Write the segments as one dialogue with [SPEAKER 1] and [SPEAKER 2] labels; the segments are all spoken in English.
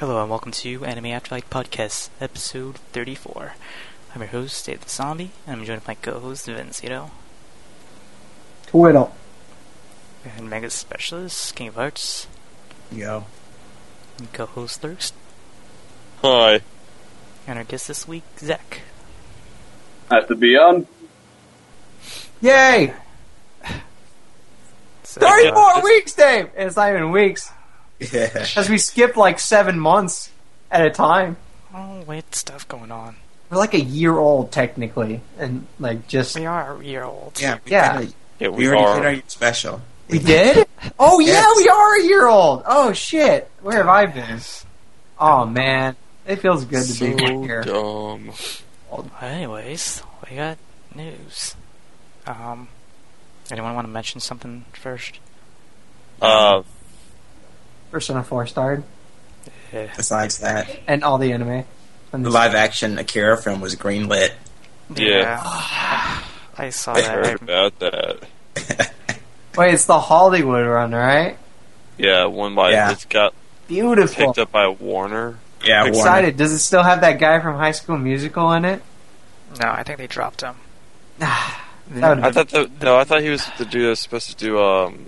[SPEAKER 1] welcome to Anime Afterlife Podcast, episode 34. I'm your host, Dave the Zombie, and I'm joined by my co-host, Vincito,
[SPEAKER 2] Twiddle.
[SPEAKER 1] and Mega Specialist, King of Hearts,
[SPEAKER 2] Yo.
[SPEAKER 1] and co-host Lurks,
[SPEAKER 3] Hi.
[SPEAKER 1] and our guest this week, Zach.
[SPEAKER 3] Nice to be on.
[SPEAKER 2] Yay!
[SPEAKER 1] So,
[SPEAKER 2] Thirty
[SPEAKER 1] uh,
[SPEAKER 2] more weeks, Dave! And it's not even weeks.
[SPEAKER 4] Yeah.
[SPEAKER 2] Because we skipped like seven months at a time.
[SPEAKER 1] Oh, wait, stuff going on.
[SPEAKER 2] We're like a year old, technically. And like just.
[SPEAKER 1] We are a year old.
[SPEAKER 4] Yeah. We,
[SPEAKER 2] Yeah.
[SPEAKER 4] Kinda,
[SPEAKER 3] Yeah,
[SPEAKER 4] we already did our year special.
[SPEAKER 2] We did? Oh, yeah,
[SPEAKER 4] Yes.
[SPEAKER 2] we are a year old! Oh, shit. Where have I been? Oh, man. It feels good to be back here.
[SPEAKER 3] dumb.
[SPEAKER 1] Anyways, we got news. Um, anyone want to mention something first?
[SPEAKER 3] Uh,
[SPEAKER 2] Persona 4 starred.
[SPEAKER 1] Eh,
[SPEAKER 4] Besides that,
[SPEAKER 2] And all the anime. And
[SPEAKER 4] the live action Akira film was greenlit.
[SPEAKER 3] Yeah.
[SPEAKER 1] I saw
[SPEAKER 3] I
[SPEAKER 1] that.
[SPEAKER 3] heard about that.
[SPEAKER 2] Wait, it's the Hollywood run, right?
[SPEAKER 3] Yeah, one by
[SPEAKER 4] Yeah.
[SPEAKER 3] it's got
[SPEAKER 2] Beautiful.
[SPEAKER 3] picked up by Warner.
[SPEAKER 4] Yeah,
[SPEAKER 2] I'm excited. Does it still have that guy from High School Musical in it?
[SPEAKER 1] No, I think they dropped him.
[SPEAKER 2] That would've
[SPEAKER 3] I thought the, no, I thought he was the dude that was supposed to do um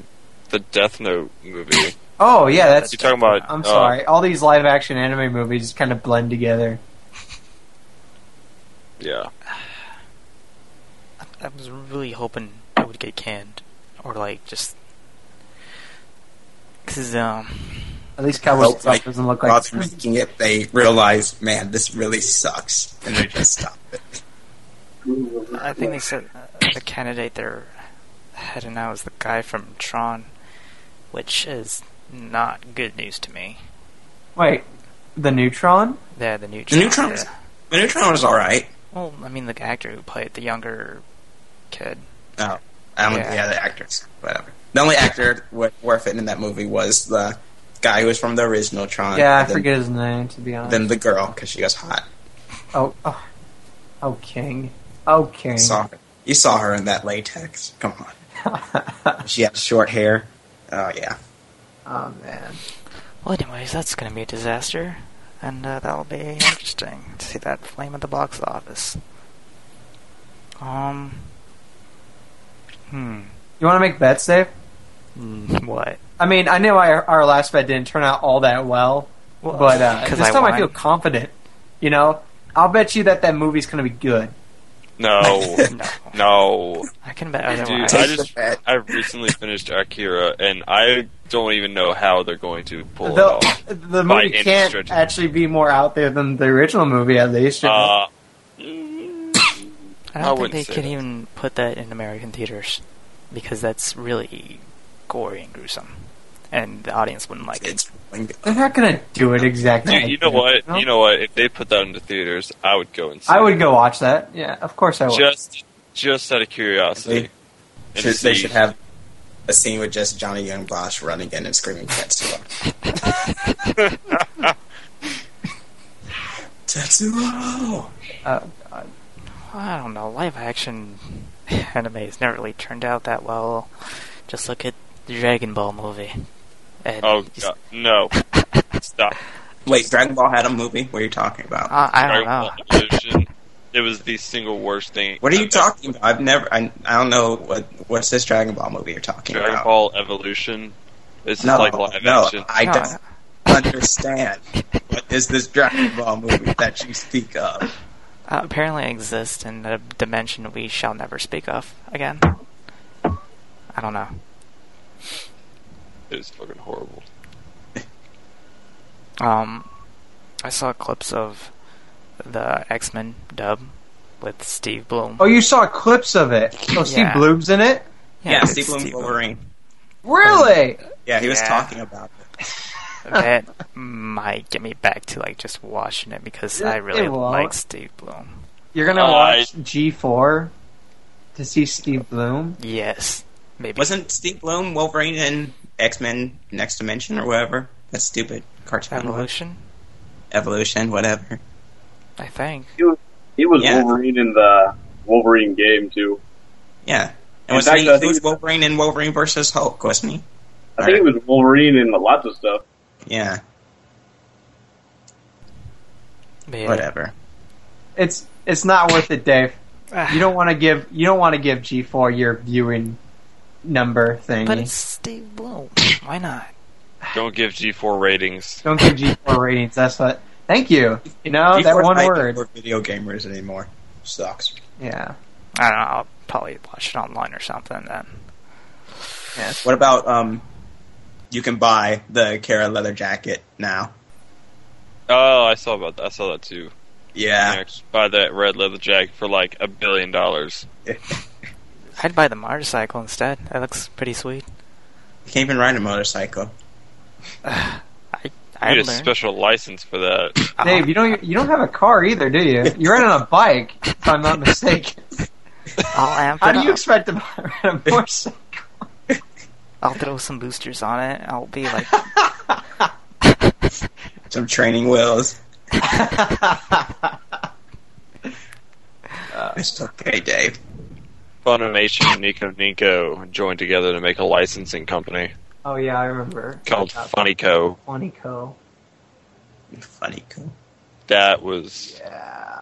[SPEAKER 3] the Death Note movie.
[SPEAKER 2] Oh yeah, that's.
[SPEAKER 3] You're talking about?
[SPEAKER 2] I'm
[SPEAKER 3] uh,
[SPEAKER 2] sorry. All these live action anime movies kind of blend together.
[SPEAKER 3] Yeah.
[SPEAKER 1] I was really hoping I would get canned, or like just because um
[SPEAKER 2] At least Cowboy
[SPEAKER 4] Well, Oh, like,
[SPEAKER 2] Bebop doesn't look
[SPEAKER 4] While
[SPEAKER 2] like.
[SPEAKER 4] they're making it, they realized, man, this really sucks, and they just stopped it.
[SPEAKER 1] I think they said uh, the candidate they're heading out is the guy from Tron, which is not good news to me.
[SPEAKER 2] Wait, the Neutron?
[SPEAKER 1] Yeah, the new
[SPEAKER 4] The new Tron was,
[SPEAKER 1] yeah.
[SPEAKER 4] the new Tron was all right.
[SPEAKER 1] Well, I mean the actor who played the younger kid.
[SPEAKER 4] No, I don't.
[SPEAKER 1] Yeah.
[SPEAKER 4] Yeah, the actors, whatever. The only actor w- worth it in that movie was the guy who was from the original Tron.
[SPEAKER 2] Yeah, I
[SPEAKER 4] then,
[SPEAKER 2] forget his name to be honest.
[SPEAKER 4] Then the girl because she was hot.
[SPEAKER 2] oh, oh, oh, King. Oh, King.
[SPEAKER 4] Saw her. You saw her in that latex. Come on. she had short hair. Oh yeah.
[SPEAKER 2] Oh man.
[SPEAKER 1] Well, anyways, that's gonna be a disaster, and uh, that'll be interesting to see that flame at the box office. Um. Hmm.
[SPEAKER 2] You want to make bets, Dave?
[SPEAKER 1] Mm, What?
[SPEAKER 2] I mean, I knew our, our last bet didn't turn out all that well, but uh, this time I feel confident. You know, I'll bet you that that movie's gonna be good.
[SPEAKER 3] No.
[SPEAKER 1] no,
[SPEAKER 3] no.
[SPEAKER 1] I can bet
[SPEAKER 3] Dude,
[SPEAKER 1] otherwise.
[SPEAKER 3] I
[SPEAKER 4] Take the
[SPEAKER 3] just
[SPEAKER 4] bet.
[SPEAKER 3] I recently finished Akira, and I don't even know how they're going to pull it
[SPEAKER 2] the,
[SPEAKER 3] off.
[SPEAKER 2] the
[SPEAKER 3] By
[SPEAKER 2] movie
[SPEAKER 3] any
[SPEAKER 2] can't
[SPEAKER 3] stretch.
[SPEAKER 2] actually be more out there than the original movie, at least.
[SPEAKER 3] Uh,
[SPEAKER 1] I
[SPEAKER 3] I
[SPEAKER 1] don't think
[SPEAKER 3] wouldn't
[SPEAKER 1] they
[SPEAKER 3] say
[SPEAKER 1] can
[SPEAKER 3] that.
[SPEAKER 1] even put that in American theaters because that's really gory and gruesome, and the audience wouldn't like it.
[SPEAKER 4] It's going
[SPEAKER 2] They're not gonna do it exactly.
[SPEAKER 3] dude,
[SPEAKER 2] like
[SPEAKER 3] you know
[SPEAKER 2] that,
[SPEAKER 3] what? You know what? If they put that into theaters, I would go and see.
[SPEAKER 2] I
[SPEAKER 3] it.
[SPEAKER 2] would go watch that. Yeah, of course I would.
[SPEAKER 3] just just out of curiosity.
[SPEAKER 4] Should,
[SPEAKER 3] And
[SPEAKER 4] they
[SPEAKER 3] see-
[SPEAKER 4] should have a scene with just Johnny Young Bosch running in and screaming Tetsuo. Tetsuo!
[SPEAKER 2] Uh, God.
[SPEAKER 1] I don't know. Live action anime has never really turned out that well. Just look at the Dragon Ball movie. And
[SPEAKER 3] Oh
[SPEAKER 1] you s-
[SPEAKER 3] God, no! Stop.
[SPEAKER 4] Wait, Dragon Ball had a movie? What are you talking about?
[SPEAKER 1] I, I don't
[SPEAKER 3] Dragon
[SPEAKER 1] know.
[SPEAKER 3] Ball Evolution. It was the single worst thing.
[SPEAKER 4] what are you
[SPEAKER 3] I've
[SPEAKER 4] talking about? I've never, I, I don't know what what's this Dragon Ball movie you're talking
[SPEAKER 3] ever- Dragon
[SPEAKER 4] about.
[SPEAKER 3] Ball Evolution. This
[SPEAKER 4] no,
[SPEAKER 3] is like live
[SPEAKER 4] no,
[SPEAKER 3] action.
[SPEAKER 4] I
[SPEAKER 1] No.
[SPEAKER 4] don't understand. what is this Dragon Ball movie that you speak of?
[SPEAKER 1] Uh, apparently, it exists in a dimension we shall never speak of again. I don't know.
[SPEAKER 3] It was fucking horrible.
[SPEAKER 1] Um, I saw clips of the X Men dub with Steve Bloom.
[SPEAKER 2] Oh, you saw clips of it. Oh, Steve
[SPEAKER 1] Yeah.
[SPEAKER 2] Bloom's in it.
[SPEAKER 4] Yeah,
[SPEAKER 1] it's
[SPEAKER 4] Steve Bloom Wolverine.
[SPEAKER 2] Really?
[SPEAKER 4] Yeah, he was
[SPEAKER 1] Yeah.
[SPEAKER 4] talking about it.
[SPEAKER 1] that might get me back to like just watching it because I
[SPEAKER 2] It-
[SPEAKER 1] really
[SPEAKER 2] it won't.
[SPEAKER 1] like Steve Bloom.
[SPEAKER 2] You're gonna
[SPEAKER 3] Uh,
[SPEAKER 2] watch G four to see Steve Bloom?
[SPEAKER 1] Yes, maybe.
[SPEAKER 4] Wasn't Steve Bloom Wolverine in X Men Next Dimension or whatever? That stupid cartoon.
[SPEAKER 1] Evolution?
[SPEAKER 4] Evolution, whatever.
[SPEAKER 1] I think.
[SPEAKER 5] He was
[SPEAKER 4] Yeah.
[SPEAKER 5] Wolverine in the Wolverine game too.
[SPEAKER 4] Yeah.
[SPEAKER 5] In
[SPEAKER 4] And was
[SPEAKER 5] fact,
[SPEAKER 4] he,
[SPEAKER 5] I
[SPEAKER 4] he
[SPEAKER 5] think-
[SPEAKER 4] was Wolverine in Wolverine versus Hulk, wasn't he?
[SPEAKER 5] I think he was Wolverine in lots of stuff.
[SPEAKER 4] Yeah.
[SPEAKER 1] Yeah.
[SPEAKER 4] Whatever.
[SPEAKER 2] It's it's not worth it, Dave.
[SPEAKER 1] Ah,
[SPEAKER 2] You don't want to give you don't want to give G four your viewing number thing.
[SPEAKER 1] But it's Steve Bloom. Why not?
[SPEAKER 3] Don't give G4 ratings.
[SPEAKER 2] Don't give G four ratings. That's what. Thank you. You know Oh, that
[SPEAKER 4] G4's
[SPEAKER 2] one
[SPEAKER 4] not
[SPEAKER 2] word.
[SPEAKER 4] for video gamers anymore. Sucks.
[SPEAKER 2] Yeah.
[SPEAKER 1] I don't know. I'll probably watch it online or something then.
[SPEAKER 2] Yeah.
[SPEAKER 4] What about um? You can buy the Kara leather jacket now.
[SPEAKER 3] Oh, I saw about that. I saw that too.
[SPEAKER 4] Yeah,
[SPEAKER 3] You can buy that red leather jacket for like a billion dollars.
[SPEAKER 1] I'd buy the motorcycle instead. That looks pretty sweet.
[SPEAKER 4] you can't even ride a motorcycle.
[SPEAKER 3] You
[SPEAKER 1] I
[SPEAKER 3] need a
[SPEAKER 1] learned.
[SPEAKER 3] special license for that.
[SPEAKER 1] Uh,
[SPEAKER 2] Dave, you don't you don't have a car either, do you? You're riding on a bike, if I'm not mistaken.
[SPEAKER 1] I'll amp
[SPEAKER 2] How
[SPEAKER 1] it
[SPEAKER 2] do you
[SPEAKER 1] up.
[SPEAKER 2] expect to buy a motorcycle?
[SPEAKER 1] I'll throw some boosters on it. I'll be like,
[SPEAKER 4] Some training wheels.
[SPEAKER 2] Uh.
[SPEAKER 4] It's okay, Dave.
[SPEAKER 3] Funimation and Nico Nico joined together to make a licensing company
[SPEAKER 2] Oh yeah, I remember.
[SPEAKER 3] called Funico.
[SPEAKER 2] Funnyco.
[SPEAKER 4] You funny cool.
[SPEAKER 3] That was,
[SPEAKER 2] Yeah.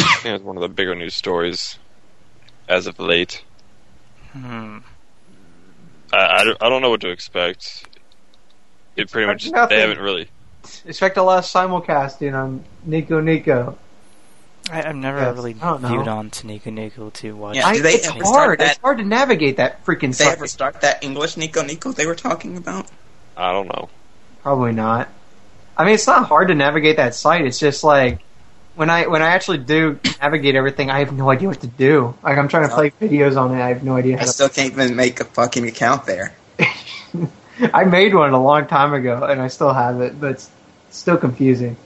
[SPEAKER 3] I think it was one of the bigger news stories as of late.
[SPEAKER 1] hmm.
[SPEAKER 3] I, I don't- I don't know what to expect. It pretty much
[SPEAKER 2] Expect nothing.
[SPEAKER 3] they haven't really.
[SPEAKER 2] Expect a lot of simulcasting on Nico Nico.
[SPEAKER 1] I, I've never
[SPEAKER 2] Yes.
[SPEAKER 1] really
[SPEAKER 2] I don't know.
[SPEAKER 1] viewed on to Nico Nico to watch.
[SPEAKER 4] Yeah.
[SPEAKER 2] I,
[SPEAKER 4] Do they
[SPEAKER 2] it's
[SPEAKER 4] ever start
[SPEAKER 2] hard.
[SPEAKER 4] that-
[SPEAKER 2] It's hard to navigate that freaking
[SPEAKER 4] Did they
[SPEAKER 2] site.
[SPEAKER 4] ever start that English Nico Nico they were talking about?
[SPEAKER 3] I don't know.
[SPEAKER 2] Probably not. I mean, it's not hard to navigate that site. It's just like when I when I actually do navigate everything, I have no idea what to do. Like I'm trying to
[SPEAKER 4] Uh-huh.
[SPEAKER 2] play videos on it, I have no idea
[SPEAKER 4] I
[SPEAKER 2] how to
[SPEAKER 4] still can't even make a fucking account there.
[SPEAKER 2] I made one a long time ago, and I still have it, but it's still confusing.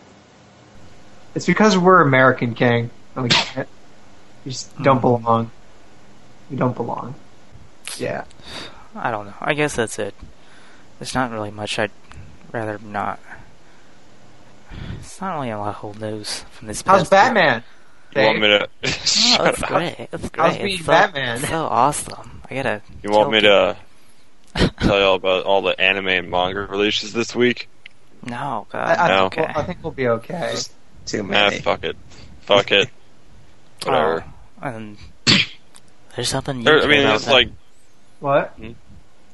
[SPEAKER 2] It's because we're American, King, and we can't. We just don't belong. We don't belong. Yeah.
[SPEAKER 1] I don't know. I guess that's it. There's not really much I'd rather not. It's not really a lot of old news from this.
[SPEAKER 2] How's
[SPEAKER 1] past
[SPEAKER 2] Batman?
[SPEAKER 3] You want me
[SPEAKER 2] Dave?
[SPEAKER 3] to?
[SPEAKER 1] Year. Oh,
[SPEAKER 3] shut
[SPEAKER 1] it's
[SPEAKER 3] up.
[SPEAKER 1] great. It's great.
[SPEAKER 2] How's
[SPEAKER 1] It's
[SPEAKER 2] being
[SPEAKER 1] so,
[SPEAKER 2] Batman?
[SPEAKER 1] So awesome. I gotta.
[SPEAKER 3] You want
[SPEAKER 1] tell
[SPEAKER 3] me to tell y'all about all the anime and manga releases this week?
[SPEAKER 1] people- No,
[SPEAKER 2] I,
[SPEAKER 1] God.
[SPEAKER 2] I,
[SPEAKER 3] No.
[SPEAKER 2] think we'll, uh, I think we'll be okay.
[SPEAKER 4] Too
[SPEAKER 3] Nah,
[SPEAKER 4] many.
[SPEAKER 3] fuck it. Fuck it. Whatever.
[SPEAKER 1] Oh, and there's something. You
[SPEAKER 3] There- I
[SPEAKER 1] care
[SPEAKER 3] mean,
[SPEAKER 1] about
[SPEAKER 3] it's
[SPEAKER 1] that-
[SPEAKER 3] like
[SPEAKER 2] What?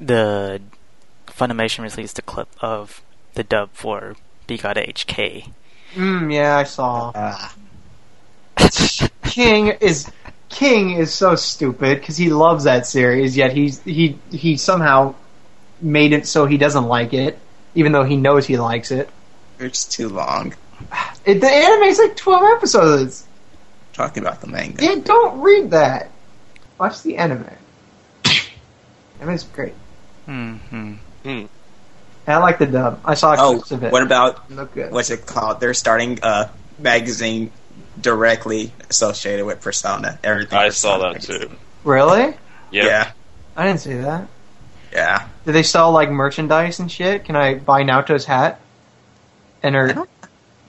[SPEAKER 1] the Funimation released a clip of the dub for Big Got HK.
[SPEAKER 2] Mm, yeah, I saw.
[SPEAKER 4] Ah,
[SPEAKER 2] King is King is so stupid because he loves that series, yet he's he he somehow made it so he doesn't like it, even though he knows he likes it.
[SPEAKER 4] it's too long.
[SPEAKER 2] It, the anime's like twelve episodes.
[SPEAKER 4] Talking about the manga.
[SPEAKER 2] Yeah, don't read that. Watch the anime. Anime's great.
[SPEAKER 1] Mm-hmm.
[SPEAKER 2] And I like the dub. I saw
[SPEAKER 4] Oh,
[SPEAKER 2] clips of it.
[SPEAKER 4] what about
[SPEAKER 2] Look good.
[SPEAKER 4] what's it called? They're starting a magazine directly associated with Persona. Everything.
[SPEAKER 3] I
[SPEAKER 4] Persona
[SPEAKER 3] saw that
[SPEAKER 4] magazine.
[SPEAKER 3] too.
[SPEAKER 2] Really?
[SPEAKER 3] Yep.
[SPEAKER 4] Yeah,
[SPEAKER 2] I didn't see that.
[SPEAKER 4] yeah.
[SPEAKER 2] Do they sell like merchandise and shit? Can I buy Naoto's hat? And
[SPEAKER 4] I
[SPEAKER 2] her
[SPEAKER 4] don't-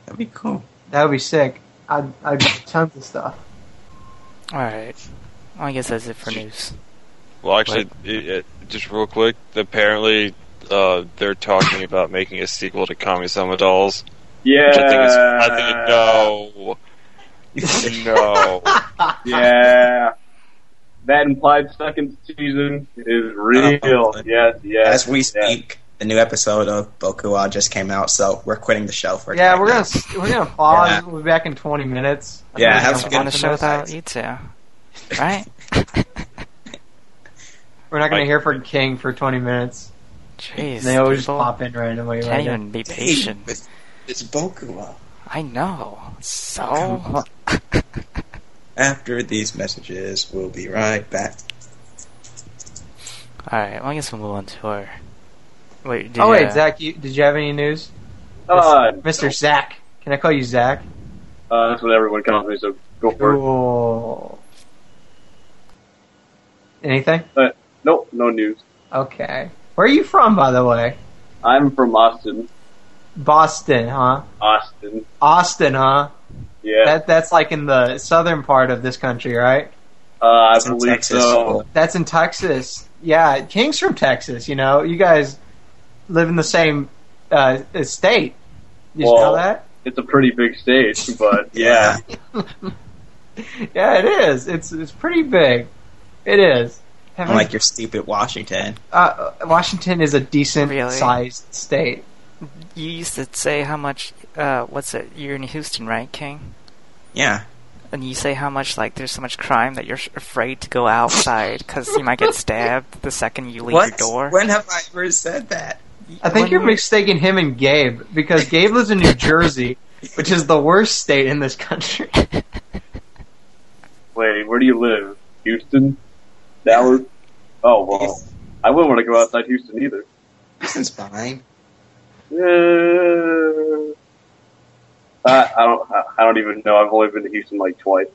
[SPEAKER 4] That'd be cool.
[SPEAKER 2] that would be sick. I'd I'd buy tons of stuff.
[SPEAKER 1] All right. Well, I guess that's it for news.
[SPEAKER 3] Well, actually, it, it, just real quick, apparently uh, they're talking about making a sequel to Kamisama Dolls.
[SPEAKER 5] Yeah.
[SPEAKER 3] Which I think is, I think, no. no.
[SPEAKER 5] Yeah. That implied second season is real.
[SPEAKER 4] Uh,
[SPEAKER 5] yes, yes.
[SPEAKER 4] As we
[SPEAKER 5] yes.
[SPEAKER 4] speak, the new episode of Bokuwa just came out, so we're quitting the show for.
[SPEAKER 2] Yeah,
[SPEAKER 4] tonight
[SPEAKER 2] we're
[SPEAKER 4] now.
[SPEAKER 2] gonna s- we're gonna pause.
[SPEAKER 4] Yeah.
[SPEAKER 2] We'll be back in twenty minutes. I
[SPEAKER 4] Yeah,
[SPEAKER 2] think
[SPEAKER 4] have
[SPEAKER 2] we're
[SPEAKER 4] some
[SPEAKER 2] gonna
[SPEAKER 1] On a
[SPEAKER 4] good-
[SPEAKER 2] watch
[SPEAKER 1] show
[SPEAKER 2] it.
[SPEAKER 1] without you two, right?
[SPEAKER 2] We're not gonna
[SPEAKER 3] Like-
[SPEAKER 2] hear from King for twenty minutes.
[SPEAKER 1] Jeez,
[SPEAKER 2] they always
[SPEAKER 1] people
[SPEAKER 2] pop in randomly.
[SPEAKER 1] can't
[SPEAKER 2] right
[SPEAKER 1] even be
[SPEAKER 4] Dave,
[SPEAKER 1] patient.
[SPEAKER 4] it's, it's Bokuwa.
[SPEAKER 1] I know. So
[SPEAKER 4] Come After these messages, we'll be right back.
[SPEAKER 1] Alright, well, I guess we'll move on to our. Wait, did
[SPEAKER 2] now. Oh
[SPEAKER 1] you,
[SPEAKER 2] wait,
[SPEAKER 1] uh,
[SPEAKER 2] Zach, you, did you have any news,
[SPEAKER 5] Uh,
[SPEAKER 2] Mister Zach? Can I call you Zach?
[SPEAKER 5] uh, that's what everyone calls me, so go for it.
[SPEAKER 2] Cool. Anything?
[SPEAKER 5] Nope, no news.
[SPEAKER 2] Okay. Where are you from, by the way?
[SPEAKER 5] I'm from Austin.
[SPEAKER 2] Boston, huh?
[SPEAKER 5] Austin.
[SPEAKER 2] Austin, huh?
[SPEAKER 5] Yeah.
[SPEAKER 2] That that's like in the southern part of this country, right?
[SPEAKER 5] uh, I
[SPEAKER 4] It's in
[SPEAKER 5] believe
[SPEAKER 4] Texas.
[SPEAKER 5] so.
[SPEAKER 2] That's in Texas. Yeah, King's from Texas. You know, you guys live in the same uh, state. Did you
[SPEAKER 5] Well,
[SPEAKER 2] know that?
[SPEAKER 5] it's a pretty big stage, but
[SPEAKER 4] Yeah.
[SPEAKER 2] Yeah, it is. It's it's pretty big. It is. Having,
[SPEAKER 4] Unlike your stupid Washington.
[SPEAKER 2] uh, Washington is a decent
[SPEAKER 1] Really?
[SPEAKER 2] sized state.
[SPEAKER 1] You used to say how much, uh, what's it? You're in Houston, right, King?
[SPEAKER 4] Yeah.
[SPEAKER 1] And you say how much, like, there's so much crime that you're afraid to go outside because you might get stabbed the second you leave your
[SPEAKER 4] What?
[SPEAKER 1] door.
[SPEAKER 4] When have I ever said that?
[SPEAKER 2] I think
[SPEAKER 1] When
[SPEAKER 2] you're
[SPEAKER 1] you-
[SPEAKER 2] mistaking him and Gabe because Gabe lives in New Jersey, which is the worst state in this country.
[SPEAKER 5] wait, where do you live? Houston? Dallas? Oh well, I wouldn't want to go outside Houston either.
[SPEAKER 4] Houston's fine.
[SPEAKER 5] Uh, I, I don't. I, I don't even know. I've only been to Houston like twice,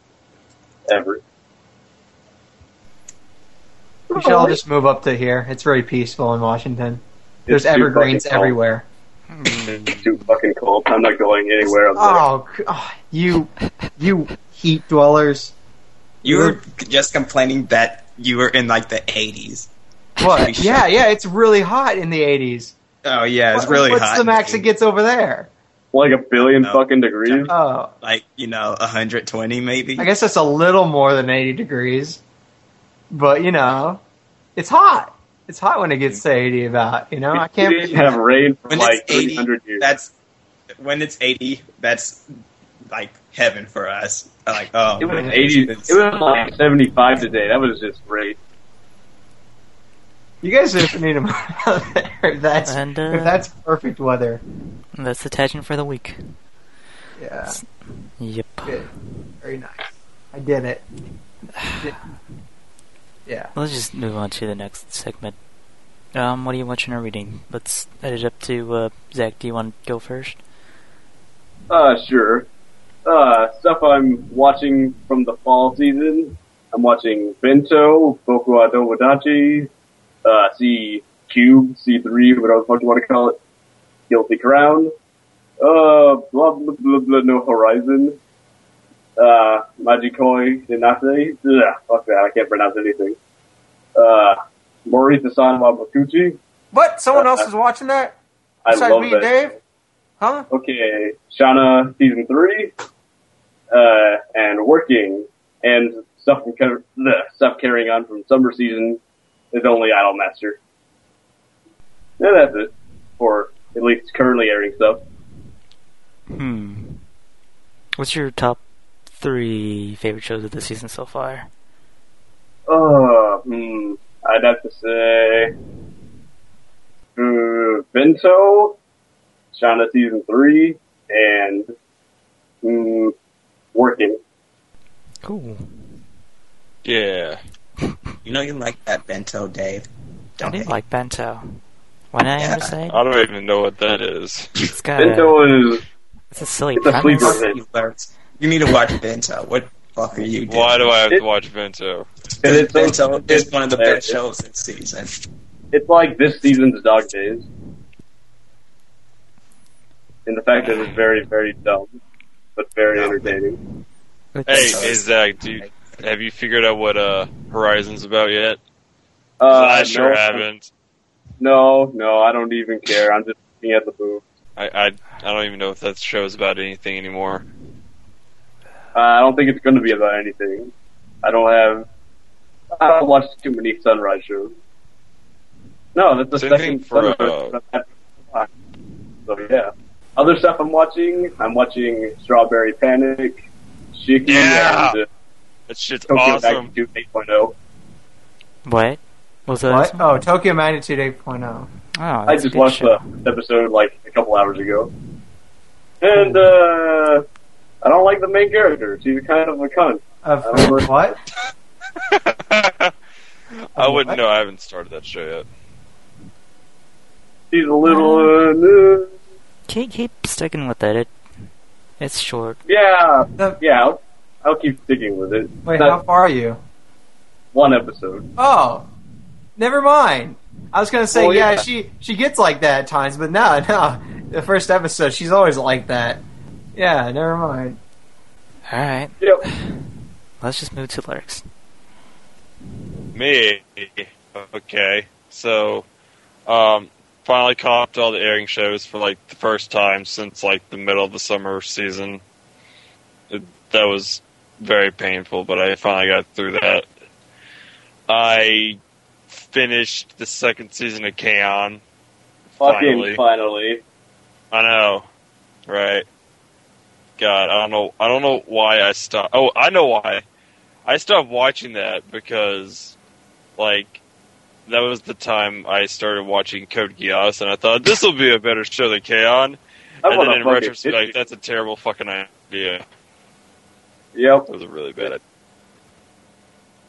[SPEAKER 5] ever.
[SPEAKER 2] We should all just move up to here. It's very peaceful in Washington. There's
[SPEAKER 5] It's too
[SPEAKER 2] evergreens
[SPEAKER 5] fucking cold.
[SPEAKER 2] everywhere.
[SPEAKER 5] It's too fucking cold. I'm not going anywhere. up there.
[SPEAKER 2] Oh, c- oh, you, you heat dwellers.
[SPEAKER 4] You were just complaining that you were in like the 80s.
[SPEAKER 2] What? Yeah, yeah. It's really hot in the 80s.
[SPEAKER 4] Oh yeah, it's
[SPEAKER 2] What-
[SPEAKER 4] really
[SPEAKER 2] What's
[SPEAKER 4] hot.
[SPEAKER 2] the max it
[SPEAKER 4] dude.
[SPEAKER 2] gets over there?
[SPEAKER 5] like a billion
[SPEAKER 4] No.
[SPEAKER 5] fucking degrees.
[SPEAKER 2] Oh,
[SPEAKER 4] Like you know, 120 maybe.
[SPEAKER 2] I guess that's a little more than 80 degrees. But you know, it's hot. It's hot when it gets to 80 about. You know, I can't.
[SPEAKER 5] We didn't have rain for
[SPEAKER 4] When
[SPEAKER 5] like
[SPEAKER 4] it's 80,
[SPEAKER 5] 300 years.
[SPEAKER 4] That's when it's 80. That's like heaven for us. Like oh,
[SPEAKER 5] it was
[SPEAKER 4] man,
[SPEAKER 5] 80. It
[SPEAKER 4] it's-
[SPEAKER 5] was like 75 today. That was just great.
[SPEAKER 2] You guys are need to move out there. If that's
[SPEAKER 1] And, uh,
[SPEAKER 2] if that's perfect weather.
[SPEAKER 1] That's the tangent for the week.
[SPEAKER 2] Yeah,
[SPEAKER 1] Yep.
[SPEAKER 2] good. very nice. I did it. Did- Yeah.
[SPEAKER 1] Let's just move on to the next segment. Um, what are you watching or reading? Let's head it up to uh, Zach. Do you want to go first?
[SPEAKER 5] Uh, sure. Uh, stuff I'm watching from the fall season. I'm watching Bento, Boku Ado Wadachi, uh, C Cube, C3, whatever the fuck you want to call it, Guilty Crown, uh, blah, blah, blah, blah, No Horizon, uh, Magikoi Denase, ugh, fuck that, I can't pronounce anything, uh, Morita San Wabakuchi,
[SPEAKER 2] What? Someone
[SPEAKER 5] else is
[SPEAKER 2] watching that?
[SPEAKER 5] I
[SPEAKER 2] Besides
[SPEAKER 5] love
[SPEAKER 2] me,
[SPEAKER 5] that.
[SPEAKER 2] Dave? Huh?
[SPEAKER 5] Okay, Shauna season three, uh, and working, and stuff from cover- the stuff carrying on from summer season is only Idolmaster. And that's it for at least currently airing stuff.
[SPEAKER 1] Hmm. What's your top three favorite shows of the season so far?
[SPEAKER 5] Uh, hmm, I'd have to say uh, Bento, Shauna season three, and hmm, working.
[SPEAKER 1] Cool.
[SPEAKER 3] Yeah.
[SPEAKER 4] You know you like that bento, Dave.
[SPEAKER 1] I
[SPEAKER 4] Don't
[SPEAKER 1] did
[SPEAKER 4] you?
[SPEAKER 1] like bento. When I
[SPEAKER 4] Yeah.
[SPEAKER 1] ever say
[SPEAKER 3] I don't even know what that is.
[SPEAKER 1] it's
[SPEAKER 4] Uh,
[SPEAKER 1] got a,
[SPEAKER 5] Bento is
[SPEAKER 1] it's a silly
[SPEAKER 5] it's a
[SPEAKER 1] premise.
[SPEAKER 5] sleeper.
[SPEAKER 4] You learned. You need to watch bento. What fuck are you doing?
[SPEAKER 3] Why do I have to watch Vento?
[SPEAKER 5] and it's
[SPEAKER 4] bento is one of the
[SPEAKER 5] there
[SPEAKER 4] best
[SPEAKER 5] it is.
[SPEAKER 4] shows this season.
[SPEAKER 5] It's like this season's Dog Days. And the fact that it's very, very dumb, but very
[SPEAKER 4] Yeah.
[SPEAKER 5] entertaining.
[SPEAKER 3] Hey,
[SPEAKER 1] It's-
[SPEAKER 3] hey Zach, do you, have you figured out what uh Horizon's about yet?
[SPEAKER 5] Uh,
[SPEAKER 3] 'Cause I sure
[SPEAKER 5] no,
[SPEAKER 3] haven't.
[SPEAKER 5] No, no, I don't even care. I'm just looking at the boob.
[SPEAKER 3] I, I I don't even know if that show's about anything anymore.
[SPEAKER 5] Uh, I don't think it's going to be about anything. I don't have. I don't watch too many sunrise shows. No, that's the
[SPEAKER 3] Same thing
[SPEAKER 5] second
[SPEAKER 3] for, uh,
[SPEAKER 5] sunrise. show. so yeah, other stuff I'm watching. I'm watching Strawberry Panic, Shiki,
[SPEAKER 3] Yeah!
[SPEAKER 5] and uh,
[SPEAKER 3] That shit's
[SPEAKER 5] Tokyo
[SPEAKER 3] awesome.
[SPEAKER 5] Back to 8.0.
[SPEAKER 1] What? What was that?
[SPEAKER 2] What?
[SPEAKER 1] Oh,
[SPEAKER 2] Oh, Tokyo Magnitude oh. 8.0.
[SPEAKER 1] that's
[SPEAKER 5] I
[SPEAKER 1] a
[SPEAKER 5] just
[SPEAKER 1] good
[SPEAKER 5] watched
[SPEAKER 1] show.
[SPEAKER 5] the episode like a couple hours ago, and uh, I don't like the main character. She's kind of a cunt.
[SPEAKER 2] Of
[SPEAKER 5] I don't know.
[SPEAKER 2] what?
[SPEAKER 3] I wouldn't know. I haven't started that show yet.
[SPEAKER 5] She's a little. Uh,
[SPEAKER 1] Keep, keep sticking with it. it. It's short.
[SPEAKER 5] yeah,
[SPEAKER 2] The-
[SPEAKER 5] yeah. I'll, I'll keep sticking with it.
[SPEAKER 2] Wait,
[SPEAKER 5] That-
[SPEAKER 2] how far are you?
[SPEAKER 5] one episode.
[SPEAKER 2] Oh, never mind. I was gonna say,
[SPEAKER 5] Well,
[SPEAKER 2] yeah,
[SPEAKER 5] yeah.
[SPEAKER 2] she she gets like that at times, but no, no. The first episode, she's always like that. Yeah, never mind.
[SPEAKER 1] All right,
[SPEAKER 5] Yep.
[SPEAKER 1] let's just move to lyrics.
[SPEAKER 3] Me. Okay. So, um, finally caught up to all the airing shows for like the first time since like the middle of the summer season. It, that was very painful, but I finally got through that. I finished the second season of k
[SPEAKER 5] Fucking
[SPEAKER 3] Finally.
[SPEAKER 5] finally.
[SPEAKER 3] I know, right? God, I don't know. I don't know why I stopped. Oh, I know why. I stopped watching that because, like, that was the time I started watching Code Geass, and I thought this will be a better show than K-On!
[SPEAKER 5] I
[SPEAKER 3] And then
[SPEAKER 5] want to
[SPEAKER 3] in
[SPEAKER 5] fucking
[SPEAKER 3] retrospect,
[SPEAKER 5] hit you.
[SPEAKER 3] that's a terrible fucking idea.
[SPEAKER 5] Yep.
[SPEAKER 3] That was a really bad idea.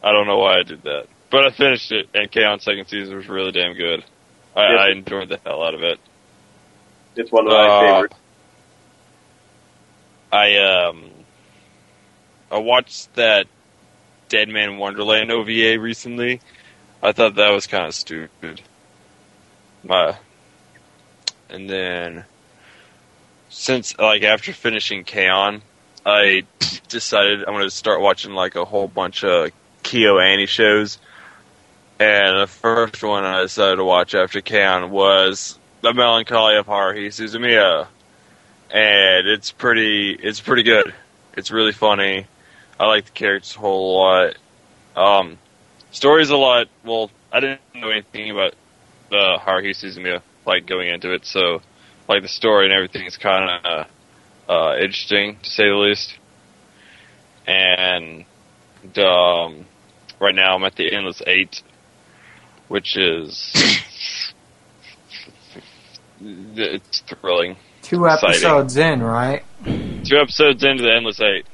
[SPEAKER 3] I don't know why I did that, but I finished it, and K-On! second season was really damn good. I,
[SPEAKER 5] Yes.
[SPEAKER 3] I enjoyed the hell out of it.
[SPEAKER 5] It's one of my
[SPEAKER 3] Uh,
[SPEAKER 5] favorites.
[SPEAKER 3] I um I watched that Dead Man Wonderland OVA recently. I thought that was kind of stupid. My and then since like after finishing K-On! I decided I'm going to start watching like a whole bunch of Kyo Annie shows. And the first one I decided to watch after K-On! was The Melancholy of Haruhi Suzumiya and it's pretty it's pretty good. It's really funny. I like the characters a whole lot. Um, story's a lot. Well, I didn't know anything about uh, Haruhi Suzumiya like going into it, so like the story and everything is kind of uh, interesting to say the least. And um, right now I'm at the endless eight, which is it's thrilling
[SPEAKER 2] Two
[SPEAKER 3] Exciting.
[SPEAKER 2] episodes in, right?
[SPEAKER 3] two episodes into the endless eight,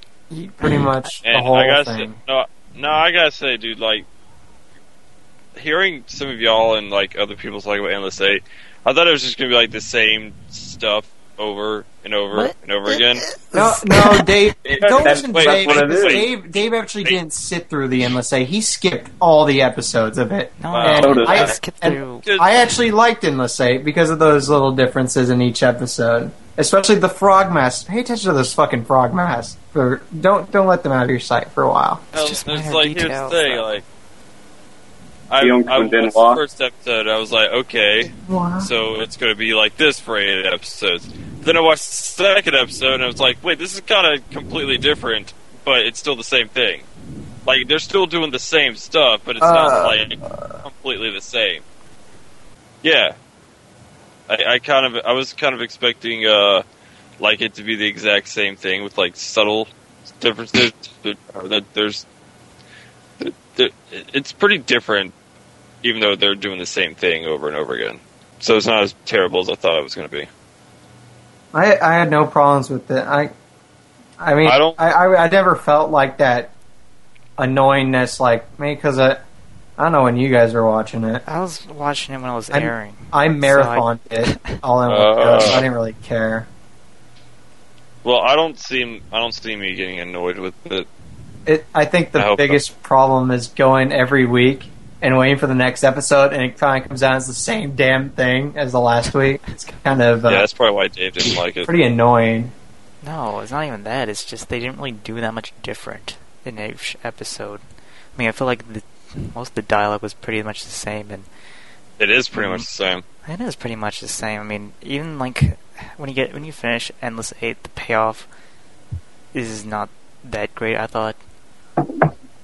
[SPEAKER 2] Pretty much the
[SPEAKER 3] and
[SPEAKER 2] whole
[SPEAKER 3] I gotta
[SPEAKER 2] thing.
[SPEAKER 3] say, no, no, I gotta say, dude, like hearing some of y'all and like other people talk about endless eight, I thought it was just gonna be like the same stuff over and over
[SPEAKER 1] What?
[SPEAKER 3] and over again.
[SPEAKER 2] No, no, Dave. Don't
[SPEAKER 4] That's-
[SPEAKER 2] listen, to
[SPEAKER 3] wait,
[SPEAKER 2] Dave.
[SPEAKER 5] that's what it is.
[SPEAKER 2] Dave. Dave actually didn't sit through the endless A. He skipped all the episodes of it.
[SPEAKER 1] No,
[SPEAKER 3] Wow.
[SPEAKER 2] And
[SPEAKER 5] So did
[SPEAKER 1] I
[SPEAKER 5] I.
[SPEAKER 1] skipped
[SPEAKER 2] and-
[SPEAKER 1] through.
[SPEAKER 3] Just-
[SPEAKER 2] I actually liked Endless Eight because of those little differences in each episode, especially the frog masks. Pay attention to those fucking frog masks. For don't don't let them out of your sight for a while.
[SPEAKER 1] It's just
[SPEAKER 3] there's
[SPEAKER 1] minor
[SPEAKER 3] uh, like here's
[SPEAKER 1] details,
[SPEAKER 3] the thing,
[SPEAKER 1] though.
[SPEAKER 3] like I, I
[SPEAKER 5] Young
[SPEAKER 3] watched
[SPEAKER 5] Kun
[SPEAKER 3] the
[SPEAKER 5] Denwa.
[SPEAKER 3] first episode, I was like, okay,
[SPEAKER 2] Wow.
[SPEAKER 3] so it's gonna be like this for eight episodes. Then I watched the second episode and I was like, wait, this is kind of completely different, but it's still the same thing. Like they're still doing the same stuff, but it's
[SPEAKER 2] Uh,
[SPEAKER 3] not like completely the same. Yeah, I, I kind of I was kind of expecting uh like it to be the exact same thing with like subtle differences. but uh, that There's there- it's pretty different, even though they're doing the same thing over and over again. So it's not as terrible as I thought it was going to be.
[SPEAKER 2] I I had no problems with it. I I mean
[SPEAKER 3] I don't-
[SPEAKER 2] I, I, I never felt like that annoyingness like me because I I don't know when you guys were watching it.
[SPEAKER 1] I was watching it when I was
[SPEAKER 2] I'm-
[SPEAKER 1] airing.
[SPEAKER 2] I marathoned it all in one go, so I
[SPEAKER 3] Uh.
[SPEAKER 2] didn't really care.
[SPEAKER 3] Well, I don't seem I don't see me getting annoyed with it.
[SPEAKER 2] It, I think
[SPEAKER 3] I
[SPEAKER 2] the
[SPEAKER 3] hope
[SPEAKER 2] biggest problem is going every week and waiting for the next episode, and it kind of comes out as the same damn thing as the last week. It's kind of uh,
[SPEAKER 3] yeah, that's probably why Dave didn't like it.
[SPEAKER 2] pretty annoying.
[SPEAKER 1] No, it's not even that. It's just they didn't really do that much different in each episode. I mean, I feel like the, most of the dialogue was pretty much the same, and
[SPEAKER 3] It is pretty much the same.
[SPEAKER 1] It is pretty much the same. I mean, even like when you get when you finish Endless Eight, the payoff is not that great. I thought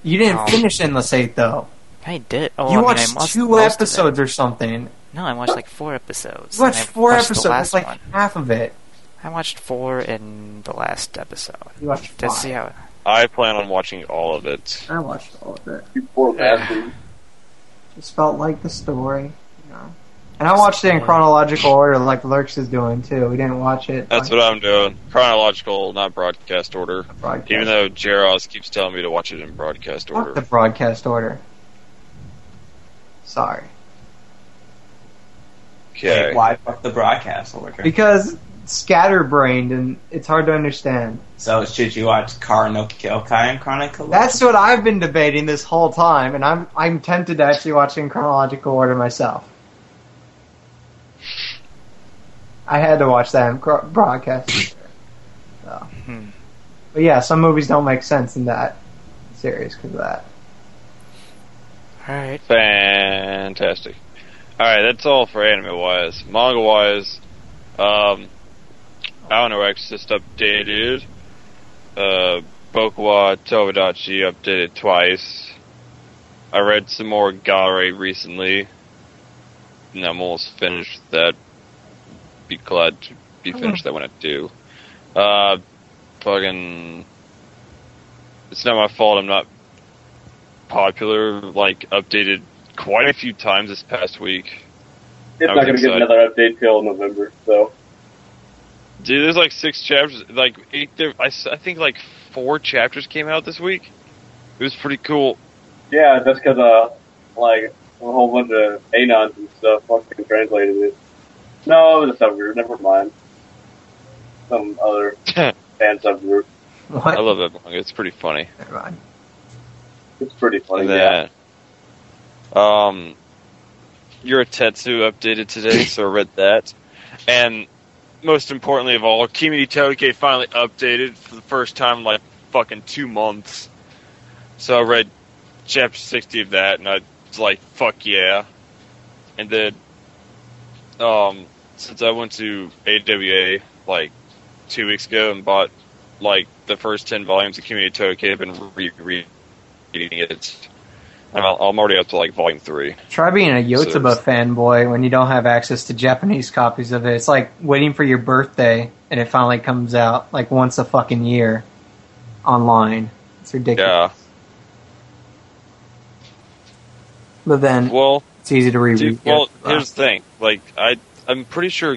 [SPEAKER 2] You didn't
[SPEAKER 1] Oh.
[SPEAKER 2] finish Endless Eight though.
[SPEAKER 1] I did. Oh, I
[SPEAKER 2] you
[SPEAKER 1] mean,
[SPEAKER 2] watched
[SPEAKER 1] I watched
[SPEAKER 2] two
[SPEAKER 1] most of it.
[SPEAKER 2] episodes or something.
[SPEAKER 1] No, I watched like four episodes.
[SPEAKER 2] You watched
[SPEAKER 1] and I
[SPEAKER 2] four
[SPEAKER 1] watched the
[SPEAKER 2] episodes.
[SPEAKER 1] last
[SPEAKER 2] That's like
[SPEAKER 1] one.
[SPEAKER 2] half of it.
[SPEAKER 1] I watched four in the last episode
[SPEAKER 2] You watched
[SPEAKER 1] to
[SPEAKER 2] five.
[SPEAKER 1] see how.
[SPEAKER 3] I plan on watching all of it.
[SPEAKER 2] I watched all of it.
[SPEAKER 5] You poor bastard.
[SPEAKER 2] Just felt like the story, you know. And I watched it in chronological order, like Lurks is doing too. We didn't watch it.
[SPEAKER 3] That's
[SPEAKER 2] like,
[SPEAKER 3] what I'm doing. Chronological, not broadcast order.
[SPEAKER 2] broadcast.
[SPEAKER 3] Even though Jaros keeps telling me to watch it in broadcast
[SPEAKER 2] Fuck the
[SPEAKER 3] order.
[SPEAKER 2] broadcast order. Sorry,
[SPEAKER 3] Okay.
[SPEAKER 4] Why fuck the broadcast order?
[SPEAKER 2] because scatterbrained and it's hard to understand.
[SPEAKER 4] So should you watch Car no Kyokai in Chronicle?
[SPEAKER 2] That's what I've been debating this whole time, and I'm I'm tempted to actually watch it in chronological order myself. I had to watch that in cro- broadcast. order. So.
[SPEAKER 1] Hmm.
[SPEAKER 2] But yeah, some movies don't make sense in that series because of that.
[SPEAKER 1] All right.
[SPEAKER 3] Fantastic. Alright, that's all for anime wise. Manga wise, um, Alnorex just updated. Uh, Bokuwa Tomodachi updated twice. I read some more Gallery recently. And I'm almost finished with that. Be glad to be finished that when I do. Uh, fucking. It's not my fault I'm not popular, like, updated quite a few times this past week.
[SPEAKER 5] It's
[SPEAKER 3] I
[SPEAKER 5] not going
[SPEAKER 3] think
[SPEAKER 5] to get
[SPEAKER 3] so.
[SPEAKER 5] another update till November, so
[SPEAKER 3] Dude, there's like six chapters, like eight. There, I, s- I think like four chapters came out this week. It was pretty cool.
[SPEAKER 5] yeah, that's because uh, like a whole bunch of anons and stuff fucking translated it. No, it was a subgroup. Never mind. Some other fan subgroup.
[SPEAKER 3] I
[SPEAKER 2] What?
[SPEAKER 3] love that manga. It's pretty funny.
[SPEAKER 2] Never mind.
[SPEAKER 5] It's pretty funny.
[SPEAKER 3] And
[SPEAKER 5] Yeah.
[SPEAKER 3] then, um, your Tetsu updated today, so I read that. And most importantly of all, Kimi Toge finally updated for the first time in like fucking two months. So I read chapter 60 of that, and I was like, fuck yeah. And then, um, since I went to AWA like two weeks ago and bought like the first 10 volumes of Kimi Toge, I've been rereading it. I'm, I'm already up to like volume three.
[SPEAKER 2] Try being a Yotsuba
[SPEAKER 3] So-
[SPEAKER 2] fanboy when you don't have access to Japanese copies of it. It's like waiting for your birthday and it finally comes out like once a fucking year online. It's ridiculous.
[SPEAKER 3] Yeah.
[SPEAKER 2] But then
[SPEAKER 3] Well,
[SPEAKER 2] it's easy to reread.
[SPEAKER 3] Dude, well,
[SPEAKER 2] Yotsuba.
[SPEAKER 3] here's the thing. Like, I I'm pretty sure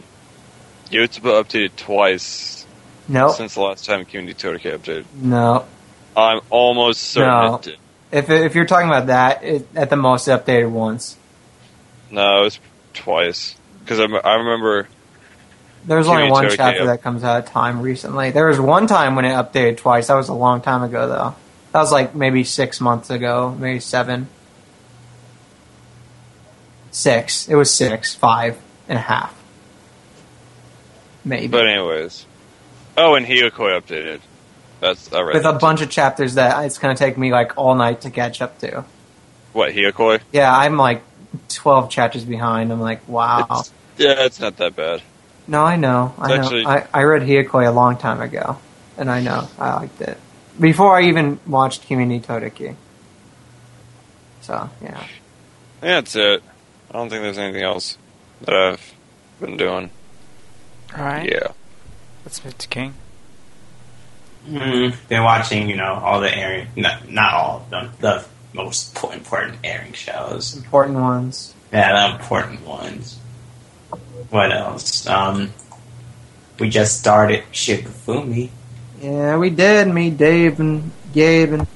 [SPEAKER 3] Yotsuba updated twice
[SPEAKER 2] no,
[SPEAKER 3] since the last time Community Todoke updated.
[SPEAKER 2] no.
[SPEAKER 3] I'm almost certain
[SPEAKER 2] No.
[SPEAKER 3] it did.
[SPEAKER 2] If if you're talking about that, it, at the most it updated once.
[SPEAKER 3] No, it was twice because I, I remember.
[SPEAKER 2] There was
[SPEAKER 3] Give
[SPEAKER 2] only
[SPEAKER 3] me
[SPEAKER 2] one
[SPEAKER 3] Tokyo.
[SPEAKER 2] chapter that comes out of time recently. There was one time when it updated twice. That was a long time ago, though. That was like maybe six months ago, maybe seven. Six. It was six, five and a half. Maybe.
[SPEAKER 3] But anyways, oh, and Hiyokoi updated. That's I read.
[SPEAKER 2] With a
[SPEAKER 3] that.
[SPEAKER 2] bunch of chapters that it's going to take me like all night to catch up to.
[SPEAKER 3] what Hiyokoi?
[SPEAKER 2] Yeah, I'm like 12 chapters behind. I'm like, wow.
[SPEAKER 3] It's- Yeah, it's not that bad.
[SPEAKER 2] No, I know. I know.
[SPEAKER 3] Actually-
[SPEAKER 2] I, I read Hiyokoi a long time ago, and I know I liked it before I even watched Kimi ni Todeki. So yeah,
[SPEAKER 3] Yeah, that's it. I don't think there's anything else that I've been doing.
[SPEAKER 1] Alright,
[SPEAKER 3] Yeah.
[SPEAKER 1] let's move to King.
[SPEAKER 4] Mm, been watching, you know, all the airing, not, not all of them, the most po- important airing shows.
[SPEAKER 2] important ones.
[SPEAKER 4] Yeah, the important ones. What else? Um, we just started Shikafumi.
[SPEAKER 2] Yeah, we did. Me, Dave, and Gabe, and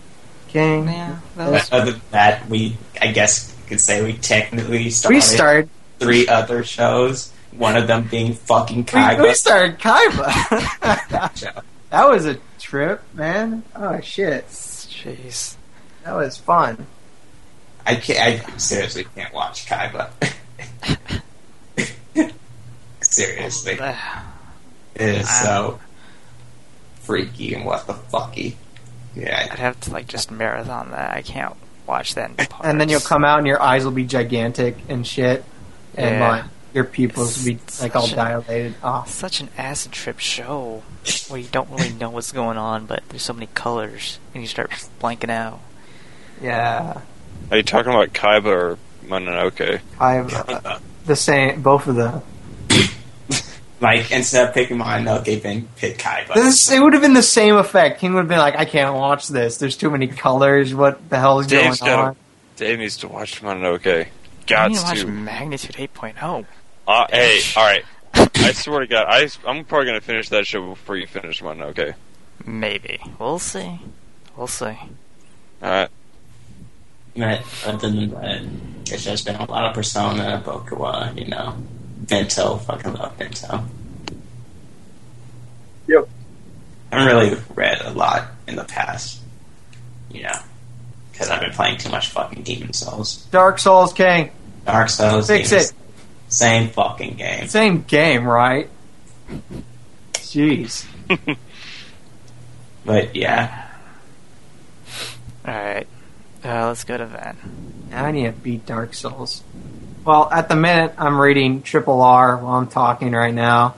[SPEAKER 2] King.
[SPEAKER 1] Yeah, that was
[SPEAKER 4] But Other than that, we, I guess you could say we technically started,
[SPEAKER 2] we started.
[SPEAKER 4] three other shows. One of them being fucking
[SPEAKER 2] We,
[SPEAKER 4] Kaiba.
[SPEAKER 2] we started Kaiba.
[SPEAKER 4] show.
[SPEAKER 2] that was a trip, man. Oh shit,
[SPEAKER 1] jeez.
[SPEAKER 2] that was fun.
[SPEAKER 4] I can't. I seriously can't watch Kaiba. seriously,
[SPEAKER 1] Ah,
[SPEAKER 4] it is so freaky and what the fucky. Yeah,
[SPEAKER 1] I'd have to like just marathon that. I can't watch that in parts.
[SPEAKER 2] And then you'll come out, and your eyes will be gigantic and shit, and
[SPEAKER 1] Yeah.
[SPEAKER 2] like your pupils will be like all
[SPEAKER 1] Such a-
[SPEAKER 2] dilated. Oh,
[SPEAKER 1] Such an acid trip show where you don't really know what's going on, but there's so many colors and you start blanking out.
[SPEAKER 2] Yeah,
[SPEAKER 3] Are you talking about Kaiba or Mononoke?
[SPEAKER 2] I have uh, the same. Both of them.
[SPEAKER 4] like instead of picking Mononoke, then pick Kaiba.
[SPEAKER 2] This it would have been the same effect. King would have been like, "I can't watch this. There's too many colors. What the hell is
[SPEAKER 3] Dave's
[SPEAKER 2] going
[SPEAKER 3] got
[SPEAKER 2] on?"
[SPEAKER 3] a- Dave needs to watch Mononoke.
[SPEAKER 1] I
[SPEAKER 3] Gods
[SPEAKER 1] need to watch
[SPEAKER 3] to.
[SPEAKER 1] Magnitude oh. 8.0.
[SPEAKER 3] Uh, hey, all right. I swear to God, I, I'm probably gonna finish that show before you finish mine. Okay.
[SPEAKER 1] Maybe. We'll see. We'll see.
[SPEAKER 3] All right.
[SPEAKER 4] But other than that, it's just been a lot of Persona, Bokuwa, you know, Bento. Fucking love Bento.
[SPEAKER 5] Yep.
[SPEAKER 4] I haven't really read a lot in the past, you know, because I've been playing too much fucking Demon Souls,
[SPEAKER 2] Dark Souls King.
[SPEAKER 4] Dark Souls.
[SPEAKER 2] Fix
[SPEAKER 4] Demon
[SPEAKER 2] it.
[SPEAKER 4] Same fucking game.
[SPEAKER 2] Same game, right? Jeez.
[SPEAKER 4] But yeah,
[SPEAKER 1] Alright. Uh, let's go to Van.
[SPEAKER 2] Now I need to beat Dark Souls. Well, at the minute, I'm reading Triple R while I'm talking right now,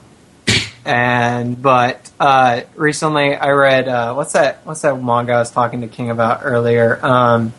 [SPEAKER 2] and but uh, recently I read uh, what's that? What's that manga I was talking to King about earlier? Um,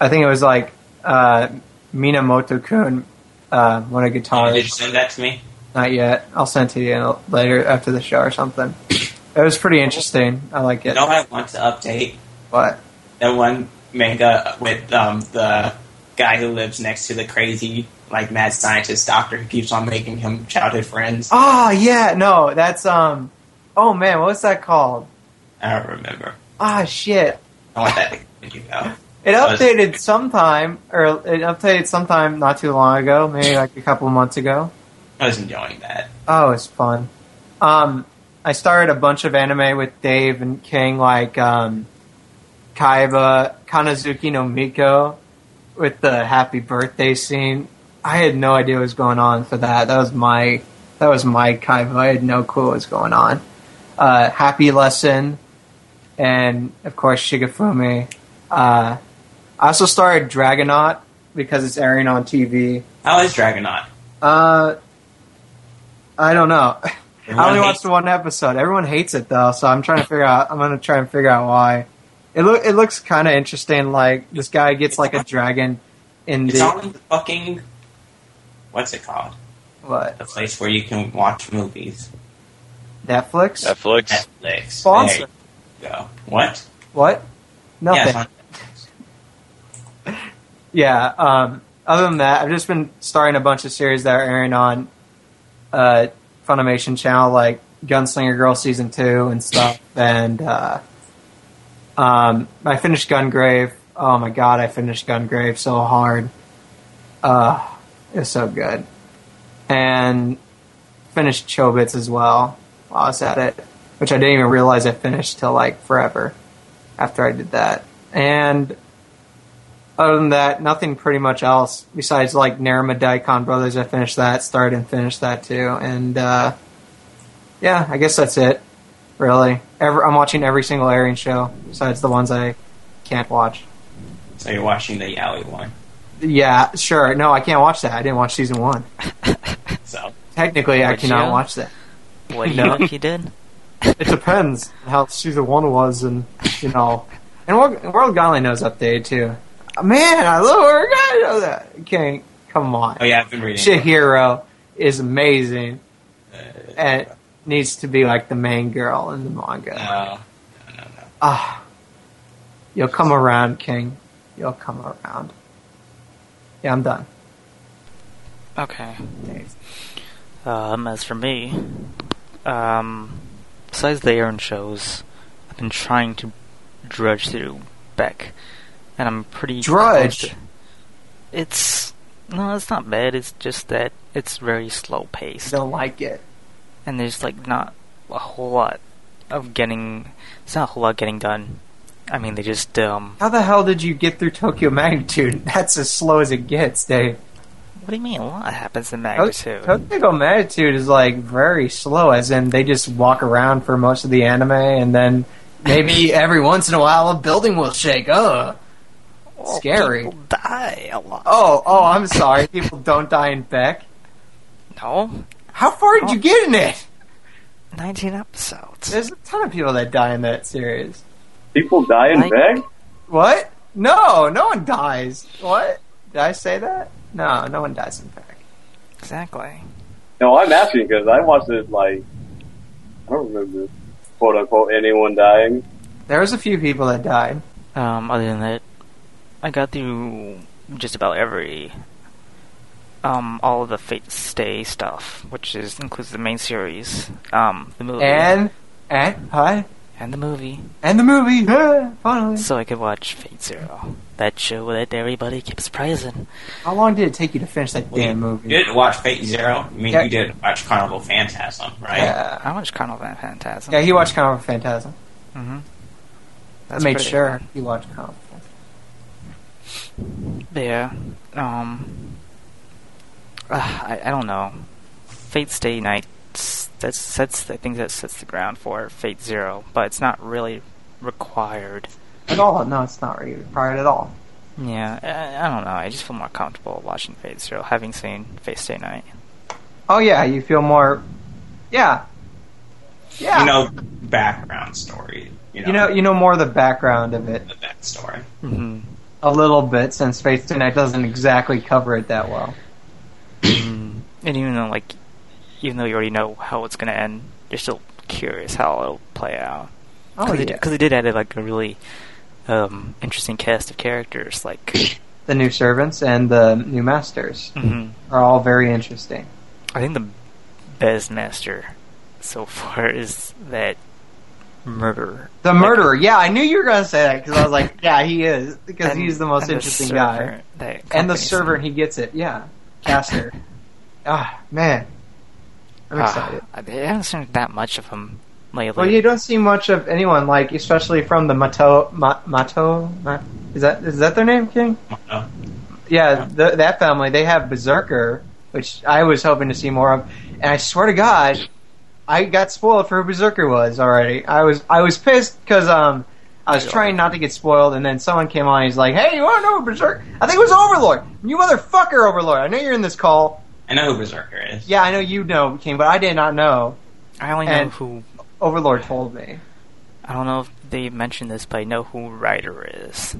[SPEAKER 2] I think it was like uh, Minamoto Kun, uh, one of
[SPEAKER 4] Did you
[SPEAKER 2] guitarist.
[SPEAKER 4] send that to me?
[SPEAKER 2] Not yet. I'll send it to you later after the show or something. It was pretty interesting. I like
[SPEAKER 4] You
[SPEAKER 2] it.
[SPEAKER 4] know what I want to update?
[SPEAKER 2] But
[SPEAKER 4] That one manga with um, the guy who lives next to the crazy, like, mad scientist doctor who keeps on making him childhood friends.
[SPEAKER 2] oh yeah, no, that's um. Oh man, what's that called?
[SPEAKER 4] I don't remember.
[SPEAKER 2] Ah shit.
[SPEAKER 4] I want that to you know.
[SPEAKER 2] It
[SPEAKER 4] Uh,
[SPEAKER 2] updated sometime, or it updated sometime not too long ago, maybe like a couple of months ago.
[SPEAKER 4] I was enjoying that.
[SPEAKER 2] Oh, it's fun. Um, I started a bunch of anime with Dave and King, like um, Kaiba, Kanazuki no Miko, with the happy birthday scene. I had no idea what was going on for that. That was my that was my Kaiba. I had no clue what was going on. Uh, happy lesson, and of course Shigafumi. Uh, I also started Dragonaut because it's airing on TV.
[SPEAKER 4] How is Dragonaut?
[SPEAKER 2] Uh, I don't know. I only
[SPEAKER 4] Everyone
[SPEAKER 2] watched one episode. Everyone hates it though, so I'm trying to figure out. I'm gonna try and figure out why. It look it looks kind of interesting. Like this guy gets like a dragon in
[SPEAKER 4] It's
[SPEAKER 2] the
[SPEAKER 4] on the fucking what's it called?
[SPEAKER 2] what
[SPEAKER 4] The place where you can watch movies.
[SPEAKER 2] Netflix
[SPEAKER 3] Netflix.
[SPEAKER 4] Netflix.
[SPEAKER 2] sponsor.
[SPEAKER 4] There you go. What?
[SPEAKER 2] What?
[SPEAKER 4] Yeah,
[SPEAKER 2] Nothing.
[SPEAKER 4] it's on Netflix.
[SPEAKER 2] Yeah. Um, other than that, I've just been starting a bunch of series that are airing on uh, Funimation Channel, like Gunslinger Girl season two and stuff. And uh, um, I finished Gungrave. Oh my god, I finished Gungrave so hard. Uh, it's so good. And finished Chobits as well while I was at it, which I didn't even realize I finished till like forever after I did that. And other than that, nothing pretty much else besides like Narima Daikon Brothers. I finished that, started and finished that too, and uh, yeah, I guess that's it. Really, every, I'm watching every single airing show besides the ones I can't watch.
[SPEAKER 4] So you're watching the Yaoi one.
[SPEAKER 2] Yeah, sure. No, I can't watch that. I didn't watch season one.
[SPEAKER 4] So
[SPEAKER 2] Technically, I
[SPEAKER 1] Would
[SPEAKER 2] cannot
[SPEAKER 1] you?
[SPEAKER 2] watch that.
[SPEAKER 1] What you
[SPEAKER 2] No.
[SPEAKER 1] if you did?
[SPEAKER 2] It depends on how season one was, and you know, and World, World Godly knows updated too. Man, I love World Godly knows that. Okay, come on.
[SPEAKER 4] Oh yeah, I've been reading.
[SPEAKER 2] Shihiro is amazing
[SPEAKER 4] Uh,
[SPEAKER 2] and needs to be like the main girl in the manga.
[SPEAKER 4] no. No, no, no.
[SPEAKER 2] Ah, you'll come around, King. You'll come around. Yeah, I'm done.
[SPEAKER 1] Okay. Um, as for me, um, besides the Aaron shows, I've been trying to drudge through Beck, and I'm pretty
[SPEAKER 2] Drudge?
[SPEAKER 1] close to- It's no, it's not bad. It's just that it's very slow paced,
[SPEAKER 2] Don't like it.
[SPEAKER 1] and there's like not a whole lot of getting. It's not a whole lot getting done. I mean, they just um.
[SPEAKER 2] How the hell did you get through Tokyo Magnitude? That's as slow as it gets, Dave.
[SPEAKER 1] What do you mean? A lot happens in
[SPEAKER 2] To-
[SPEAKER 1] magnitude.
[SPEAKER 2] Tokyo Magnitude is like very slow, as in they just walk around for most of the anime, and then maybe every once in a while a building will shake. Ugh.
[SPEAKER 1] Oh,
[SPEAKER 2] scary.
[SPEAKER 1] People die a lot.
[SPEAKER 2] Oh, oh, I'm sorry. People don't die in Beck.
[SPEAKER 1] no,
[SPEAKER 2] How far did you get in it?
[SPEAKER 1] nineteen episodes.
[SPEAKER 2] There's a ton of people that die in that series.
[SPEAKER 5] People die in
[SPEAKER 1] Like-
[SPEAKER 5] bed?
[SPEAKER 2] What? No, no one dies. What? Did I say that? No, no one dies in Beck.
[SPEAKER 1] Exactly.
[SPEAKER 5] No, I'm asking because I watched it like I don't remember quote unquote anyone dying.
[SPEAKER 2] There was a few people that died.
[SPEAKER 1] Um, other than that, I got through just about every, um, all of the Fate Stay stuff, which is includes the main series, um, the movie,
[SPEAKER 2] And and hi
[SPEAKER 1] and the movie,
[SPEAKER 2] and the movie. Ah, Finally.
[SPEAKER 1] so I could watch Fate Zero, that show that everybody keeps praising.
[SPEAKER 2] How long did it take you to finish that
[SPEAKER 4] Well,
[SPEAKER 2] damn
[SPEAKER 4] You
[SPEAKER 2] movie?
[SPEAKER 4] didn't watch Fate Zero. I mean,
[SPEAKER 2] Yeah.
[SPEAKER 4] you did watch Carnival Phantasm, right?
[SPEAKER 2] Yeah.
[SPEAKER 1] Uh, I watched Carnival Van Phantasm.
[SPEAKER 2] Yeah, he watched Comic Book Phantasm.
[SPEAKER 1] hmm
[SPEAKER 2] I made sure he watched Comic Book Phantasm.
[SPEAKER 1] But yeah. Um. ah, I I don't know. Fate Stay Night. s- That sets. I think that sets the ground for Fate Zero, but it's not really required.
[SPEAKER 2] At all? No, it's not really required at all.
[SPEAKER 1] Yeah, I, I don't know. I just feel more comfortable watching Fate Zero, having seen Face Day Night.
[SPEAKER 2] Oh yeah, you feel more. Yeah. Yeah.
[SPEAKER 4] You know, background story. You know,
[SPEAKER 2] you know, you know more of the background of it
[SPEAKER 4] the that story.
[SPEAKER 1] hmm
[SPEAKER 2] a little bit since Fates Tonight doesn't exactly cover it that well.
[SPEAKER 1] and even though, like, even though you already know how it's gonna end, you're still curious how it'll play out.
[SPEAKER 2] Oh
[SPEAKER 1] Cause
[SPEAKER 2] yeah,
[SPEAKER 1] because they did add like a really um, interesting cast of characters. Like,
[SPEAKER 2] the new servants and the new masters
[SPEAKER 4] Hmm.
[SPEAKER 1] mhm.
[SPEAKER 2] are all very interesting.
[SPEAKER 1] I think the best master so far is that murderer.
[SPEAKER 2] The murderer, yeah, I knew you were gonna say that because I was like, yeah, he is because
[SPEAKER 1] And-
[SPEAKER 2] he's the most
[SPEAKER 1] and
[SPEAKER 2] interesting guy.
[SPEAKER 1] server that
[SPEAKER 2] And the
[SPEAKER 1] accompanies
[SPEAKER 2] servant,
[SPEAKER 1] him.
[SPEAKER 2] he gets it, yeah, Caster. ah, man, I'm
[SPEAKER 1] Ah,
[SPEAKER 2] excited.
[SPEAKER 1] I I haven't seen that much of him lately.
[SPEAKER 2] Well, you don't see much of anyone, like especially from the Mato Ma, Mato. Ma, is that is that their name, King?
[SPEAKER 4] Mato.
[SPEAKER 2] Yeah, th that family. They have Berserker, which I was hoping to see more of, and I swear to God, I got spoiled for who Berserker was already. I was I was pissed because um I was trying not to get spoiled, and then someone came on. He's like, "Hey, you want to know who Berserker? I think it was Overlord. You motherfucker, Overlord. I know you're in this call.
[SPEAKER 4] I know who Berserker is.
[SPEAKER 2] Yeah, I know you know King, but I did not know.
[SPEAKER 1] I only know
[SPEAKER 2] and-
[SPEAKER 1] who.
[SPEAKER 2] Overlord told me."
[SPEAKER 1] I don't know if they mentioned this, but I know who Ryder is.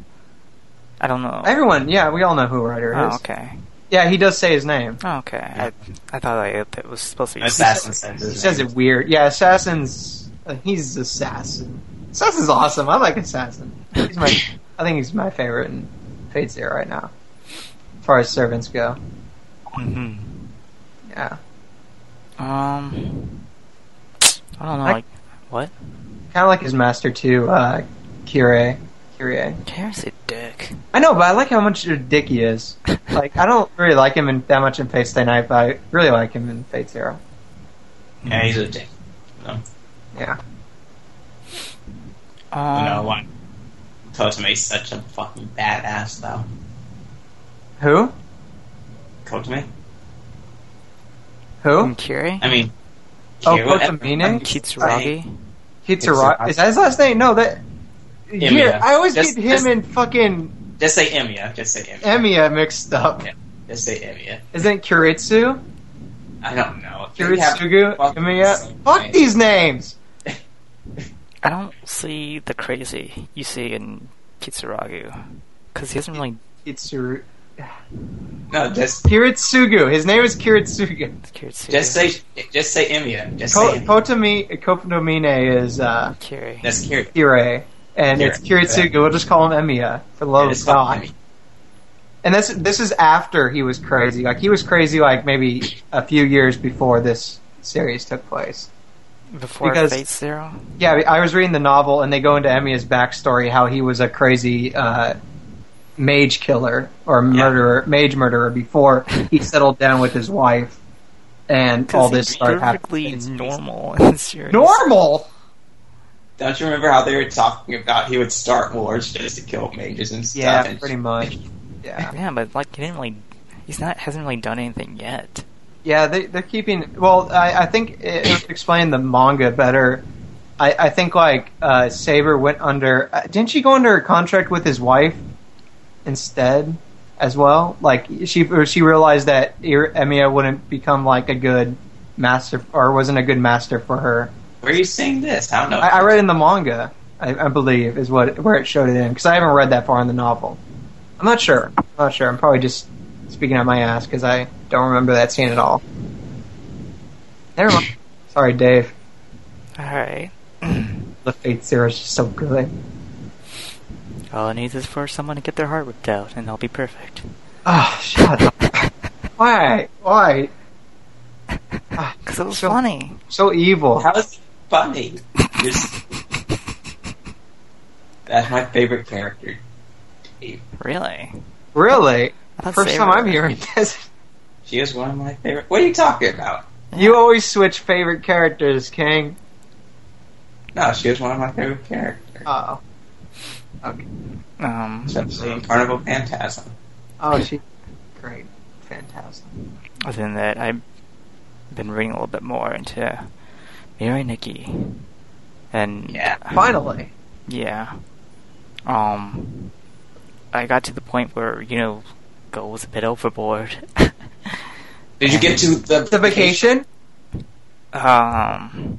[SPEAKER 1] I don't know.
[SPEAKER 2] Everyone, yeah, we all know who Ryder is.
[SPEAKER 1] oh, okay.
[SPEAKER 2] Yeah, he does say his name.
[SPEAKER 1] Oh, okay. I I thought I, it was supposed to be.
[SPEAKER 4] Assassin sends
[SPEAKER 2] He
[SPEAKER 4] his
[SPEAKER 2] says
[SPEAKER 4] name.
[SPEAKER 2] it weird. Yeah, Assassin's. Uh, he's Assassin. Assassin's awesome. I like Assassin. He's my. I think he's my favorite in Fate Zero right now. As far as servants go.
[SPEAKER 1] Mhm.
[SPEAKER 2] Yeah.
[SPEAKER 1] Um, I don't know.
[SPEAKER 2] I-
[SPEAKER 1] Like, what?
[SPEAKER 2] Kind of like his master too, uh, Kyrie. Kyrie.
[SPEAKER 1] Karen's a dick.
[SPEAKER 2] I know, but I like how much of a dick he is. Like, I don't really like him in, that much in Fate Stay Night, but I really like him in Fate Zero.
[SPEAKER 4] Yeah, he's a dick. So,
[SPEAKER 2] Yeah.
[SPEAKER 1] Um,
[SPEAKER 4] you know what? Kotome's such a fucking badass, though.
[SPEAKER 2] Who?
[SPEAKER 4] Kotome?
[SPEAKER 2] Who?
[SPEAKER 4] Mm,
[SPEAKER 1] from Kiri?
[SPEAKER 4] I mean,
[SPEAKER 2] Oh,
[SPEAKER 4] Kira-
[SPEAKER 2] Kotomine?
[SPEAKER 1] Um, Kitsuragi?
[SPEAKER 4] uh,
[SPEAKER 2] Hitsuragi. Is that his last name? No, that.
[SPEAKER 4] Emiya.
[SPEAKER 2] Yeah, I always
[SPEAKER 4] Just-
[SPEAKER 2] get him
[SPEAKER 4] just-
[SPEAKER 2] and fucking
[SPEAKER 4] Just say Emiya. Just say Emiya.
[SPEAKER 2] Emiya mixed up.
[SPEAKER 4] Yeah. Just say Emiya.
[SPEAKER 2] Isn't it Kiritsu?
[SPEAKER 4] I don't know. They have
[SPEAKER 2] Kiritsugu?
[SPEAKER 4] fucking
[SPEAKER 2] Emiya?
[SPEAKER 4] same
[SPEAKER 2] Fuck
[SPEAKER 4] name.
[SPEAKER 2] these names!
[SPEAKER 1] I don't see the crazy you see in Kitsuragi. Because he doesn't really.
[SPEAKER 2] Kitsuru.
[SPEAKER 4] No, just
[SPEAKER 2] Kiritsugu. His name is Kiritsugu.
[SPEAKER 1] Kiritsugu.
[SPEAKER 4] just say just say Emiya. Just
[SPEAKER 2] Ko-
[SPEAKER 4] say Emiya.
[SPEAKER 2] Kotomi, Kotomine is uh,
[SPEAKER 1] Kiri.
[SPEAKER 4] That's Kira.
[SPEAKER 2] Kirei, and it's
[SPEAKER 4] Kirei,
[SPEAKER 2] Kiritsugu. We'll just call him Emiya, for the love of
[SPEAKER 4] Just call him
[SPEAKER 2] God. And this, this is after he was crazy. Like, he was crazy, like, maybe a few years before this series took place.
[SPEAKER 1] Before
[SPEAKER 2] because-
[SPEAKER 1] Fate Zero?
[SPEAKER 2] Yeah, I was reading the novel, and they go into Emiya's backstory how he was a crazy uh, mage killer or murderer, mage murderer before he settled down with his wife, and all
[SPEAKER 1] Because
[SPEAKER 2] this
[SPEAKER 1] he's
[SPEAKER 2] started
[SPEAKER 1] perfectly
[SPEAKER 2] happening. It's-
[SPEAKER 1] normal in the series.
[SPEAKER 2] Normal.
[SPEAKER 4] Don't you remember how they were talking about he would start wars just to kill mages and stuff?
[SPEAKER 2] Yeah,
[SPEAKER 4] and
[SPEAKER 2] pretty much. Yeah,
[SPEAKER 1] Yeah, but like he didn't really. He's not hasn't really done anything yet.
[SPEAKER 2] yeah. They, they're keeping. Well, I, I think it, it explained the manga better. I, I think like uh, Saber went under. Uh, didn't she go under a contract with his wife instead as well? Like she or she realized that Ir- Emiya wouldn't become like a good master or wasn't a good master for her.
[SPEAKER 4] Where are you seeing this? I don't know.
[SPEAKER 2] I, I read in the manga, I, I believe, is what where it showed it in because I haven't read that far in the novel. I'm not sure. I'm not sure. I'm probably just speaking out my ass because I don't remember that scene at all. Never mind. Sorry, Dave.
[SPEAKER 1] Alright.
[SPEAKER 2] The Fate Zero is just so good.
[SPEAKER 1] All it needs is for someone to get their heart ripped out, and they'll be perfect.
[SPEAKER 2] Oh, shut up. Why? Why? Ah,
[SPEAKER 1] Because it was
[SPEAKER 2] so,
[SPEAKER 1] funny.
[SPEAKER 2] So evil.
[SPEAKER 4] How is it funny? You're s- That's my favorite character.
[SPEAKER 1] Really?
[SPEAKER 2] really?
[SPEAKER 1] I thought
[SPEAKER 2] First
[SPEAKER 1] Saber-
[SPEAKER 2] time I'm hearing this.
[SPEAKER 4] She is one of my favorite. What are you talking about?
[SPEAKER 2] You always switch favorite characters, King.
[SPEAKER 4] No, she is one of my favorite characters.
[SPEAKER 2] Oh. Okay.
[SPEAKER 1] Um,
[SPEAKER 4] Especially in Carnival Phantasm.
[SPEAKER 2] Oh, she. Great. Fantastic.
[SPEAKER 1] other than that, I've been reading a little bit more into Mira Nikki. And
[SPEAKER 4] Yeah.
[SPEAKER 2] Finally.
[SPEAKER 1] yeah. Um, I got to the point where you know, Go was a bit overboard.
[SPEAKER 4] Did you get to the,
[SPEAKER 2] The vacation?
[SPEAKER 1] um,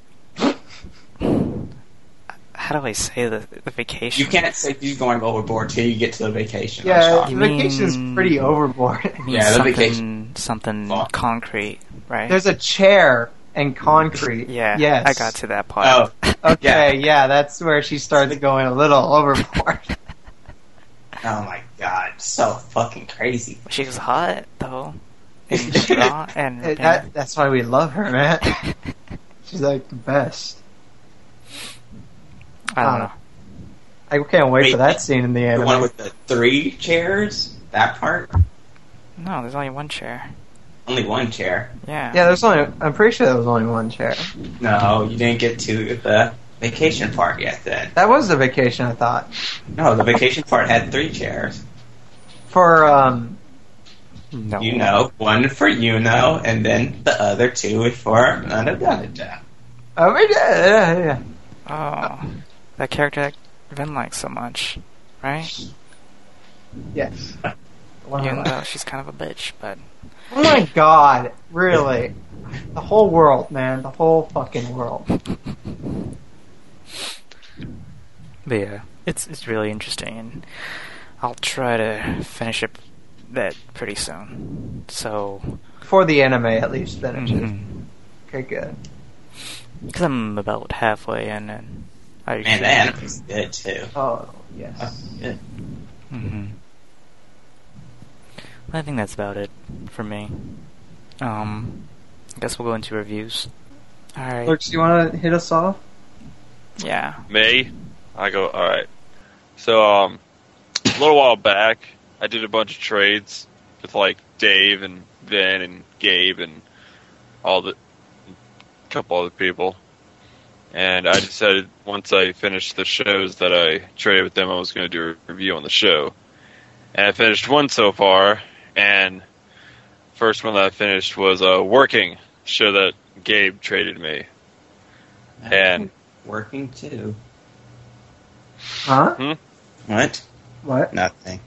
[SPEAKER 1] how do I say the the vacation?
[SPEAKER 4] You can't say you're going overboard till you get to the vacation. I'm
[SPEAKER 2] Yeah,
[SPEAKER 4] sorry.
[SPEAKER 2] the vacation's
[SPEAKER 1] mean-
[SPEAKER 2] pretty overboard.
[SPEAKER 1] means
[SPEAKER 4] Yeah, the
[SPEAKER 1] something,
[SPEAKER 4] vacation.
[SPEAKER 1] something
[SPEAKER 4] Fuck.
[SPEAKER 1] concrete, right?
[SPEAKER 2] There's a chair and concrete.
[SPEAKER 1] yeah,
[SPEAKER 2] Yes.
[SPEAKER 1] I got to that part.
[SPEAKER 4] Oh,
[SPEAKER 2] Okay, yeah. that's where she starts going a little overboard.
[SPEAKER 4] oh my god, so fucking crazy.
[SPEAKER 1] She was hot though, and strong, and
[SPEAKER 2] It- that, that's why we love her, man. She's like the best.
[SPEAKER 1] I don't know.
[SPEAKER 2] I can't wait,
[SPEAKER 4] Wait,
[SPEAKER 2] for that scene in the
[SPEAKER 4] The
[SPEAKER 2] anime.
[SPEAKER 4] one with the three chairs, that part,
[SPEAKER 1] No, there's only one chair.
[SPEAKER 4] only one chair.
[SPEAKER 1] Yeah.
[SPEAKER 2] yeah, there's only. I'm pretty sure there was only one chair.
[SPEAKER 4] No, you didn't get to the vacation part yet. Then
[SPEAKER 2] That was the vacation, I thought.
[SPEAKER 4] no, the vacation part had three chairs.
[SPEAKER 2] For um,
[SPEAKER 1] No.
[SPEAKER 4] You know, one for you know, and then the other two for none of the other job.
[SPEAKER 2] oh, we did- yeah, yeah.
[SPEAKER 1] Oh, that character that Vin likes so much, right?
[SPEAKER 2] yes.
[SPEAKER 1] Even
[SPEAKER 2] Wow.
[SPEAKER 1] though she's kind of a bitch, but
[SPEAKER 2] Oh my god, really? The whole world, man. The whole fucking world.
[SPEAKER 1] but yeah, it's it's really interesting, and I'll try to finish up that pretty soon. So,
[SPEAKER 2] For the anime, at least,
[SPEAKER 1] because
[SPEAKER 2] finishes.
[SPEAKER 3] Mm-hmm.
[SPEAKER 1] Mm-hmm.
[SPEAKER 2] Okay, good.
[SPEAKER 1] I'm about halfway in, and I
[SPEAKER 4] Man, the anime's good too.
[SPEAKER 2] Oh, yes.
[SPEAKER 4] Good.
[SPEAKER 6] Mm-hmm.
[SPEAKER 1] hmm I think that's about it for me. Um, I guess we'll go into reviews. All right.
[SPEAKER 2] Uh, Lurks, you want to hit us off?
[SPEAKER 1] Yeah.
[SPEAKER 3] May. I go, alright. So, um, a little while back, I did a bunch of trades with, like, Dave and Vin and Gabe and all the, a couple other people. And I decided once I finished the shows that I traded with them, I was going to do a review on the show. And I finished one so far, and first one that I finished was, uh, Working, the show that Gabe traded me. And
[SPEAKER 4] working too.
[SPEAKER 2] Huh?
[SPEAKER 4] What?
[SPEAKER 2] What?
[SPEAKER 4] Nothing.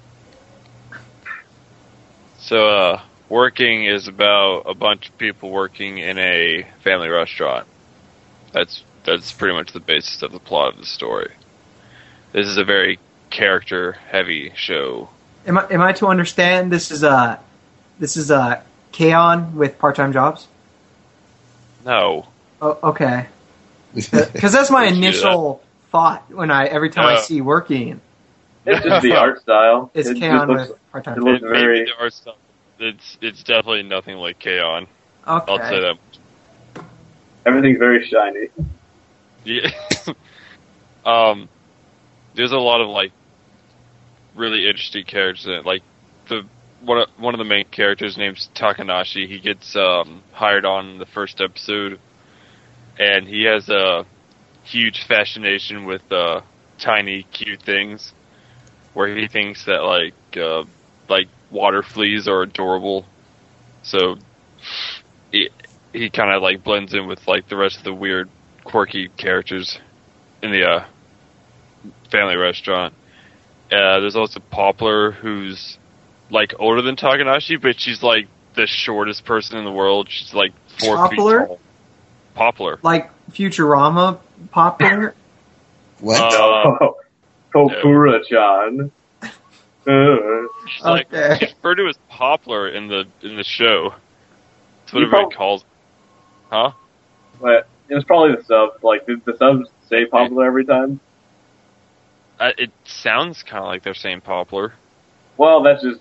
[SPEAKER 3] So, uh, working is about a bunch of people working in a family restaurant. That's that's pretty much the basis of the plot of the story. This is a very character-heavy show.
[SPEAKER 2] Am I, am I to understand this is a this is a K-On! with part-time jobs?
[SPEAKER 3] No,
[SPEAKER 2] Oh, okay.
[SPEAKER 3] Um,
[SPEAKER 2] Because that's my
[SPEAKER 3] Let's do that.
[SPEAKER 2] initial thought when I every time I
[SPEAKER 3] Yeah.
[SPEAKER 2] see working,
[SPEAKER 5] It's just the art style.
[SPEAKER 2] it's
[SPEAKER 5] it just
[SPEAKER 2] K-On!
[SPEAKER 5] looks-
[SPEAKER 2] with part-time
[SPEAKER 5] it
[SPEAKER 2] jobs.
[SPEAKER 5] looks
[SPEAKER 3] It-
[SPEAKER 5] very-
[SPEAKER 3] there are some- It's it's definitely nothing like K-On!
[SPEAKER 2] Okay.
[SPEAKER 3] I'll say that.
[SPEAKER 5] everything's very shiny.
[SPEAKER 3] Yeah. um, there's a lot of like really interesting characters in it. Like the one of, one of the main characters name's Takanashi. He gets um, hired on in the first episode, and he has a huge fascination with uh, tiny, cute things, where he thinks that like uh, like water fleas are adorable. So he, he kind of like blends in with like the rest of the weird quirky characters in the uh, family restaurant. Uh, there's also Poplar, who's like older than Takanashi, but she's like the shortest person in the world. She's like four
[SPEAKER 2] Poplar?
[SPEAKER 3] feet tall. Poplar.
[SPEAKER 2] Like Futurama popular?
[SPEAKER 4] What?
[SPEAKER 3] Uh,
[SPEAKER 5] oh, Kokura-chan. Uh,
[SPEAKER 3] she's like
[SPEAKER 2] okay.
[SPEAKER 3] she's referred to as Poplar in the in the show. That's what
[SPEAKER 5] You
[SPEAKER 3] everybody
[SPEAKER 5] prob-
[SPEAKER 3] calls.
[SPEAKER 5] but it was probably the subs. Like, did the subs say popular every time?
[SPEAKER 3] Uh, it sounds kind of like they're saying Poplar.
[SPEAKER 5] Well, that's just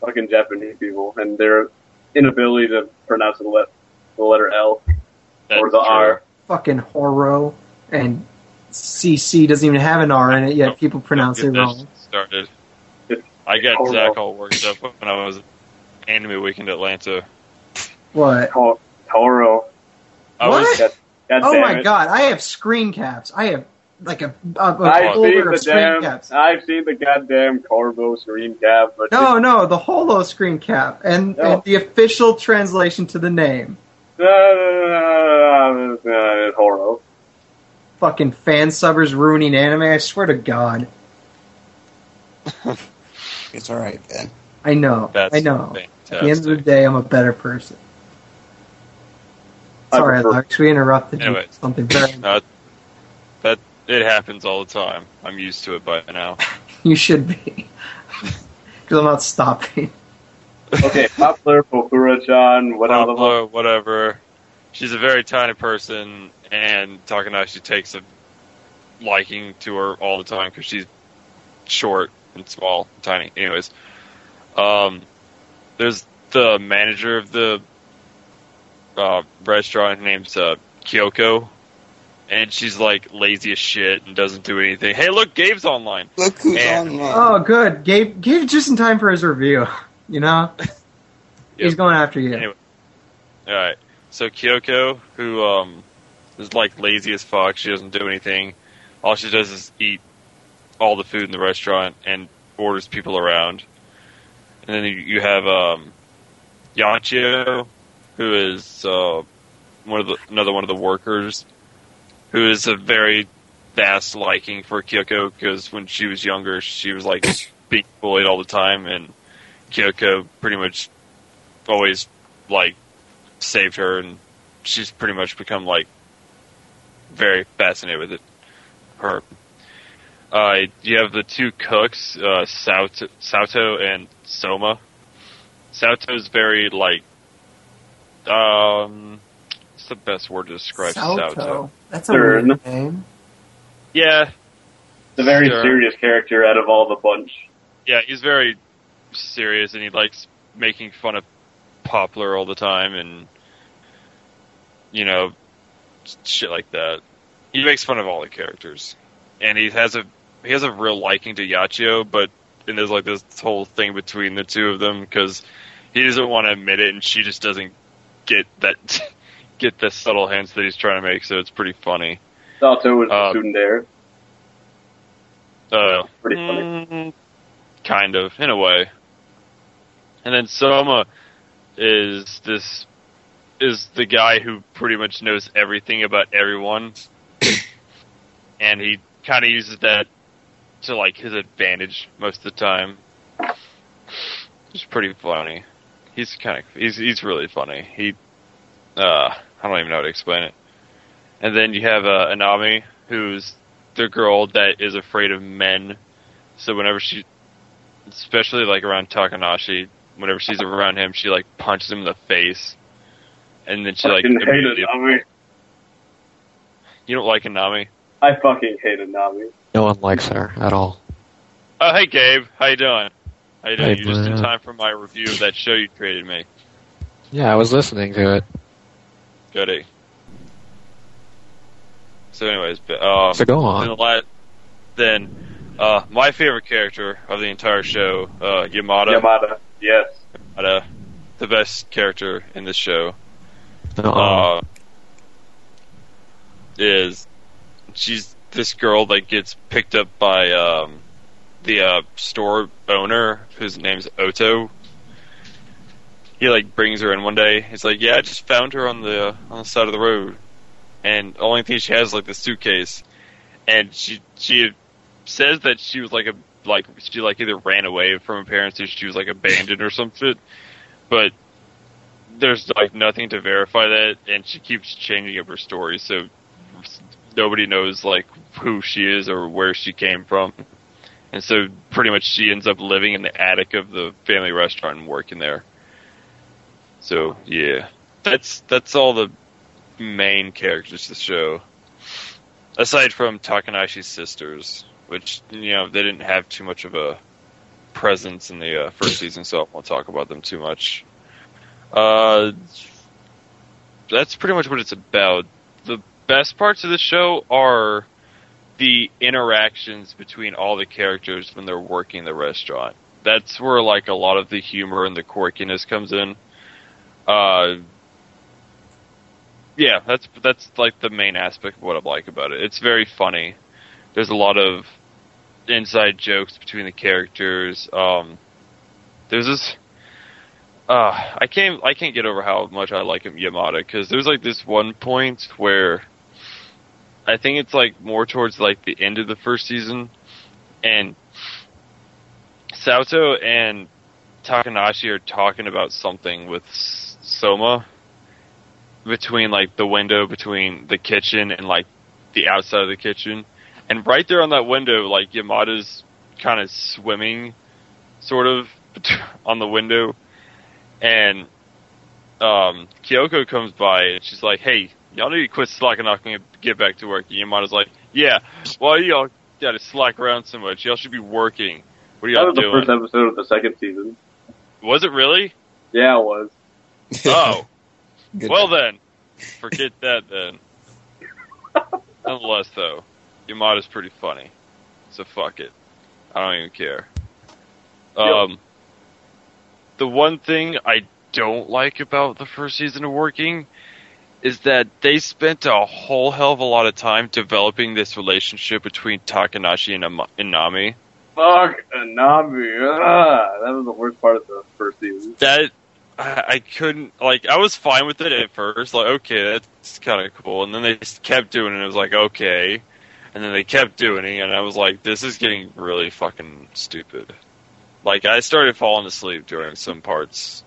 [SPEAKER 5] fucking Japanese people and their inability to pronounce the, let- the letter L
[SPEAKER 3] That's
[SPEAKER 5] or the
[SPEAKER 3] true.
[SPEAKER 5] R.
[SPEAKER 2] Fucking horror and CC doesn't even have an R in it yet. People pronounce it
[SPEAKER 3] Get this
[SPEAKER 2] wrong.
[SPEAKER 3] Started. I got
[SPEAKER 5] Horrible.
[SPEAKER 3] Zach all worked up when I was at Anime Week in Atlanta.
[SPEAKER 2] What?
[SPEAKER 5] To- Toro.
[SPEAKER 3] I
[SPEAKER 2] What?
[SPEAKER 3] was
[SPEAKER 5] God
[SPEAKER 2] Oh
[SPEAKER 5] damn
[SPEAKER 2] my
[SPEAKER 5] it.
[SPEAKER 2] god! I have screen caps. I have like a, a, a
[SPEAKER 5] I've seen
[SPEAKER 2] folder of
[SPEAKER 5] the
[SPEAKER 2] screen
[SPEAKER 5] damn.
[SPEAKER 2] caps.
[SPEAKER 5] I've seen the goddamn Corvo screen cap, but
[SPEAKER 2] No, no, the holo screen cap and,
[SPEAKER 5] No.
[SPEAKER 2] and the official translation to the name.
[SPEAKER 5] no, no, no, no, no, no, no, no, it's uh, Toro.
[SPEAKER 2] Fucking fan subbers ruining anime. I swear to God.
[SPEAKER 4] It's all right, Ben.
[SPEAKER 2] I know.
[SPEAKER 3] That's
[SPEAKER 2] I know. At the end of the
[SPEAKER 3] fantastic.
[SPEAKER 2] day, I'm a better person.
[SPEAKER 5] I
[SPEAKER 2] Sorry,
[SPEAKER 5] prefer-
[SPEAKER 2] Alex. We interrupted you
[SPEAKER 3] Anyway.
[SPEAKER 2] with something very.
[SPEAKER 3] No, that it happens all the time. I'm used to it by now.
[SPEAKER 2] You should be. Because I'm not stopping.
[SPEAKER 5] Okay, Poplar, Pokura-chan, what other one?
[SPEAKER 3] Pablo, whatever. She's a very tiny person, and Takanashi takes a liking to her all the time because she's short and small, and tiny. Anyways, um, there's the manager of the uh, restaurant. Her name's uh, Kyoko, and she's like lazy as shit and doesn't do anything. Hey, look, Gabe's online.
[SPEAKER 4] Look who's
[SPEAKER 3] Yeah.
[SPEAKER 4] online.
[SPEAKER 2] Oh, good. Gabe, Gabe, just in time for his review. You know, he's going after you.
[SPEAKER 3] Anyway. All right. So Kyoko, who um, is like lazy as fuck, she doesn't do anything. All she does is eat all the food in the restaurant and orders people around. And then you- you have um, Yanchio, who is uh, one of the another one of the workers, who is a very vast liking for Kyoko because when she was younger, she was like being bullied all the time, and Kyoko pretty much always like saved her, and she's pretty much become like very fascinated with it. Her. Uh, you have the two cooks, uh, Sato, Sato and Soma. Sato's very like, um, what's the best word to describe Sato?
[SPEAKER 2] That's
[SPEAKER 5] a weird Stern.
[SPEAKER 2] name.
[SPEAKER 3] Yeah,
[SPEAKER 5] The very
[SPEAKER 3] Sure.
[SPEAKER 5] serious character out of all the bunch.
[SPEAKER 3] yeah, he's very serious and he likes making fun of Poplar all the time and you know shit like that. He makes fun of all the characters. And he has a he has a real liking to Yachio, but and there's like this whole thing between the two of them cuz he doesn't want to admit it and she just doesn't get that get the subtle hints that he's trying to make, so it's pretty funny.
[SPEAKER 5] Sato was a
[SPEAKER 3] Uh,
[SPEAKER 5] student there.
[SPEAKER 3] Uh,
[SPEAKER 5] Pretty funny.
[SPEAKER 3] Mm, kind of, in a way. And then Soma is this is the guy who pretty much knows everything about everyone, and he kind of uses that to like his advantage most of the time. It's pretty funny. He's kind of he's he's really funny. He uh I don't even know how to explain it. And then you have uh, Anami, who's the girl that is afraid of men. So whenever she, especially like around Takanashi, whenever she's around him, she like punches him in the face, and then she like
[SPEAKER 5] fucking hate
[SPEAKER 3] immediately-
[SPEAKER 5] Anami.
[SPEAKER 3] you don't like Anami.
[SPEAKER 5] I fucking hate Anami.
[SPEAKER 7] No one likes her at all.
[SPEAKER 3] Oh, hey Gabe, how you doing? How you doing?
[SPEAKER 7] Hey,
[SPEAKER 3] you just in
[SPEAKER 7] Blair.
[SPEAKER 3] time for my review of that show you created me,
[SPEAKER 7] Yeah, I was listening to it.
[SPEAKER 3] Goody. So, anyways, but, um,
[SPEAKER 7] So go
[SPEAKER 3] then the
[SPEAKER 7] on.
[SPEAKER 3] la- then uh, my favorite character of the entire show, uh, Yamada,
[SPEAKER 5] Yamada. Yes.
[SPEAKER 3] Yamada, the best character in this show.
[SPEAKER 7] No,
[SPEAKER 3] uh, is she's this girl that gets picked up by um, the uh, store owner whose name's Oto. He like brings her in one day. He's like, "Yeah, I just found her on the on the side of the road, and the only thing she has is like the suitcase." And she she says that she was like a like she like either ran away from her parents or she was like abandoned or some shit, but there's like nothing to verify that, and she keeps changing up her story, so nobody knows like who she is or where she came from. And so pretty much she ends up living in the attic of the family restaurant and working there. So yeah, that's that's all the main characters of the show. Aside from Takanashi's sisters, which you know they didn't have too much of a presence in the uh, first season, so I won't talk about them too much. Uh, that's pretty much what it's about. The best parts of the show are the interactions between all the characters when they're working the restaurant. That's where like a lot of the humor and the quirkiness comes in. Uh, yeah, that's that's like the main aspect of what I like about it. It's very funny. There's a lot of inside jokes between the characters. Um, there's this uh, I can't I can't get over how much I like him Yamada because there's like this one point where I think it's like more towards like the end of the first season, and Sato and Takanashi are talking about something with S- Soma between like the window between the kitchen and like the outside of the kitchen. And right there on that window, like Yamada's kind of swimming sort of on the window. And um, Kyoko comes by and she's like, "Hey, y'all need to quit slacking off and get back to work." And Yamada's like, "Yeah, well, y'all got to slack around so much. Y'all should be working. What are
[SPEAKER 5] That
[SPEAKER 3] y'all
[SPEAKER 5] was the
[SPEAKER 3] doing?"
[SPEAKER 5] first episode of the second season.
[SPEAKER 3] Was it really?
[SPEAKER 5] Yeah, it was.
[SPEAKER 3] Oh,
[SPEAKER 4] Good
[SPEAKER 3] well then, forget that then. Nonetheless, though, Yamada's pretty funny, so fuck it. I don't even care. Um, the one thing I don't like about the first season of Working is that they spent a whole hell of a lot of time developing this relationship between Takanashi and, Ama- and Nami.
[SPEAKER 5] Fuck uh, Nami. Ah, that was the worst part of the first season.
[SPEAKER 3] that I I couldn't like I was fine with it at first, like okay, that's kind of cool, and then they just kept doing it. And it was like okay, and then they kept doing it, and I was like, this is getting really fucking stupid. Like I started falling asleep during some parts.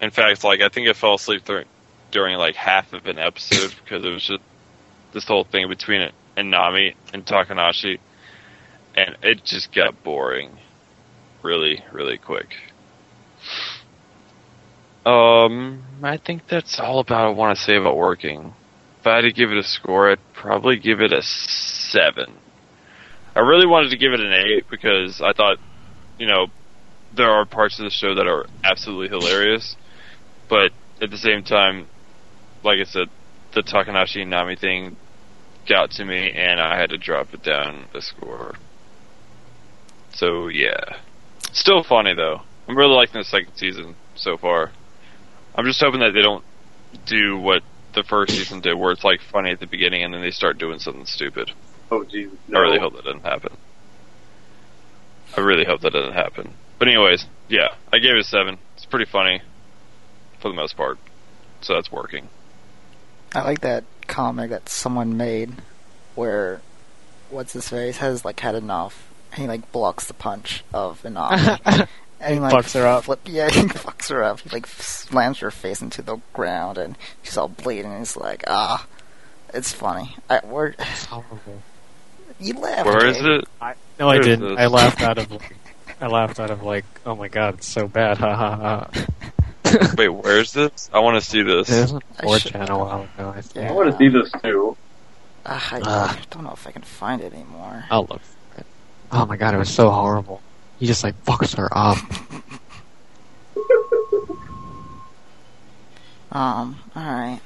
[SPEAKER 3] In fact, like I think I fell asleep during during like half of an episode because it was just this whole thing between it and Nami and Takanashi, and it just got boring, really, really quick. Um, I think that's all about I want to say about working. If I had to give it a score, I'd probably give it a seven. I really wanted to give it an eight because I thought, you know, there are parts of the show that are absolutely hilarious, but at the same time, like I said, the Takanashi and Nami thing got to me, and I had to drop it down a score. So yeah, still funny though. I'm really liking the second season so far. I'm just hoping that they don't do what the first season did, where it's like funny at the beginning and then they start doing something stupid.
[SPEAKER 5] Oh Jesus!
[SPEAKER 3] I
[SPEAKER 5] No.
[SPEAKER 3] really hope that doesn't happen. I really hope that doesn't happen. But anyways, yeah, I gave it a seven. It's pretty funny for the most part, so that's working.
[SPEAKER 6] I like that comic that someone made where what's his face has like had enough and he like blocks the punch of Inami. and he like
[SPEAKER 8] Fucks her up.
[SPEAKER 6] Flip, yeah, he fucks her up. He like slams her face into the ground and she's all bleeding and he's like, ah. It's funny. I, where, you laughed.
[SPEAKER 3] Where is
[SPEAKER 6] Gabe.
[SPEAKER 3] it?
[SPEAKER 8] No, I
[SPEAKER 3] There's
[SPEAKER 8] didn't.
[SPEAKER 3] this.
[SPEAKER 8] I laughed out of. I laughed out of like, oh my god, it's so bad, ha ha ha.
[SPEAKER 3] Wait, where's this? I want to see this.
[SPEAKER 8] This was
[SPEAKER 6] I
[SPEAKER 8] four
[SPEAKER 6] should-
[SPEAKER 8] channel a while ago. I
[SPEAKER 5] I
[SPEAKER 8] think.
[SPEAKER 5] want to see this too.
[SPEAKER 6] Ah, I,
[SPEAKER 8] Ah.
[SPEAKER 6] I don't know if I can find it anymore.
[SPEAKER 8] I'll look. For it. Oh my god, it was so horrible. He just like fucks her up.
[SPEAKER 6] Um, alright.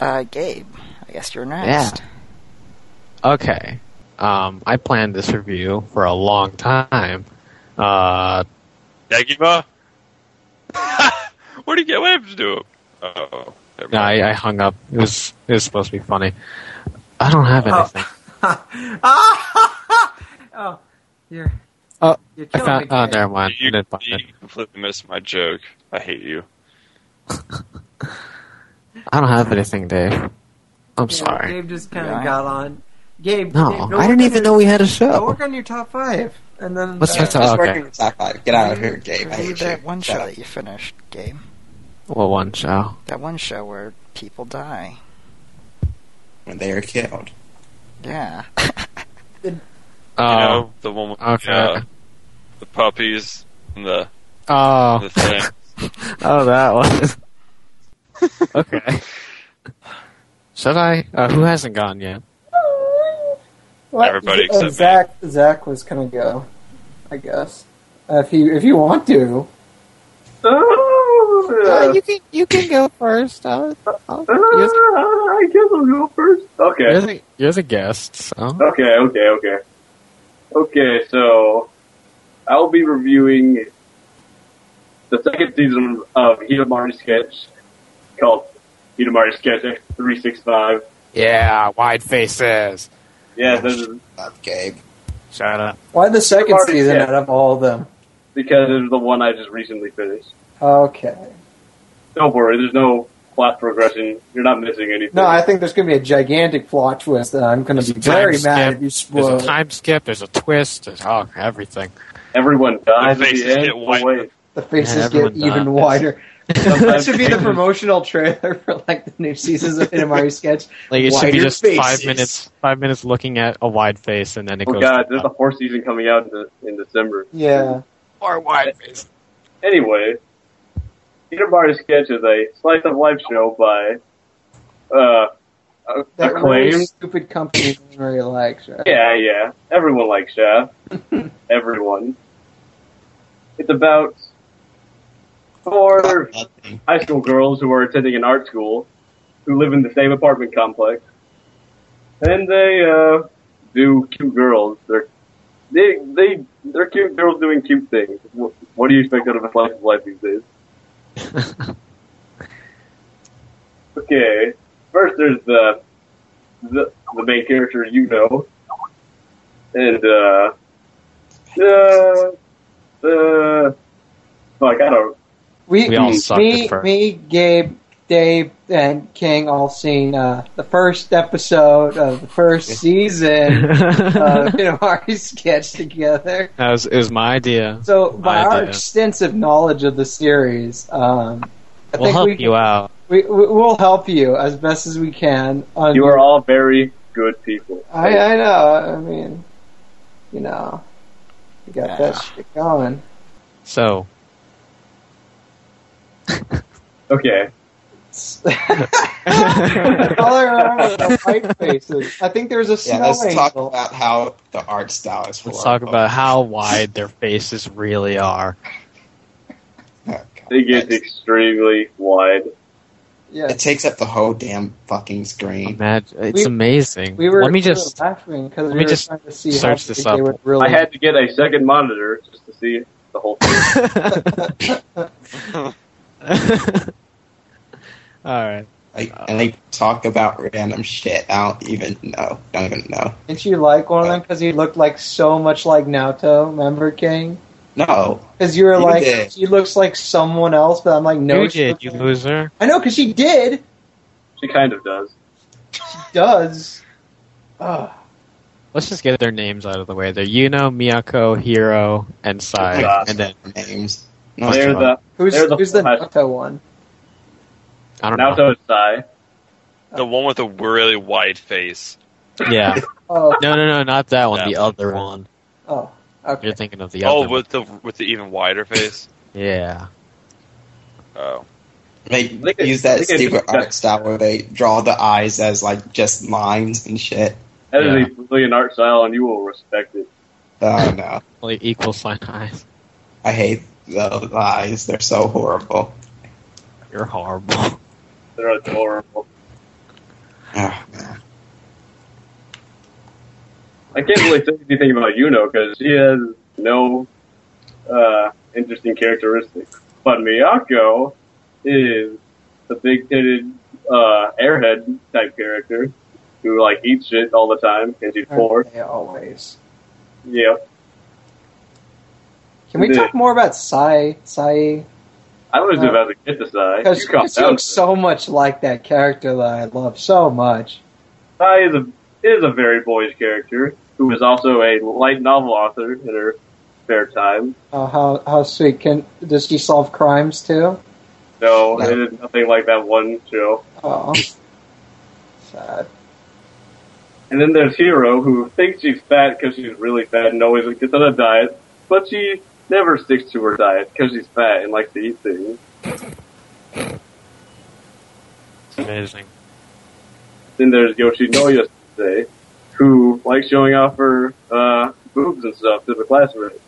[SPEAKER 6] Uh, Gabe, I guess you're next.
[SPEAKER 8] Okay. Um, I planned this review for a long time. Uh,
[SPEAKER 3] Dagima? what do you get? What happened to him? Oh, never
[SPEAKER 8] no,
[SPEAKER 3] mind.
[SPEAKER 8] I, I hung up. It was it was supposed to be funny. I don't have anything.
[SPEAKER 2] oh, you're.
[SPEAKER 8] Oh,
[SPEAKER 2] you're
[SPEAKER 8] I
[SPEAKER 2] killing
[SPEAKER 8] found.
[SPEAKER 2] me,
[SPEAKER 8] Oh,
[SPEAKER 2] Gabe.
[SPEAKER 8] never mind. I
[SPEAKER 3] you,
[SPEAKER 8] didn't find it.
[SPEAKER 3] you completely missed my joke. I hate you.
[SPEAKER 8] I don't have anything, Dave. I'm
[SPEAKER 2] Yeah,
[SPEAKER 8] sorry.
[SPEAKER 2] Gabe just kind of
[SPEAKER 6] Yeah.
[SPEAKER 2] got on. Gabe,
[SPEAKER 8] No,
[SPEAKER 2] Gabe, go
[SPEAKER 8] I
[SPEAKER 2] work on
[SPEAKER 8] didn't even
[SPEAKER 2] your-
[SPEAKER 8] know we had a
[SPEAKER 2] Go
[SPEAKER 8] show.
[SPEAKER 2] work on your top five, and then
[SPEAKER 8] What's
[SPEAKER 2] uh,
[SPEAKER 8] your top-
[SPEAKER 4] Just
[SPEAKER 8] okay.
[SPEAKER 4] working with top five. Get out of here, Gabe. I
[SPEAKER 6] Review
[SPEAKER 4] hate
[SPEAKER 6] that
[SPEAKER 4] you.
[SPEAKER 6] one
[SPEAKER 4] Shut
[SPEAKER 6] show
[SPEAKER 4] up.
[SPEAKER 6] that you finished, Gabe.
[SPEAKER 8] Well, one show.
[SPEAKER 6] That one show where people die.
[SPEAKER 4] When they are killed.
[SPEAKER 6] Yeah.
[SPEAKER 8] Oh,
[SPEAKER 3] you know, the one with
[SPEAKER 8] okay.
[SPEAKER 3] uh, the puppies and the,
[SPEAKER 8] oh,
[SPEAKER 3] the thing.
[SPEAKER 8] oh, that one. okay. Should I? Uh, who hasn't gone yet?
[SPEAKER 2] Well,
[SPEAKER 3] Everybody
[SPEAKER 2] uh,
[SPEAKER 3] except me.
[SPEAKER 2] Zach. Zach was gonna go, I guess. Uh, if you if you want to,
[SPEAKER 5] Ah,
[SPEAKER 8] you can you can go first.
[SPEAKER 5] ah, I guess I'll go first. Okay.
[SPEAKER 8] You're the, you're the guest, so.
[SPEAKER 5] Okay, okay, okay. Okay, so I'll be reviewing the second season of Hitamari Sketch called Hitamari Sketch X365.
[SPEAKER 8] Yeah, wide faces.
[SPEAKER 5] Yeah, this is
[SPEAKER 4] Up, Gabe.
[SPEAKER 8] Shut up.
[SPEAKER 2] why the second
[SPEAKER 5] Marty,
[SPEAKER 2] season
[SPEAKER 5] yeah.
[SPEAKER 2] out of all of them?
[SPEAKER 5] because it was the one I just recently finished.
[SPEAKER 2] Okay.
[SPEAKER 5] Don't worry, there's no plot progression. You're not missing anything.
[SPEAKER 2] No, I think there's going to be a gigantic plot twist. and I'm going to be
[SPEAKER 8] Time
[SPEAKER 2] very mad
[SPEAKER 8] skip.
[SPEAKER 2] if you spoil.
[SPEAKER 8] There's a time skip. There's a twist. There's oh, everything.
[SPEAKER 5] Everyone dies
[SPEAKER 3] The
[SPEAKER 5] at
[SPEAKER 3] faces
[SPEAKER 5] the end. Oh,
[SPEAKER 3] get white.
[SPEAKER 5] Wait.
[SPEAKER 2] The faces
[SPEAKER 7] Yeah,
[SPEAKER 2] get
[SPEAKER 7] everyone dies.
[SPEAKER 2] even wider. that
[SPEAKER 5] Sometimes-
[SPEAKER 2] should be the promotional trailer for like the new seasons of Inamari Sketch.
[SPEAKER 8] Like it should
[SPEAKER 2] Wider
[SPEAKER 8] be just
[SPEAKER 2] faces.
[SPEAKER 8] five minutes. Five minutes looking at a wide face, and then it
[SPEAKER 5] Oh
[SPEAKER 8] goes.
[SPEAKER 5] god, there's a horse season coming out in, the, in December.
[SPEAKER 2] Yeah,
[SPEAKER 8] more wide face.
[SPEAKER 5] Anyway, Peter Marty's sketch is a slice of life show by uh, a-
[SPEAKER 2] that really
[SPEAKER 5] acclaimed.
[SPEAKER 2] stupid company really likes. Right?
[SPEAKER 5] Yeah, yeah. Everyone likes Shaft. Everyone. It's about four high school girls who are attending an art school who live in the same apartment complex. And they uh do cute girls. They're they they they're cute girls doing cute things. What, what do you expect out of a slice of life these days? okay. First there's the the, the main character you know. And uh the the fuck, I don't
[SPEAKER 2] we,
[SPEAKER 8] We all sucked
[SPEAKER 2] me,
[SPEAKER 8] at first.
[SPEAKER 2] me, Gabe, Dave, and King all seen uh, the first episode of the first season of Inamari Sketch together.
[SPEAKER 8] That was, it was my idea.
[SPEAKER 2] So, by
[SPEAKER 8] I
[SPEAKER 2] our
[SPEAKER 8] do.
[SPEAKER 2] extensive knowledge of the series, um, I
[SPEAKER 8] we'll
[SPEAKER 2] think
[SPEAKER 8] help
[SPEAKER 2] we,
[SPEAKER 8] you out.
[SPEAKER 2] we we- we'll help you as best as we can. On
[SPEAKER 5] You are all very good people.
[SPEAKER 2] I, I know. I mean, you know, you got
[SPEAKER 6] Yeah.
[SPEAKER 2] that shit going.
[SPEAKER 8] So
[SPEAKER 5] okay.
[SPEAKER 2] all I remember was the white faces. I think there's a snow
[SPEAKER 4] Yeah, let's talk
[SPEAKER 2] angel.
[SPEAKER 4] about how the art style is.
[SPEAKER 8] let's talk
[SPEAKER 4] horrible.
[SPEAKER 8] about how wide their faces really are.
[SPEAKER 4] Oh, God,
[SPEAKER 5] They get
[SPEAKER 4] that's-
[SPEAKER 5] extremely wide.
[SPEAKER 2] Yeah,
[SPEAKER 4] It takes up the whole damn fucking screen.
[SPEAKER 8] Imagine, it's
[SPEAKER 2] We-
[SPEAKER 8] amazing.
[SPEAKER 2] we were.
[SPEAKER 8] Let me
[SPEAKER 2] we were
[SPEAKER 8] just
[SPEAKER 2] laughing because we
[SPEAKER 8] me
[SPEAKER 2] were
[SPEAKER 8] just
[SPEAKER 2] trying to see
[SPEAKER 8] search
[SPEAKER 2] how
[SPEAKER 8] this
[SPEAKER 2] big they
[SPEAKER 8] up.
[SPEAKER 2] would really.
[SPEAKER 5] I had to get a second monitor just to see the whole thing.
[SPEAKER 8] All right.
[SPEAKER 4] Like, and they talk about random shit. I don't even know. Don't even know.
[SPEAKER 2] Didn't you like one of them because he looked like so much like Naoto? Remember, King?
[SPEAKER 4] No.
[SPEAKER 2] Because you were
[SPEAKER 4] You
[SPEAKER 2] like,
[SPEAKER 4] did.
[SPEAKER 2] she looks like someone else, but I'm like, no,
[SPEAKER 8] you
[SPEAKER 2] she
[SPEAKER 8] did,
[SPEAKER 2] looks
[SPEAKER 8] you
[SPEAKER 2] like-
[SPEAKER 8] loser.
[SPEAKER 2] I know, because she did.
[SPEAKER 5] She kind of does.
[SPEAKER 2] She does. Ugh.
[SPEAKER 8] Let's just get their names out of the way. They're Yuno, Miyako, Hiro, and Sai.
[SPEAKER 5] God.
[SPEAKER 8] and then
[SPEAKER 4] Names. No,
[SPEAKER 5] They're the
[SPEAKER 2] Who's
[SPEAKER 5] They're the
[SPEAKER 2] who's the
[SPEAKER 5] full-
[SPEAKER 2] Naoto one?
[SPEAKER 8] I don't know.
[SPEAKER 5] Naoto Sai.
[SPEAKER 3] The one with a really wide face.
[SPEAKER 8] Yeah.
[SPEAKER 2] Oh,
[SPEAKER 8] No, no, no, not that one.
[SPEAKER 3] That
[SPEAKER 8] the other one.
[SPEAKER 2] oh, okay.
[SPEAKER 8] You're thinking of the
[SPEAKER 3] oh,
[SPEAKER 8] other one.
[SPEAKER 3] with the with the even wider face.
[SPEAKER 8] Yeah.
[SPEAKER 3] Oh,
[SPEAKER 4] They
[SPEAKER 5] Look at-
[SPEAKER 4] use that
[SPEAKER 5] look at-
[SPEAKER 4] stupid art style where they draw the eyes as like just lines and shit.
[SPEAKER 5] That is
[SPEAKER 8] Yeah.
[SPEAKER 5] a brilliant art style, and you will respect it.
[SPEAKER 4] Oh no,
[SPEAKER 8] Like equal sign eyes.
[SPEAKER 4] I hate those eyes. They're so horrible.
[SPEAKER 8] You're horrible.
[SPEAKER 5] They're adorable.
[SPEAKER 4] Oh, man.
[SPEAKER 5] I can't really say anything about Yuno because she has no uh, interesting characteristics. But Miyako is the big-titted uh, airhead type character who like eats shit all the time and she's poor.
[SPEAKER 2] Aren't they always.
[SPEAKER 5] Yeah.
[SPEAKER 2] Can we
[SPEAKER 5] Yeah.
[SPEAKER 2] talk more about Sai? Sai,
[SPEAKER 5] I was
[SPEAKER 2] Uh,
[SPEAKER 5] about to get to Sai.
[SPEAKER 2] because
[SPEAKER 5] You
[SPEAKER 2] she
[SPEAKER 5] calm
[SPEAKER 2] looks
[SPEAKER 5] down.
[SPEAKER 2] so much like that character that I love so much.
[SPEAKER 5] Sai is a, is a very boyish character who is also a light novel author in her spare time.
[SPEAKER 2] Oh, how how sweet! Can does she solve crimes too?
[SPEAKER 5] So
[SPEAKER 4] Yeah.
[SPEAKER 5] it is nothing like that one show.
[SPEAKER 2] Oh, sad.
[SPEAKER 5] And then there's Hero, who thinks she's fat because she's really fat and always gets on a diet, but she never sticks to her diet because she's fat and likes to eat things.
[SPEAKER 8] It's amazing.
[SPEAKER 5] Then there's Yoshinoya today, who likes showing off her uh, boobs and stuff to the classmates.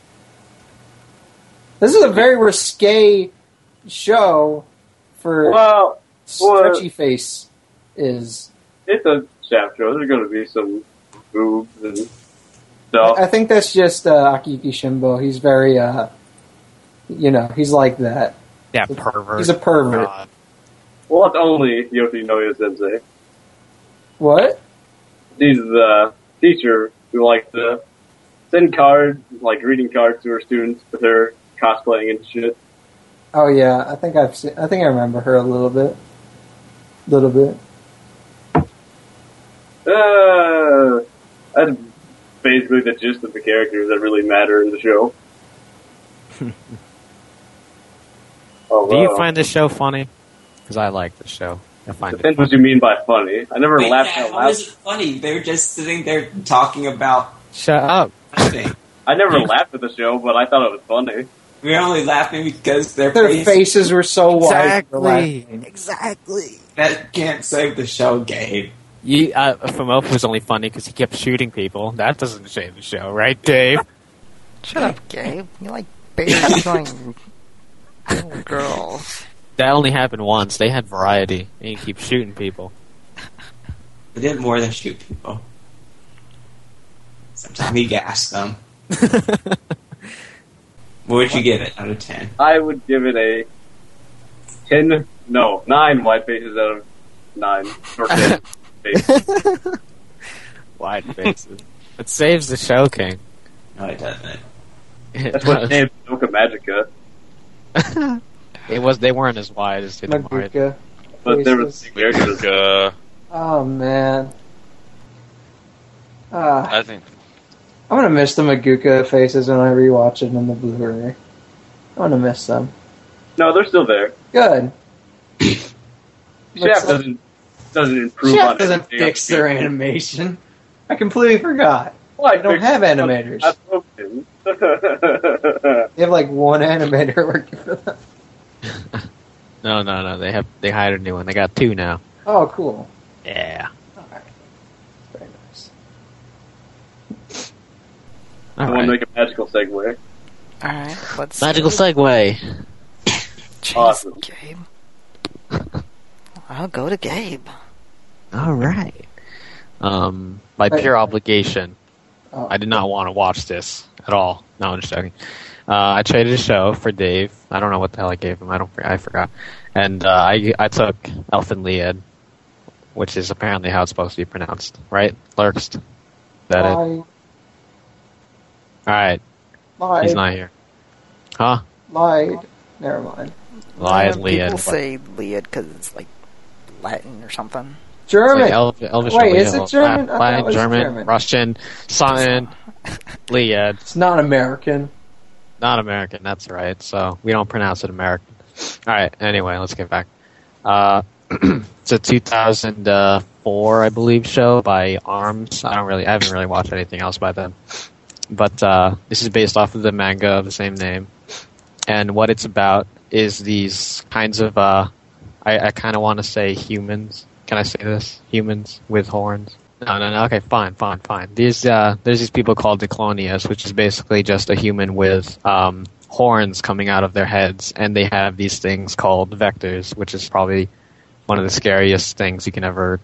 [SPEAKER 2] This is a very risque show for
[SPEAKER 5] Well, what-
[SPEAKER 2] stretchy face. Is
[SPEAKER 5] it's a shaft show. There's going to be some boobs and stuff.
[SPEAKER 2] I think that's just uh, Akiyuki Shimbo. He's very uh, you know, he's like that.
[SPEAKER 8] Yeah, pervert.
[SPEAKER 2] He's a pervert.
[SPEAKER 8] God.
[SPEAKER 5] Well, not only Yoshinoya Sensei.
[SPEAKER 2] What?
[SPEAKER 5] She's the teacher who likes to send cards, like greeting cards to her students with her cosplaying and shit.
[SPEAKER 2] Oh yeah, I think I've seen, I think I remember her a little bit. little bit.
[SPEAKER 5] Uh, that's basically the gist of the characters that really matter in the show. oh,
[SPEAKER 8] Do you find this show funny? Because I like this show. I find it.
[SPEAKER 5] Depends what you mean by funny. I never
[SPEAKER 4] Wait,
[SPEAKER 5] laughed
[SPEAKER 4] yeah,
[SPEAKER 5] out
[SPEAKER 4] how
[SPEAKER 5] loud.
[SPEAKER 4] is it funny? They're just sitting there talking about
[SPEAKER 8] Shut up.
[SPEAKER 4] nothing.
[SPEAKER 5] I never laughed at the show, but I thought it was funny.
[SPEAKER 4] We're only laughing because their,
[SPEAKER 2] Their
[SPEAKER 4] face,
[SPEAKER 2] faces were so wide. they were
[SPEAKER 8] Exactly.
[SPEAKER 2] laughing.
[SPEAKER 6] Exactly.
[SPEAKER 4] that can't save the show, Gabe.
[SPEAKER 8] You, uh, Famofa was only funny because he kept shooting people. That doesn't save the show, right, Dave?
[SPEAKER 6] Shut up, Gabe. You like bears killing little girls.
[SPEAKER 8] That only happened once. They had variety, and you keep shooting people.
[SPEAKER 4] They did more than shoot people. Sometimes he gassed them. What would you give it out of ten?
[SPEAKER 5] I would give it a ten, no, nine white faces out of nine or ten. faces.
[SPEAKER 8] Wide faces. it saves the show, King.
[SPEAKER 4] No, it doesn't.
[SPEAKER 8] It
[SPEAKER 5] That's what
[SPEAKER 8] was,
[SPEAKER 5] named Soka Magica,
[SPEAKER 8] it was. They weren't as wide as they were.
[SPEAKER 2] Madoka.
[SPEAKER 5] but there was
[SPEAKER 2] Faces.
[SPEAKER 5] characters.
[SPEAKER 3] Uh,
[SPEAKER 2] Oh man. Ah.
[SPEAKER 3] I think
[SPEAKER 2] I'm gonna miss the Maguka faces when I rewatch it in the Blu-ray. I'm gonna miss them.
[SPEAKER 5] No, they're still there.
[SPEAKER 2] Good.
[SPEAKER 5] Shaft doesn't doesn't improve
[SPEAKER 2] Jeff
[SPEAKER 5] on
[SPEAKER 2] doesn't
[SPEAKER 5] anything
[SPEAKER 2] fix
[SPEAKER 5] else.
[SPEAKER 2] their animation. I completely forgot.
[SPEAKER 5] Well, I
[SPEAKER 2] They don't
[SPEAKER 5] fixed
[SPEAKER 2] have
[SPEAKER 5] it.
[SPEAKER 2] animators.
[SPEAKER 5] I broke them.
[SPEAKER 2] They have like one animator working for them.
[SPEAKER 8] No, no, no. They have. They hired a new one. They got two now.
[SPEAKER 2] Oh, cool.
[SPEAKER 8] Yeah.
[SPEAKER 2] All right. Very nice.
[SPEAKER 8] All
[SPEAKER 5] I want to
[SPEAKER 8] right.
[SPEAKER 5] make a magical segue.
[SPEAKER 6] Alright, let's
[SPEAKER 8] Magical segue.
[SPEAKER 6] Jeez,
[SPEAKER 5] Awesome.
[SPEAKER 6] Gabe. I'll go to Gabe.
[SPEAKER 8] All right. Um, by pure obligation,
[SPEAKER 2] Oh.
[SPEAKER 8] I did not want to watch this at all. No, I'm just joking. Uh, I traded a show for Dave. I don't know what the hell I gave him. I don't. I forgot. And uh, I I took Elfin Lied, which is apparently how it's supposed to be pronounced, right? Lurkst. Is That it. All
[SPEAKER 2] Live,
[SPEAKER 8] right.
[SPEAKER 2] live,
[SPEAKER 8] He's not here. Huh?
[SPEAKER 2] lied. Never mind.
[SPEAKER 8] Lied
[SPEAKER 6] People
[SPEAKER 8] Lied.
[SPEAKER 6] say Lied because it's like Latin or something.
[SPEAKER 8] It's
[SPEAKER 2] German.
[SPEAKER 8] like Elv- Elvish
[SPEAKER 2] Wait,
[SPEAKER 8] Lied,
[SPEAKER 2] is it German? I thought
[SPEAKER 8] Latin,
[SPEAKER 2] it was
[SPEAKER 8] German,
[SPEAKER 2] German.
[SPEAKER 8] Russian, Sign, Lied.
[SPEAKER 2] it's not American.
[SPEAKER 8] Not American, that's right. So we don't pronounce it American. All right, anyway, let's get back. Uh, it's a 2004, I believe, show by Arms. I don't really, I haven't really watched anything else by then. But uh, this is based off of the manga of the same name. And what it's about is these kinds of, uh, I, I kind of want to say humans. Can I say this? Humans with horns. No, no, no. Okay, fine, fine, fine. These uh, there's these people called Declonius, which is basically just a human with um, horns coming out of their heads, and they have these things called vectors, which is probably one of the scariest things you can ever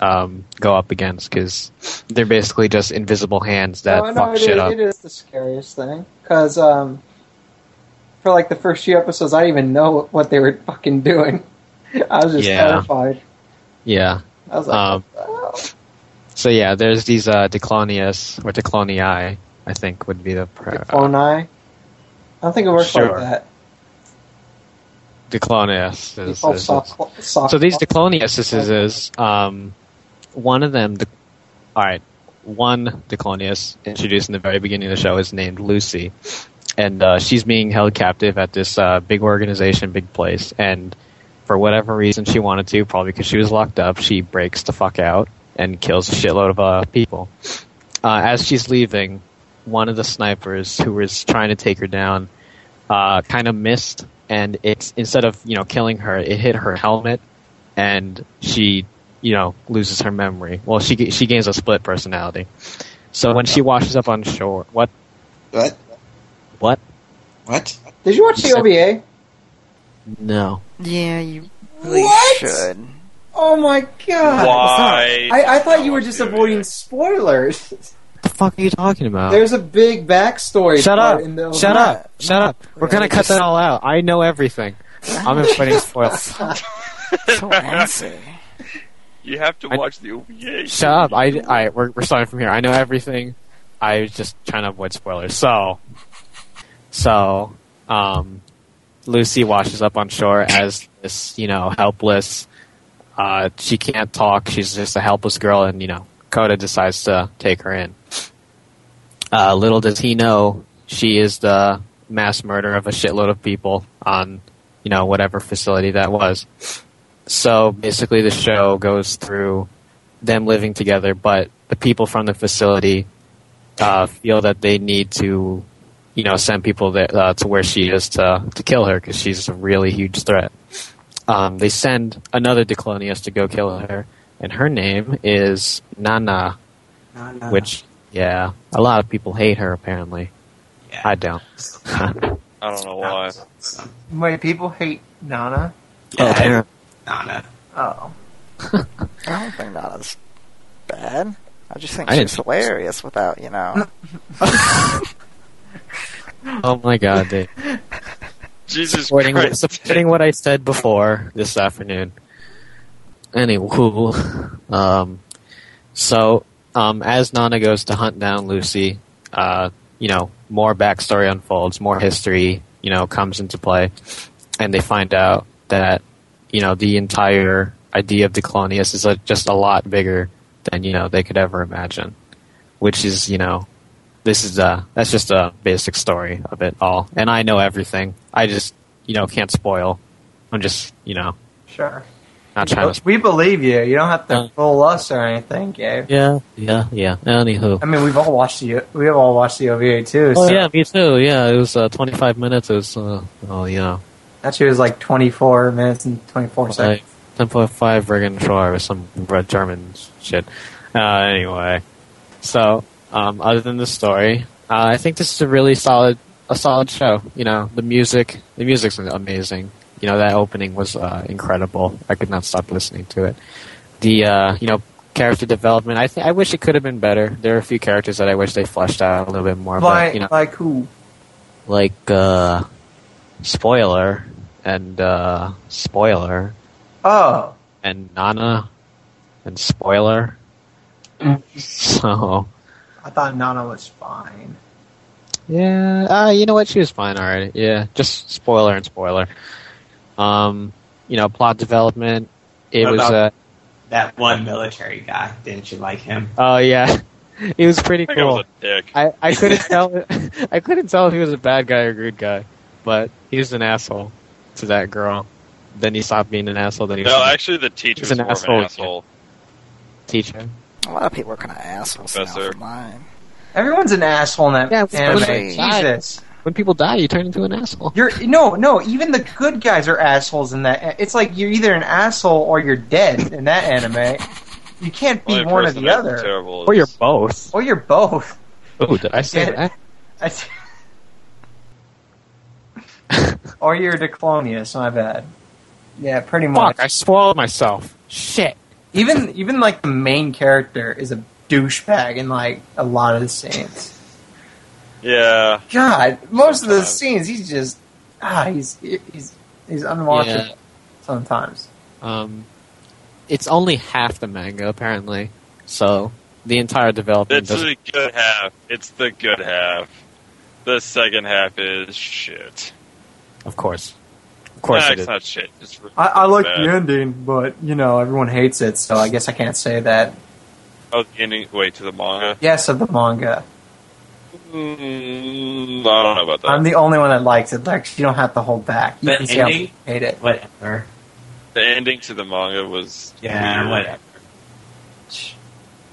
[SPEAKER 8] um, go up against because they're basically just invisible hands that
[SPEAKER 2] no, Oh, I know
[SPEAKER 8] fuck
[SPEAKER 2] it
[SPEAKER 8] shit
[SPEAKER 2] is-
[SPEAKER 8] up.
[SPEAKER 2] It is the scariest thing because um, for like the first few episodes, I didn't even know what they were fucking doing. I was just
[SPEAKER 8] Yeah.
[SPEAKER 2] terrified.
[SPEAKER 8] Yeah.
[SPEAKER 2] I was like,
[SPEAKER 8] Um,
[SPEAKER 2] "Oh."
[SPEAKER 8] So yeah, there's these uh, Declonius or Declonii, I think would be the pro-
[SPEAKER 2] Like phone eye. I don't think it works
[SPEAKER 8] uh, Sure.
[SPEAKER 2] like that.
[SPEAKER 8] Declonius.
[SPEAKER 2] You
[SPEAKER 8] Is,
[SPEAKER 2] call
[SPEAKER 8] is-
[SPEAKER 2] soft cl- soft
[SPEAKER 8] so these
[SPEAKER 2] cl-
[SPEAKER 8] Decloniuses is, is um, one of them. De- all right, one Declonius introduced in the very beginning of the show is named Lucy, and uh, she's being held captive at this uh, big organization, big place, and for whatever reason she wanted to, probably because she was locked up, she breaks the fuck out and kills a shitload of uh, people. Uh, as she's leaving, one of the snipers who was trying to take her down uh, kind of missed, and it's instead of you know killing her, it hit her helmet, and she you know loses her memory. Well, she g- she gains a split personality. So when she washes up on shore, what
[SPEAKER 4] What?
[SPEAKER 8] what?
[SPEAKER 4] What?
[SPEAKER 2] Did you watch the OVA?
[SPEAKER 8] No,
[SPEAKER 6] Yeah, you really
[SPEAKER 2] What?
[SPEAKER 6] should.
[SPEAKER 2] Oh my god!
[SPEAKER 3] why.
[SPEAKER 2] I, I thought you were just avoiding spoilers.
[SPEAKER 8] the fuck are you talking about?
[SPEAKER 2] There's a big backstory.
[SPEAKER 8] Oh. Shut
[SPEAKER 2] part
[SPEAKER 8] up!
[SPEAKER 2] In the
[SPEAKER 8] Shut up! Shut up! We're
[SPEAKER 6] Really
[SPEAKER 8] gonna cut that all out. I know everything. I'm avoiding spoilers.
[SPEAKER 6] So antsy.
[SPEAKER 3] You have to
[SPEAKER 8] I-
[SPEAKER 3] watch the OVA.
[SPEAKER 8] Shut up! I, I we're, we're starting from here. I know everything. I was just trying to avoid spoilers. So, so, um, Lucy washes up on shore as this, you know, helpless, Uh, she can't talk. She's just a helpless girl, and you know, Coda decides to take her in. Uh, little does he know, she is the mass murder of a shitload of people on, you know, whatever facility that was. So basically, the show goes through them living together, but the people from the facility uh, feel that they need to, you know, send people that, uh, to where she is to to kill her because she's a really huge threat. Um, they send another Declonius to go kill her, and her name is Nana,
[SPEAKER 4] No, no,
[SPEAKER 8] which yeah, a lot of people hate her apparently.
[SPEAKER 4] yeah.
[SPEAKER 8] I don't.
[SPEAKER 3] I don't know why.
[SPEAKER 4] So,
[SPEAKER 2] Wait, people hate Nana?
[SPEAKER 4] yeah, Nana.
[SPEAKER 2] Oh.
[SPEAKER 6] I don't think that is bad. I just think
[SPEAKER 8] I
[SPEAKER 6] she's
[SPEAKER 8] didn't-
[SPEAKER 6] hilarious without, you know.
[SPEAKER 8] oh my god, dude.
[SPEAKER 3] Jesus
[SPEAKER 8] supporting,
[SPEAKER 3] Christ.
[SPEAKER 8] supporting what I said before this afternoon. Anywho, um, so um, as Nana goes to hunt down Lucy, uh, you know, more backstory unfolds, more history, you know, comes into play, and they find out that you know the entire idea of Declonius is uh just a lot bigger than you know they could ever imagine, which is you know this is uh that's just a basic story of it all and i know everything i just you know can't spoil i'm just you know
[SPEAKER 2] Sure.
[SPEAKER 8] not trying to
[SPEAKER 2] We believe you. You don't have
[SPEAKER 8] Uh.
[SPEAKER 2] to fool us or anything, Gabe.
[SPEAKER 8] yeah yeah yeah anywho
[SPEAKER 2] I mean, we've all watched the we've all watched the OVA too.
[SPEAKER 8] oh
[SPEAKER 2] so
[SPEAKER 8] yeah me too yeah it was uh 25 minutes it was uh oh yeah
[SPEAKER 2] actually, it was like 24 minutes and 24 seconds.
[SPEAKER 8] like 10.5 Regan Shore or some red German shit uh anyway so um other than the story uh, i think this is a really solid a solid show you know the music the music's amazing you know that opening was uh incredible i could not stop listening to it the uh, you know character development. I think I wish it could have been better. There are a few characters that I wish they fleshed out a little bit more.
[SPEAKER 2] Like,
[SPEAKER 8] but, you know,
[SPEAKER 2] like who?
[SPEAKER 8] like uh, spoiler and uh, spoiler
[SPEAKER 2] Oh,
[SPEAKER 8] and Nana and spoiler. so
[SPEAKER 2] I thought Nana was fine.
[SPEAKER 8] yeah, uh, you know what? She was fine already. Yeah, just spoiler and spoiler. Um, you know, plot development. It
[SPEAKER 4] What
[SPEAKER 8] was.
[SPEAKER 4] about-
[SPEAKER 8] Uh,
[SPEAKER 4] That one military guy. Didn't you like him?
[SPEAKER 8] oh yeah, it was pretty
[SPEAKER 3] I think I
[SPEAKER 8] cool.
[SPEAKER 3] was a dick.
[SPEAKER 8] I, I couldn't tell I couldn't tell if he was a bad guy or a good guy, but he was an asshole to that girl. Then he stopped being an asshole. Then he was
[SPEAKER 3] No,
[SPEAKER 8] a
[SPEAKER 3] actually, the teacher
[SPEAKER 8] He's
[SPEAKER 3] was
[SPEAKER 8] an
[SPEAKER 3] more
[SPEAKER 8] asshole.
[SPEAKER 3] of an asshole.
[SPEAKER 8] teacher.
[SPEAKER 6] A lot of people are kind of assholes now
[SPEAKER 3] Professor.
[SPEAKER 6] for mine.
[SPEAKER 2] Everyone's an asshole in that
[SPEAKER 8] Yeah, it's
[SPEAKER 2] anime.
[SPEAKER 6] supposed to be.
[SPEAKER 2] Jesus,
[SPEAKER 8] When people die, you turn into an asshole.
[SPEAKER 2] you're no, no. Even the good guys are assholes in that. It's like you're either an asshole or you're dead in that anime. You can't be
[SPEAKER 3] Only
[SPEAKER 2] one or
[SPEAKER 3] person
[SPEAKER 2] the
[SPEAKER 3] that's
[SPEAKER 2] other,
[SPEAKER 3] Terrible.
[SPEAKER 8] Or you're
[SPEAKER 3] is-
[SPEAKER 8] both.
[SPEAKER 2] or you're both.
[SPEAKER 8] Oh, did I say
[SPEAKER 2] Yeah.
[SPEAKER 8] that?
[SPEAKER 2] or you're Declonius. My bad. Yeah, pretty much.
[SPEAKER 8] Fuck! I swallowed myself. Shit.
[SPEAKER 2] even even like the main character is a douchebag in like a lot of the scenes.
[SPEAKER 3] Yeah.
[SPEAKER 2] God, most of the
[SPEAKER 3] Sometimes.
[SPEAKER 2] scenes he's just ah he's he's he's unwatchable
[SPEAKER 8] Yeah.
[SPEAKER 2] sometimes.
[SPEAKER 8] Um, it's only half the manga apparently, so the entire development
[SPEAKER 3] It's
[SPEAKER 8] doesn't.
[SPEAKER 3] the good half. It's the good half. The second half is shit.
[SPEAKER 8] Of course, of course
[SPEAKER 3] Nah,
[SPEAKER 8] it
[SPEAKER 3] it's
[SPEAKER 8] is.
[SPEAKER 3] not shit. It's really
[SPEAKER 2] I, I like
[SPEAKER 3] bad.
[SPEAKER 2] the ending, but you know everyone hates it, so I guess I can't say that.
[SPEAKER 3] Oh, the ending. Wait, to the manga.
[SPEAKER 2] Yes, of the manga,
[SPEAKER 3] Mm, I don't know about that.
[SPEAKER 2] I'm the only one that likes it. Like you don't have to hold back. You
[SPEAKER 4] The
[SPEAKER 2] can say I
[SPEAKER 4] ending?
[SPEAKER 2] hate it.
[SPEAKER 4] Whatever.
[SPEAKER 3] the ending to the manga was
[SPEAKER 4] Yeah,
[SPEAKER 3] weird.
[SPEAKER 4] whatever.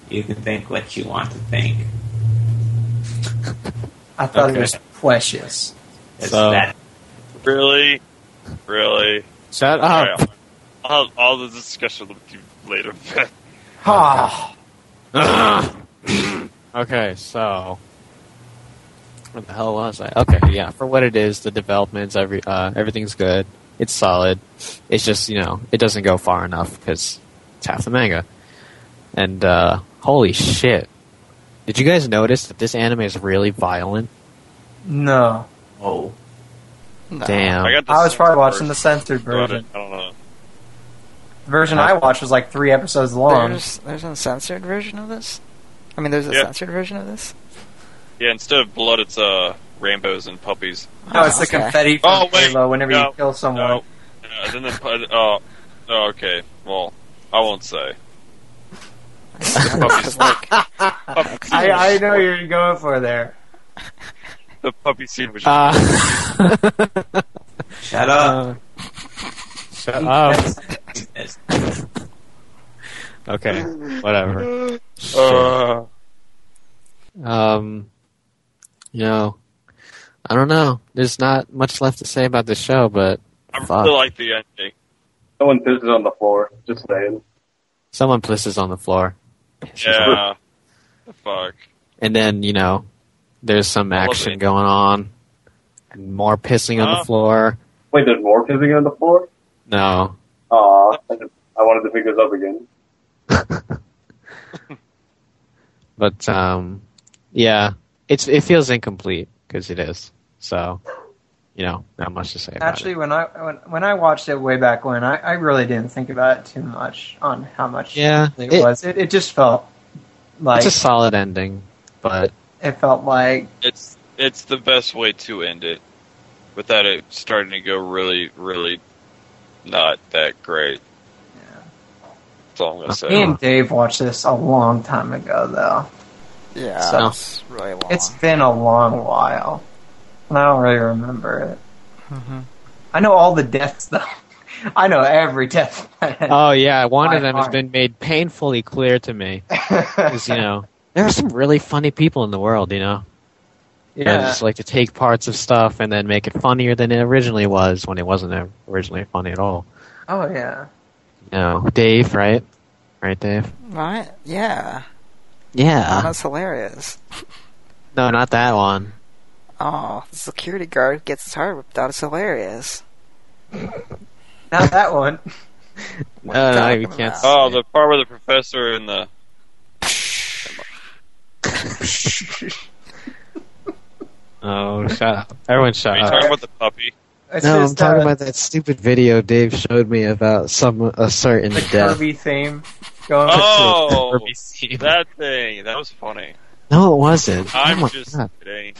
[SPEAKER 4] You can think what you want to think.
[SPEAKER 2] I thought
[SPEAKER 4] Okay.
[SPEAKER 2] it was precious.
[SPEAKER 4] It's
[SPEAKER 8] So-
[SPEAKER 4] that
[SPEAKER 3] Really, really.
[SPEAKER 8] Shut
[SPEAKER 3] All
[SPEAKER 8] up.
[SPEAKER 3] right, I'll, I'll, I'll have the discussion with you later.
[SPEAKER 2] Ah,
[SPEAKER 8] okay, so what the hell was I? Okay, yeah. For what it is, the developments, every uh, everything's good. It's solid. It's just you know, it doesn't go far enough because it's half the manga. And uh, holy shit! Did you guys notice that this anime is really violent?
[SPEAKER 2] no,
[SPEAKER 4] oh,
[SPEAKER 6] No.
[SPEAKER 8] Damn.
[SPEAKER 3] I got. The
[SPEAKER 2] I was probably
[SPEAKER 3] censored
[SPEAKER 2] watching the
[SPEAKER 3] version,
[SPEAKER 2] censored
[SPEAKER 3] so I
[SPEAKER 2] version.
[SPEAKER 3] don't- I don't know.
[SPEAKER 2] The version I watched was like three episodes long.
[SPEAKER 6] There's there's a censored version of this. I mean, there's a
[SPEAKER 3] Yeah.
[SPEAKER 6] censored version of this.
[SPEAKER 3] Yeah, instead of blood, it's uh rainbows and puppies.
[SPEAKER 2] No,
[SPEAKER 6] Oh,
[SPEAKER 2] it's the
[SPEAKER 6] okay.
[SPEAKER 2] confetti from
[SPEAKER 3] Oh, wait.
[SPEAKER 2] Halo whenever
[SPEAKER 3] No.
[SPEAKER 2] you kill someone.
[SPEAKER 3] No, no, then the pud- oh, oh, okay. Well, I won't say.
[SPEAKER 6] Because, like,
[SPEAKER 3] Puppy
[SPEAKER 2] I, I know you're going for there.
[SPEAKER 3] the puppy scene was
[SPEAKER 2] Ah,
[SPEAKER 8] Uh,
[SPEAKER 4] Shut up.
[SPEAKER 8] shut up. Okay, whatever.
[SPEAKER 3] uh,
[SPEAKER 8] Um, you know, I don't know. There's not much left to say about the show, but
[SPEAKER 3] I
[SPEAKER 8] Fuck.
[SPEAKER 3] really like the ending.
[SPEAKER 5] Someone pisses on the floor. Just saying.
[SPEAKER 8] someone pisses on the floor.
[SPEAKER 3] Yeah. Fuck.
[SPEAKER 8] And then, you know, there's some
[SPEAKER 3] I love
[SPEAKER 8] action
[SPEAKER 3] it. Uh-huh.
[SPEAKER 8] going on. And more pissing on
[SPEAKER 3] Huh?
[SPEAKER 8] the floor.
[SPEAKER 5] Wait, there's more pissing on the floor?
[SPEAKER 8] No.
[SPEAKER 5] Aw, I just- I wanted to pick this up again.
[SPEAKER 8] But, um, yeah, it's, it feels incomplete because it is. So, you know, not much to say about
[SPEAKER 2] Actually, when I when, when I watched it way back when, I, I really didn't think about it too much on how much
[SPEAKER 8] it. Yeah,
[SPEAKER 2] it,
[SPEAKER 8] it-
[SPEAKER 2] was. It, it just felt like
[SPEAKER 8] it's a solid ending, but
[SPEAKER 2] it felt like
[SPEAKER 3] It's it's the best way to end it, without it starting to go really, really, not that great. That's all I'm gonna
[SPEAKER 2] me
[SPEAKER 3] say.
[SPEAKER 2] and Dave watched this a long time ago though.
[SPEAKER 6] yeah,
[SPEAKER 2] So-
[SPEAKER 6] it's really long.
[SPEAKER 2] It's been a long while, and I don't really remember it.
[SPEAKER 1] Mhm.
[SPEAKER 2] I know all the deaths though. I know every death.
[SPEAKER 8] oh yeah, one
[SPEAKER 2] By
[SPEAKER 8] of them has
[SPEAKER 2] heart.
[SPEAKER 8] been made painfully clear to me. 'Cause, you know, there are some really funny people in the world. You know, yeah.
[SPEAKER 2] yeah.
[SPEAKER 8] just like to take parts of stuff and then make it funnier than it originally was when it wasn't originally funny at all.
[SPEAKER 2] Oh yeah.
[SPEAKER 8] You know, Dave, right? Right, Dave.
[SPEAKER 6] right? Yeah, Oh,
[SPEAKER 8] Yeah.
[SPEAKER 6] that's hilarious.
[SPEAKER 8] No, not that one.
[SPEAKER 6] Oh, the security guard gets his heart ripped out. It's hilarious.
[SPEAKER 2] Not that one.
[SPEAKER 8] No, no,
[SPEAKER 6] talking
[SPEAKER 8] we can't.
[SPEAKER 6] about?
[SPEAKER 3] Oh, the part where the professor and the
[SPEAKER 8] Oh, shut up! Everyone,
[SPEAKER 3] are
[SPEAKER 8] shut
[SPEAKER 3] you
[SPEAKER 8] up!
[SPEAKER 3] talking about the puppy?
[SPEAKER 2] It's
[SPEAKER 8] no, I'm
[SPEAKER 2] just,
[SPEAKER 8] talking
[SPEAKER 2] uh,
[SPEAKER 8] about that stupid video Dave showed me about some a certain
[SPEAKER 2] the
[SPEAKER 8] death.
[SPEAKER 2] Kirby theme going.
[SPEAKER 3] Oh,
[SPEAKER 8] Kirby scene.
[SPEAKER 3] that thing. That was funny.
[SPEAKER 8] No, it wasn't. oh
[SPEAKER 3] I'm
[SPEAKER 8] my
[SPEAKER 3] just
[SPEAKER 8] God.
[SPEAKER 3] kidding.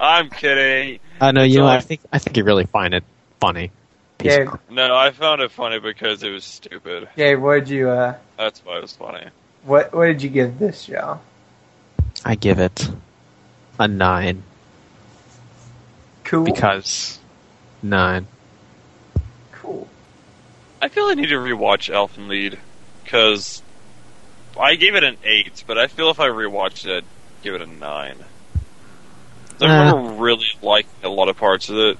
[SPEAKER 3] I'm kidding.
[SPEAKER 8] I know. You
[SPEAKER 3] so
[SPEAKER 8] know,
[SPEAKER 3] I-
[SPEAKER 8] I think I think you really find it funny. Piece of
[SPEAKER 2] Dave,
[SPEAKER 8] crap.
[SPEAKER 3] No, I found it funny because it was stupid.
[SPEAKER 2] Dave, what did you uh,
[SPEAKER 3] That's why it was funny.
[SPEAKER 2] what what did you give this show?
[SPEAKER 8] I give it a nine
[SPEAKER 2] Cool.
[SPEAKER 8] because nine.
[SPEAKER 2] cool.
[SPEAKER 3] I feel I need to rewatch Elf and Lead because I gave it an eight, but I feel if I rewatched it, I'd give it a nine. So I
[SPEAKER 8] Nah.
[SPEAKER 3] remember really liking a lot of parts of it,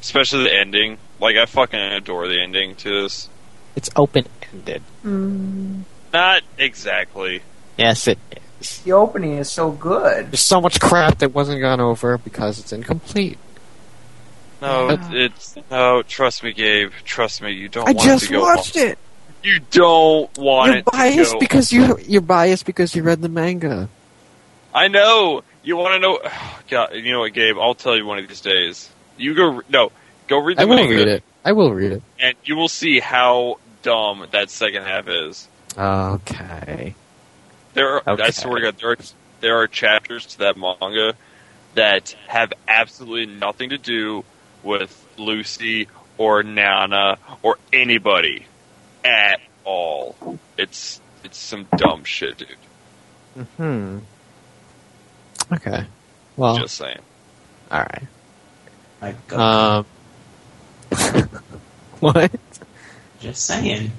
[SPEAKER 3] especially the ending. Like I fucking adore the ending to this.
[SPEAKER 8] It's open ended.
[SPEAKER 3] Not exactly.
[SPEAKER 8] Yes, it is.
[SPEAKER 2] The opening is so good.
[SPEAKER 8] There's so much crap that wasn't gone over because it's incomplete.
[SPEAKER 3] No, it's no. Trust me, Gabe. Trust me. You don't.
[SPEAKER 8] I
[SPEAKER 3] want it
[SPEAKER 8] just
[SPEAKER 3] to go
[SPEAKER 8] watched it.
[SPEAKER 3] on. You don't want
[SPEAKER 8] You're
[SPEAKER 3] it. to
[SPEAKER 8] biased
[SPEAKER 3] go
[SPEAKER 8] because you you're biased because you read the manga.
[SPEAKER 3] I know. You want to know? God, you know what, Gabe? I'll tell you one of these days. You go re- no, go read the
[SPEAKER 8] I will
[SPEAKER 3] manga,
[SPEAKER 8] read it. I will read it.
[SPEAKER 3] and you will see how dumb that second half is.
[SPEAKER 8] Okay.
[SPEAKER 3] There, are, I
[SPEAKER 8] Okay.
[SPEAKER 3] swear to God, there are there are chapters to that manga that have absolutely nothing to do with Lucy or Nana or anybody at all. It's it's some dumb shit, dude.
[SPEAKER 8] Hmm. Okay. Well,
[SPEAKER 3] Just saying.
[SPEAKER 8] all right.
[SPEAKER 4] Like, go-
[SPEAKER 8] Um. what?
[SPEAKER 4] just saying.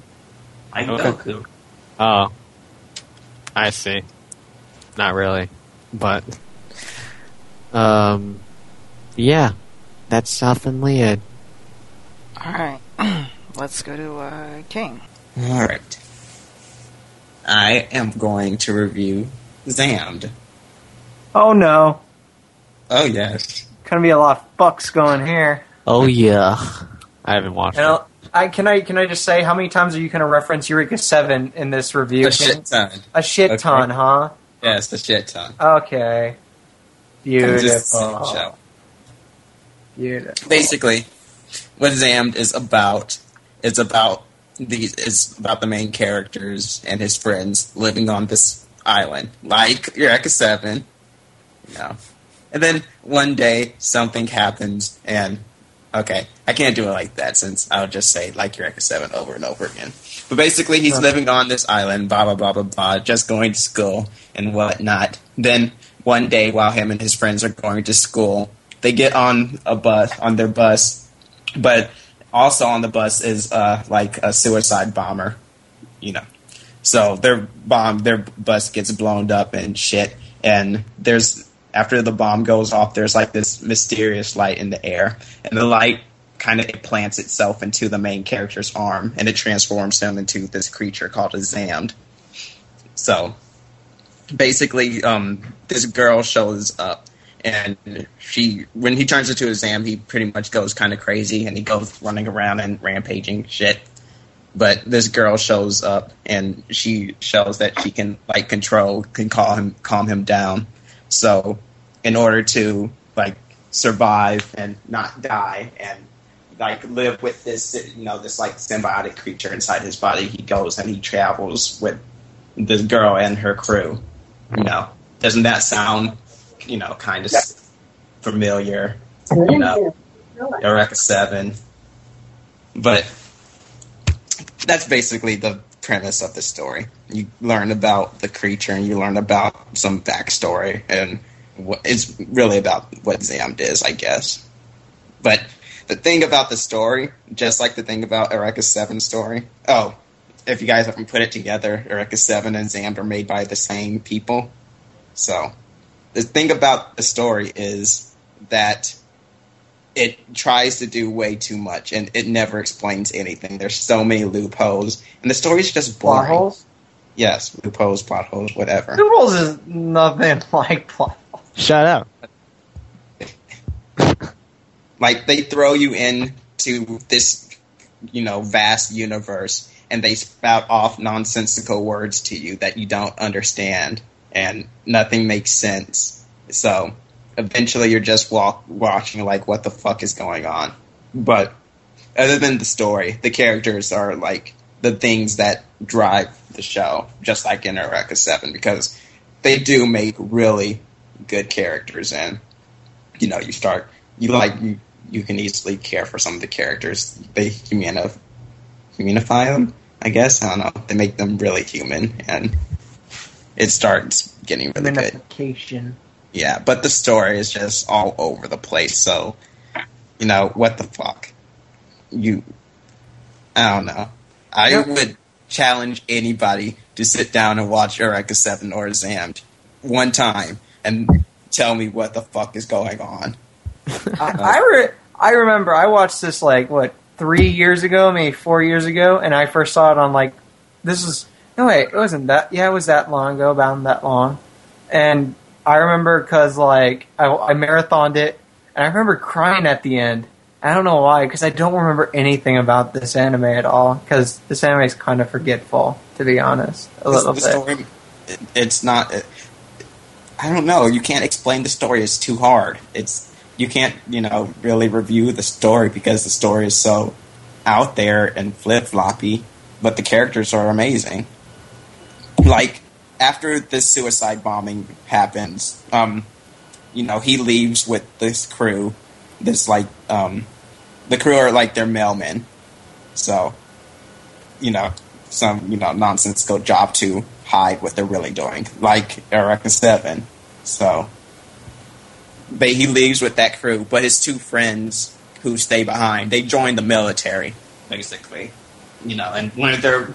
[SPEAKER 4] Like
[SPEAKER 8] Okay.
[SPEAKER 4] Goku.
[SPEAKER 8] Oh. I see. Not really. But um yeah. That's South and Lead.
[SPEAKER 6] All right, let's go to uh, King.
[SPEAKER 4] All right. I am going to review Zammed.
[SPEAKER 2] Oh no,
[SPEAKER 4] Oh yes.
[SPEAKER 2] gonna be a lot of fucks going here.
[SPEAKER 8] Oh yeah. I haven't watched
[SPEAKER 2] And I'll- I can I can I just say how many times are you gonna reference Eureka Seven in this review?
[SPEAKER 4] A shit ton.
[SPEAKER 2] A shit
[SPEAKER 4] Okay.
[SPEAKER 2] ton, huh?
[SPEAKER 4] Yes, a shit ton.
[SPEAKER 2] Okay.
[SPEAKER 4] I'm just-
[SPEAKER 2] Beautiful. Beautiful.
[SPEAKER 4] basically what Zammed is about is about these is about the main characters and his friends living on this island, like Eureka Seven. You know. And then one day something happens and okay, I can't do it like that since I'll just say like Eureka Seven over and over again. But basically, he's
[SPEAKER 2] Okay.
[SPEAKER 4] living on this island, blah, blah, blah, blah, blah, just going to school and whatnot. Then one day, while him and his friends are going to school, they get on a bus, on their bus, but also on the bus is uh, like a suicide bomber, you know. So their bomb, their bus gets blown up and shit. And there's after the bomb goes off, there's like this mysterious light in the air, and the light kind of plants itself into the main character's arm, and it transforms him into this creature called a Zamd. So basically, um, this girl shows up, and she when he turns into a Zamd, he pretty much goes kind of crazy, and he goes running around and rampaging shit but this girl shows up and she shows that she can like control can call him calm him down so in order to like survive and not die and like live with this you know this like symbiotic creature inside his body he goes and he travels with this girl and her crew you know doesn't that sound you know kind of s familiar you know Eureka 7 but that's basically the premise of the story. You learn about the creature and you learn about some backstory and what, it's really about what Zamd is, I guess. But the thing about the story, just like the thing about Eureka 7 story, oh, if you guys haven't put it together, Eureka 7 and Zamd are made by the same people. So the thing about the story is that it tries to do way too much and it never explains anything. There's so many loopholes and the story's just
[SPEAKER 2] Plot
[SPEAKER 4] boring.
[SPEAKER 2] holes?
[SPEAKER 4] Yes, loopholes, plot holes, whatever.
[SPEAKER 2] Blue holes is nothing like plot holes.
[SPEAKER 8] Shut up.
[SPEAKER 4] Like they throw you into this, you know, vast universe and they spout off nonsensical words to you that you don't understand and nothing makes sense. So eventually you're just walk, watching like what the fuck is going on. But other than the story, the characters are like the things that drive the show, just like in Eureka 7 because they do make really good characters and you know you start you like you, you can easily care for some of the characters they humani- humanify them i guess i don't know they make them really human and it starts getting really good
[SPEAKER 2] Unification.
[SPEAKER 4] yeah but the story is just all over the place so you know what the fuck you i don't know i
[SPEAKER 2] Yep.
[SPEAKER 4] would challenge anybody to sit down and watch eureka 7 or zamd one time and tell me what the fuck is going on Uh,
[SPEAKER 2] I I, re- I remember I watched this like what three years ago, maybe four years ago, and I first saw it on like this was no wait, it wasn't that yeah, it was that long ago, about that long, and I remember because like I, I marathoned it, and I remember crying at the end. I don't know why, because I don't remember anything about this anime at all. Because this anime is kind of forgetful, to be honest, a
[SPEAKER 4] This-
[SPEAKER 2] little
[SPEAKER 4] the
[SPEAKER 2] bit.
[SPEAKER 4] story it- it's not it- i don't know you can't explain the story it's too hard it's you can't you know really review the story because the story is so out there and flip-floppy but the characters are amazing like after this suicide bombing happens um you know he leaves with this crew this like um the crew are like their mailmen so you know, some, you know, nonsensical job to hide what they're really doing, like Eric and Seven. So, but he leaves with that crew, but his two friends who stay behind, they join the military, basically. You know, and one of their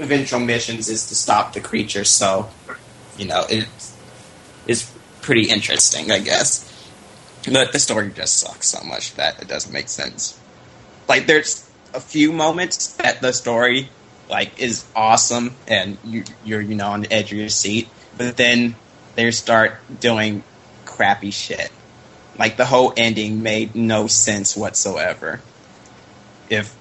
[SPEAKER 4] eventual missions is to stop the creature, so, you know, it's, it's pretty interesting, I guess. But the story just sucks so much that it doesn't make sense like there's a few moments that the story like is awesome and you you're you know on the edge of your seat but then they start doing crappy shit like the whole ending made no sense whatsoever if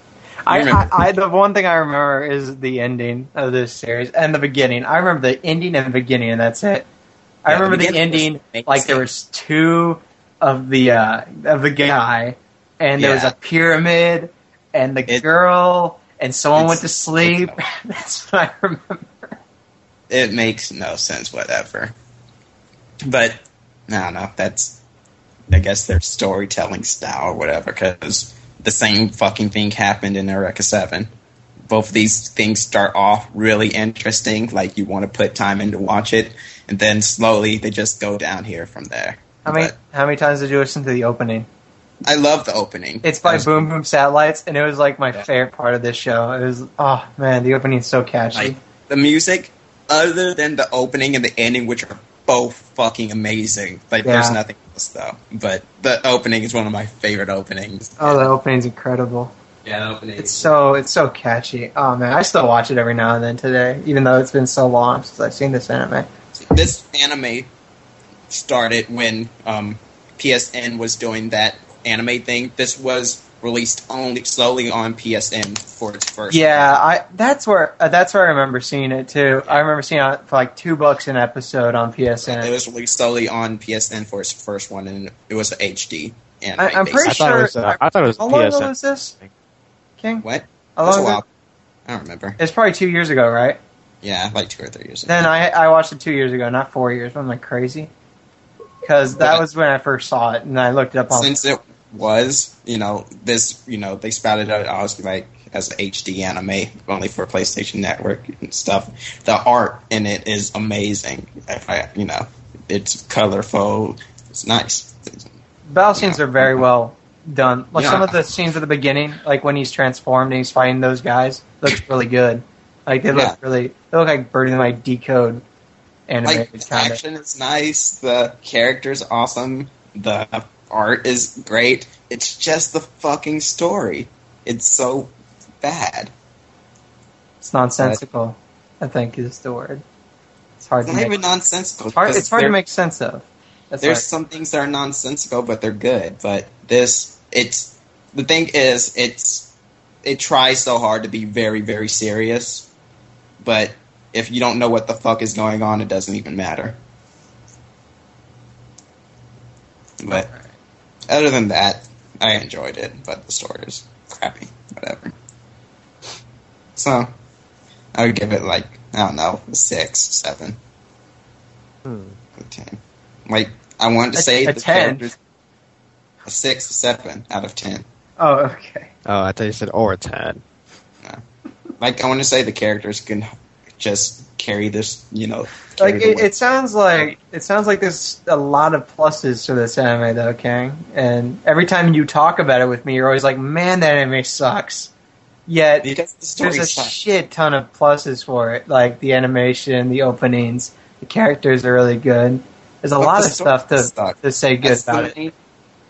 [SPEAKER 2] I, I,
[SPEAKER 4] remember.
[SPEAKER 2] I the one thing I remember is the ending of this series and the beginning. I remember the ending and the beginning, and that's it. I
[SPEAKER 4] Yeah, the
[SPEAKER 2] remember the,
[SPEAKER 4] beginning was
[SPEAKER 2] ending
[SPEAKER 4] amazing.
[SPEAKER 2] like there was two of the uh, of the guy, and there was
[SPEAKER 4] Yeah.
[SPEAKER 2] a pyramid, and the
[SPEAKER 4] It-
[SPEAKER 2] girl, and someone
[SPEAKER 4] it's-
[SPEAKER 2] went to sleep.
[SPEAKER 4] it's-
[SPEAKER 2] that's what I remember.
[SPEAKER 4] it makes no sense whatever but i don't know that's i guess their storytelling style or whatever because the same fucking thing happened in eureka 7 both of these things start off really interesting, like you want to put time in to watch it, and then slowly they just go down here from there.
[SPEAKER 2] How many how many times did you listen to the opening?
[SPEAKER 4] I love the opening.
[SPEAKER 2] It's by Boom Boom Satellites, and it was like my favorite part of this show. It was oh man, the opening's so catchy.
[SPEAKER 4] Like the music, other than the opening and the ending, which are both fucking amazing. Like there's
[SPEAKER 2] Yeah.
[SPEAKER 4] nothing else though. But the opening is one of my favorite openings.
[SPEAKER 2] oh, the opening's incredible.
[SPEAKER 4] Yeah, the opening.
[SPEAKER 2] It's so it's so catchy. Oh man, I still watch it every now and then today, even though it's been so long since I've seen this anime.
[SPEAKER 4] this anime started when um, PSN was doing that anime thing. This was released only slowly on PSN for its first.
[SPEAKER 2] Yeah, I that's where uh, that's where I remember seeing it too. I remember seeing it for like two bucks an episode on
[SPEAKER 4] It
[SPEAKER 2] PSN.
[SPEAKER 4] was released solely on PSN for its first one, and it was an HD. And
[SPEAKER 2] I- I'm pretty
[SPEAKER 7] I thought it was.
[SPEAKER 2] sure-
[SPEAKER 7] Uh, I thought it was
[SPEAKER 2] How long ago
[SPEAKER 7] PSN.
[SPEAKER 2] was this, King?
[SPEAKER 4] what?
[SPEAKER 2] How
[SPEAKER 4] It was a
[SPEAKER 2] long ago?
[SPEAKER 4] while. I don't remember.
[SPEAKER 2] It's probably two years ago, right?
[SPEAKER 4] Yeah, like two or three years. ago.
[SPEAKER 2] Then I I watched it two years ago, not four years. I'm like crazy because that
[SPEAKER 4] Yeah.
[SPEAKER 2] was when I first saw it, and I looked it up on.
[SPEAKER 4] since it was, you know, this, you know, they spouted out obviously like as an HD anime only for PlayStation Network and stuff. The art in it is amazing. If I, you know, it's colorful. It's nice.
[SPEAKER 2] Battle scenes are very well done. Like some
[SPEAKER 4] Yeah.
[SPEAKER 2] of the scenes at the beginning, like when he's transformed and he's fighting those guys, looks really good. Like they look
[SPEAKER 4] Yeah.
[SPEAKER 2] really, they look like Bird of my Decode
[SPEAKER 4] Like
[SPEAKER 2] animated
[SPEAKER 4] the
[SPEAKER 2] kind of.
[SPEAKER 4] action is nice. The characters awesome. The art is great. It's just the fucking story. It's so bad.
[SPEAKER 2] It's nonsensical. I think is the word. It's hard
[SPEAKER 4] It's
[SPEAKER 2] to
[SPEAKER 4] not
[SPEAKER 2] make.
[SPEAKER 4] even nonsensical.
[SPEAKER 2] it's hard, it's hard to
[SPEAKER 4] They're-
[SPEAKER 2] make sense of. That's
[SPEAKER 4] There's
[SPEAKER 2] hard.
[SPEAKER 4] some things that are nonsensical, but they're good. But this, it's the thing is, it's it tries so hard to be very, very serious, but if you don't know what the fuck is going on, it doesn't even matter. But other than that, I enjoyed it, but the story is crappy, whatever. So I would give it like I don't know, six, seven,
[SPEAKER 7] Hmm.
[SPEAKER 4] a ten. Like I wanted to
[SPEAKER 2] A-
[SPEAKER 4] say
[SPEAKER 2] a
[SPEAKER 4] the
[SPEAKER 2] 10.
[SPEAKER 4] characters- a six, seven out of ten.
[SPEAKER 2] Oh, okay.
[SPEAKER 7] Oh, I thought you said or ten.
[SPEAKER 4] Like I want to say the characters can just carry this, you know.
[SPEAKER 2] Like
[SPEAKER 4] carry the
[SPEAKER 2] it,
[SPEAKER 4] weight.
[SPEAKER 2] it sounds like it sounds like there's a lot of pluses to this anime though, Kang. And every time you talk about it with me, you're always like, "Man, that anime sucks." Yet
[SPEAKER 4] because the story
[SPEAKER 2] there's a
[SPEAKER 4] sucks.
[SPEAKER 2] shit ton of pluses for it, like the animation, the openings, the characters are really good. There's a
[SPEAKER 4] But
[SPEAKER 2] lot
[SPEAKER 4] the
[SPEAKER 2] of stuff
[SPEAKER 4] story
[SPEAKER 2] to
[SPEAKER 4] sucks.
[SPEAKER 2] to say good
[SPEAKER 4] That's
[SPEAKER 2] about
[SPEAKER 4] the,
[SPEAKER 2] it.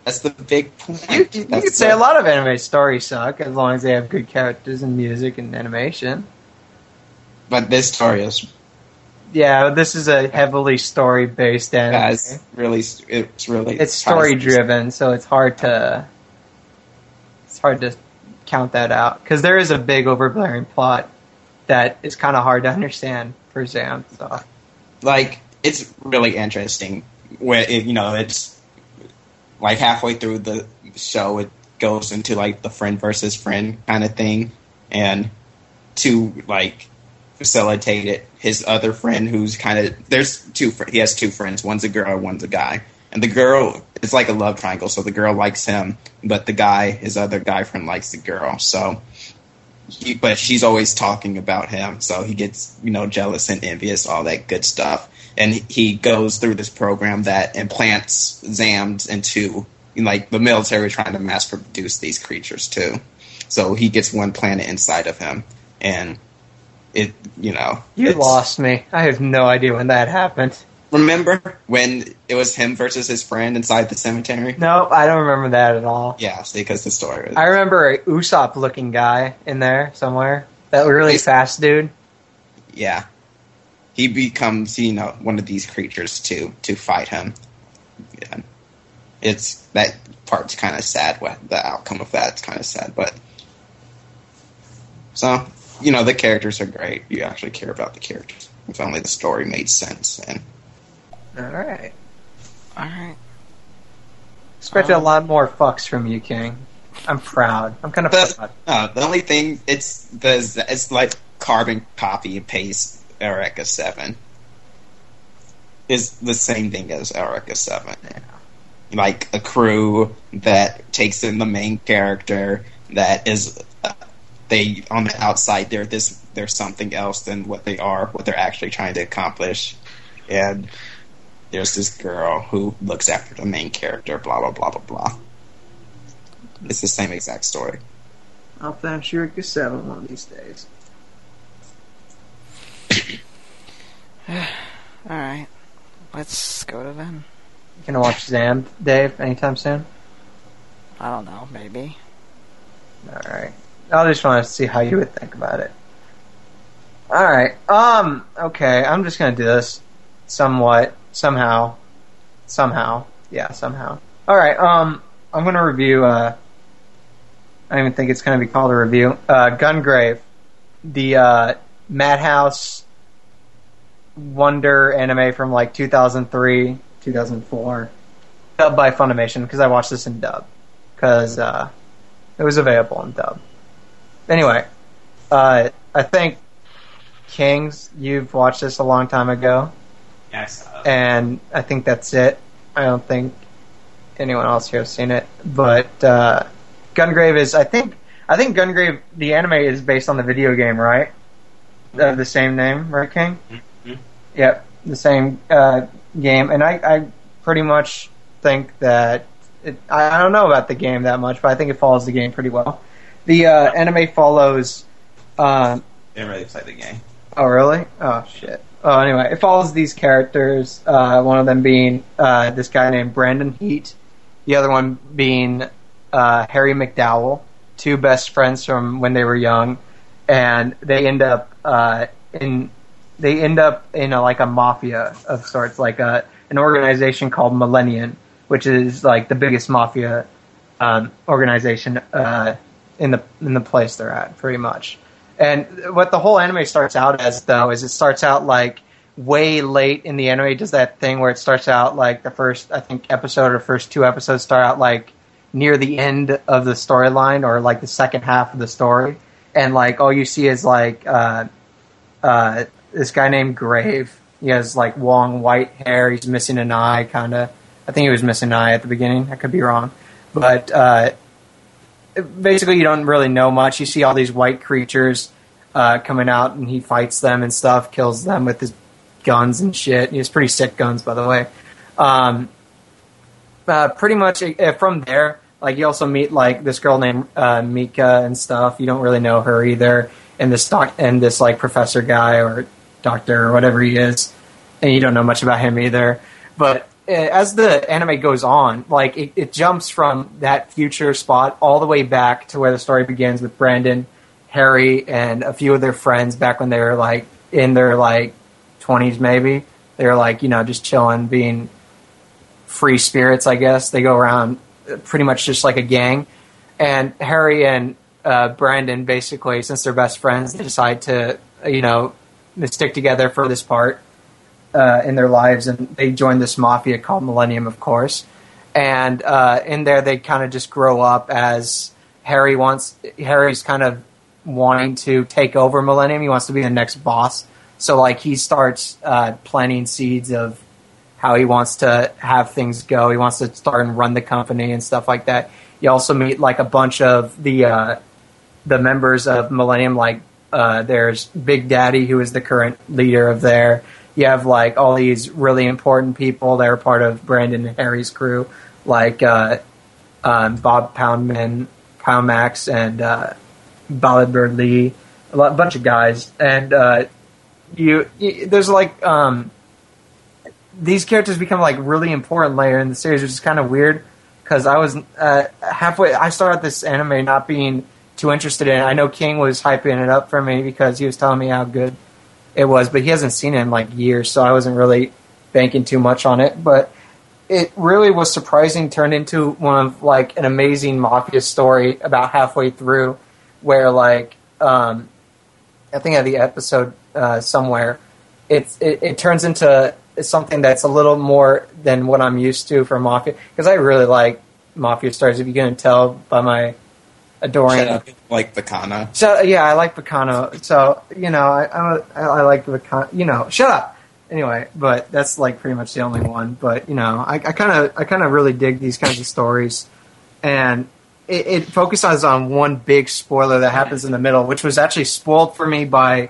[SPEAKER 4] That's the big point.
[SPEAKER 2] You, you
[SPEAKER 4] That's
[SPEAKER 2] could say a
[SPEAKER 4] what-
[SPEAKER 2] lot of anime stories suck as long as they have good characters and music and animation.
[SPEAKER 4] but this story is
[SPEAKER 2] Yeah, this is a heavily story based anime.
[SPEAKER 4] yeah, it's really it's really
[SPEAKER 2] it's story driven, so it's hard to it's hard to count that out because there is a big overbearing plot that is kind of hard to understand for Zam. So
[SPEAKER 4] like it's really interesting where it, you know it's like halfway through the show it goes into like the friend versus friend kind of thing and to like facilitate it his other friend who's kind of there's two fr- he has two friends one's a girl one's a guy and the girl it's like a love triangle so the girl likes him but the guy his other guy friend likes the girl so he, but she's always talking about him, so he gets you know jealous and envious, all that good stuff. And he goes through this program that implants Zams into like the military trying to mass produce these creatures too. So he gets one planet inside of him, and it you know
[SPEAKER 2] you
[SPEAKER 4] it's-
[SPEAKER 2] lost me. I have no idea when that happened.
[SPEAKER 4] Remember when it was him versus his friend inside the cemetery?
[SPEAKER 2] No, I don't remember that at all.
[SPEAKER 4] Yeah, see, because the story. Was,
[SPEAKER 2] I remember a Usopp looking guy in there somewhere. That really
[SPEAKER 4] He's-
[SPEAKER 2] fast dude.
[SPEAKER 4] yeah he becomes you know one of these creatures to to fight him yeah. it's that part's kind of sad what the outcome of that's kind of sad but so you know the characters are great you actually care about the characters if only the story made sense and
[SPEAKER 2] All right,
[SPEAKER 6] All right.
[SPEAKER 2] expected a lot more fucks from you, King. I'm proud. I'm kind of proud.
[SPEAKER 4] the, no, uh, the only thing it's the it's like carbon copy and paste Erica Seven. Is the same thing as Erica Seven. Like a crew that takes in the main character that is uh, they on the outside they're this they're something else than what they are, what they're actually trying to accomplish. And there's this girl who looks after the main character, blah blah blah blah blah. It's the same exact story.
[SPEAKER 2] I'll finish Eureka 7 one of these days.
[SPEAKER 6] All right, let's go to Ven.
[SPEAKER 2] You gonna watch Zam, Dave, anytime soon?
[SPEAKER 6] I don't know, maybe.
[SPEAKER 2] Alright. I just want to see how you would think about it. Alright. Um, okay, I'm just gonna do this somewhat, somehow. Somehow. Yeah, somehow. Alright, um, I'm gonna review, uh, I don't even think it's gonna be called a review. Uh, Gungrave. The, uh, Madhouse Wonder anime from like 2003, 2004. Dubbed by Funimation, because I watched this in dub. Because, uh, it was available in dub. Anyway, uh, I think Kings, you've watched this a long time ago,
[SPEAKER 4] Yes.
[SPEAKER 2] and I think that's it. I don't think anyone else here has seen it, but uh, Gungrave is. I think I think Gungrave the anime is based on the video game, right? Of the same name, right, King?
[SPEAKER 4] Mhm.
[SPEAKER 2] Yep, the same uh, game, and I, I pretty much think that it, I I don't know about the game that much, but I think it follows the game pretty well. The uh, anime follows. Um,
[SPEAKER 4] didn't really play the game.
[SPEAKER 2] oh really? Oh shit. Oh anyway, it follows these characters. Uh, one of them being uh, this guy named Brandon Heat. The other one being uh, Harry McDowell. Two best friends from when they were young, and they end up uh, in they end up in a, like a mafia of sorts, like a an organization called Millennium, which is like the biggest mafia um, organization uh, in the in the place they're at, pretty much. And what the whole anime starts out as, though, is it starts out like way late in the anime. It does that thing where it starts out like the first, I think, episode or first two episodes start out like near the end of the storyline or like the second half of the story, and like all you see is like uh, uh, this guy named Grave. He has like long white hair. He's missing an eye, kind of. I think he was missing an eye at the beginning. I could be wrong, but uh, basically you don't really know much. You see all these white creatures uh, coming out, and he fights them and stuff, kills them with his guns and shit. He has pretty sick guns, by the way. Um, uh, pretty much uh, from there, like you also meet like this girl named uh, Mika and stuff. You don't really know her either, and this doc- and this like professor guy or doctor or whatever he is, and you don't know much about him either. But uh, as the anime goes on, like it, it jumps from that future spot all the way back to where the story begins with Brandon, Harry, and a few of their friends back when they were like in their like twenties maybe. They were like you know just chilling, being free spirits, I guess. They go around uh, pretty much just like a gang. And Harry and uh, Brandon, basically, since they're best friends, they decide to, uh, you know, stick together for this part uh, in their lives. And they join this mafia called Millennium, of course. And uh, in there, they kind of just grow up as Harry wants, Harry's kind of wanting to take over Millennium. He wants to be the next boss. So, like, he starts uh, planting seeds of how he wants to have things go. He wants to start and run the company and stuff like that. You also meet like a bunch of the uh, the members of Millennium. Like uh, there's Big Daddy, who is the current leader of there. You have like all these really important people that are part of Brandon and Harry's crew, like uh, um, Bob Poundman, Poundmax, and uh, Ballad Bird Lee, a lot, bunch of guys. And uh, you, you there's like um, these characters become like really important later in the series, which is kind of weird because I was uh, halfway. I started this anime not being too interested in. it. I know King was hyping it up for me because he was telling me how good it was, but he hasn't seen it in like years, so I wasn't really banking too much on it. But it really was surprising. Turned into one of like an amazing mafia story about halfway through, where like um, I think of the episode uh, somewhere it's it, it turns into something that's a little more than what I'm used to from mafia because I really like mafia stories. If you can tell by my
[SPEAKER 4] Shut
[SPEAKER 2] adoring,
[SPEAKER 4] up, like the Kana.
[SPEAKER 2] so yeah, I like Bacano. So you know, I I, I like Bacano. You know, shut up. Anyway, but that's like pretty much the only one. But you know, I kind of I kind of really dig these kinds of stories, and it, it focuses on one big spoiler that happens in the middle, which was actually spoiled for me by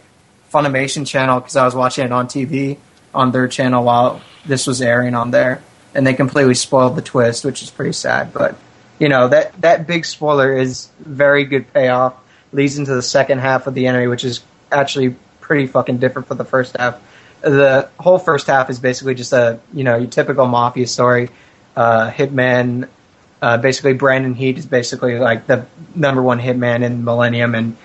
[SPEAKER 2] Funimation Channel because I was watching it on TV on their channel while this was airing on there, and they completely spoiled the twist, which is pretty sad. But you know that that big spoiler is very good payoff, leads into the second half of the anime, which is actually pretty fucking different from the first half. The whole first half is basically just a you know your typical mafia story, uh, hitman uh, basically Brandon Heat is basically like the number one hitman in Millennium, and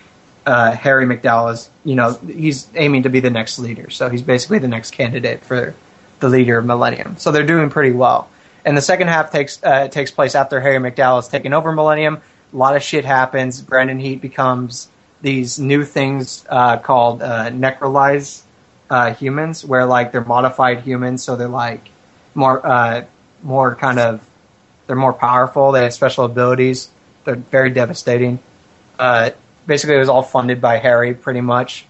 [SPEAKER 2] uh, Harry McDowell is you know he's aiming to be the next leader, so he's basically the next candidate for the leader of Millennium. So they're doing pretty well. And the second half takes uh, takes place after Harry McDowell has taken over Millennium. A lot of shit happens. Brandon Heat becomes these new things uh, called uh, necrolized uh, humans, where like they're modified humans, so they're like more uh, more kind of they're more powerful. They have special abilities. They're very devastating. Uh, basically, it was all funded by Harry, pretty much.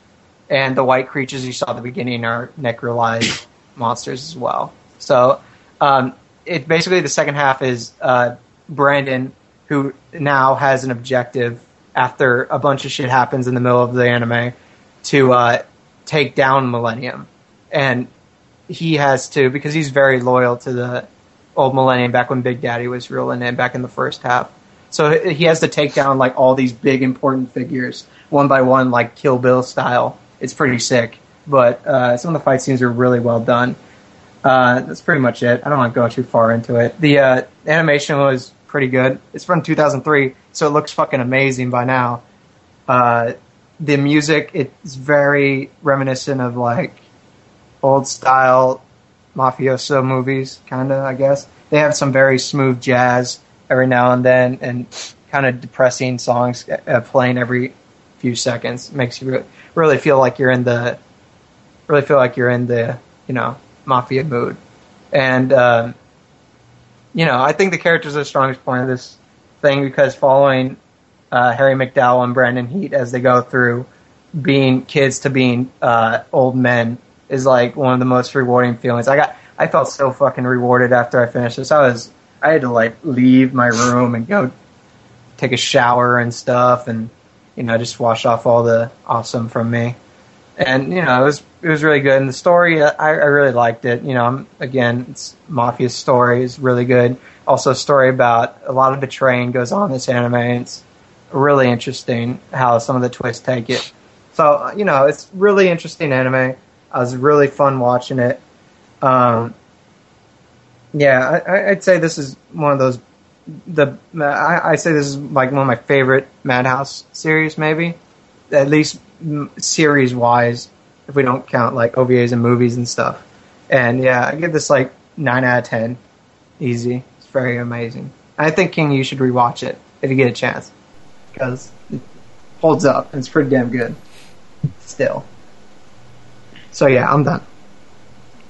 [SPEAKER 2] And the white creatures you saw at the beginning are necrolized monsters as well. So um, it basically the second half is uh, Brandon, who now has an objective after a bunch of shit happens in the middle of the anime to uh, take down Millennium, and he has to because he's very loyal to the old millennium back when Big Daddy was ruling it back in the first half. So he has to take down like all these big important figures one by one, like Kill Bill style. It's pretty sick, but uh, some of the fight scenes are really well done. Uh, that's pretty much it. I don't want to go too far into it. The uh, animation was pretty good. It's from 2003, so it looks fucking amazing by now. Uh, the music it's very reminiscent of like old style mafioso movies, kind of, I guess. They have some very smooth jazz every now and then and kind of depressing songs uh, playing every few seconds. Makes you re- really feel like you're in the, really feel like you're in the, you know, mafia mood. And, um, you know, I think the characters are the strongest point of this thing because following uh, Harry McDowell and Brandon Heat as they go through being kids to being uh, old men is like one of the most rewarding feelings. I got I felt so fucking rewarded after I finished this. I was I had to like leave my room and go take a shower and stuff and you know just wash off all the awesome from me. And you know it was it was really good and the story I, I really liked it. You know I'm, again it's mafia story is really good. Also a story about a lot of betraying goes on in this anime. And it's really interesting how some of the twists take it. So uh, you know it's really interesting anime. I was really fun watching it. Um, yeah, I, I'd say this is one of those. The I, I'd say this is like one of my favorite Madhouse series, maybe at least series wise, if we don't count like OVAs and movies and stuff. And yeah, I give this like nine out of ten, easy. It's very amazing. I think King, you should rewatch it if you get a chance because it holds up and it's pretty damn good still. So yeah, I'm done.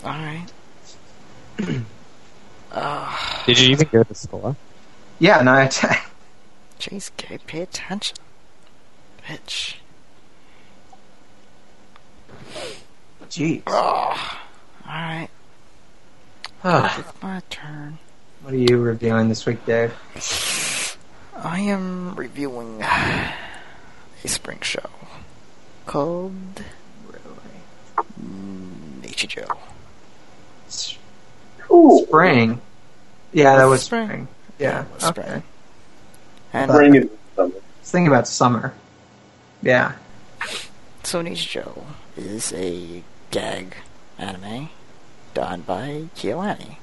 [SPEAKER 6] All right. uh,
[SPEAKER 8] Did you even hear the score?
[SPEAKER 2] Yeah, no, I,
[SPEAKER 6] jeez, Gabe, pay attention, bitch.
[SPEAKER 2] jeez,
[SPEAKER 6] Oh, all right,
[SPEAKER 2] Ah,
[SPEAKER 6] it's my turn.
[SPEAKER 2] what are you reviewing this week, Dave?
[SPEAKER 6] I am reviewing a spring show called Nature Joe.
[SPEAKER 2] S-
[SPEAKER 5] Cool.
[SPEAKER 2] Spring. Yeah, that was
[SPEAKER 6] Spring.
[SPEAKER 2] spring. Yeah,
[SPEAKER 6] It was
[SPEAKER 2] okay.
[SPEAKER 6] spring. And
[SPEAKER 5] Spring is summer.
[SPEAKER 2] Let's think about summer. Yeah,
[SPEAKER 6] So Nature Joe is a gag anime done by Kiyoani.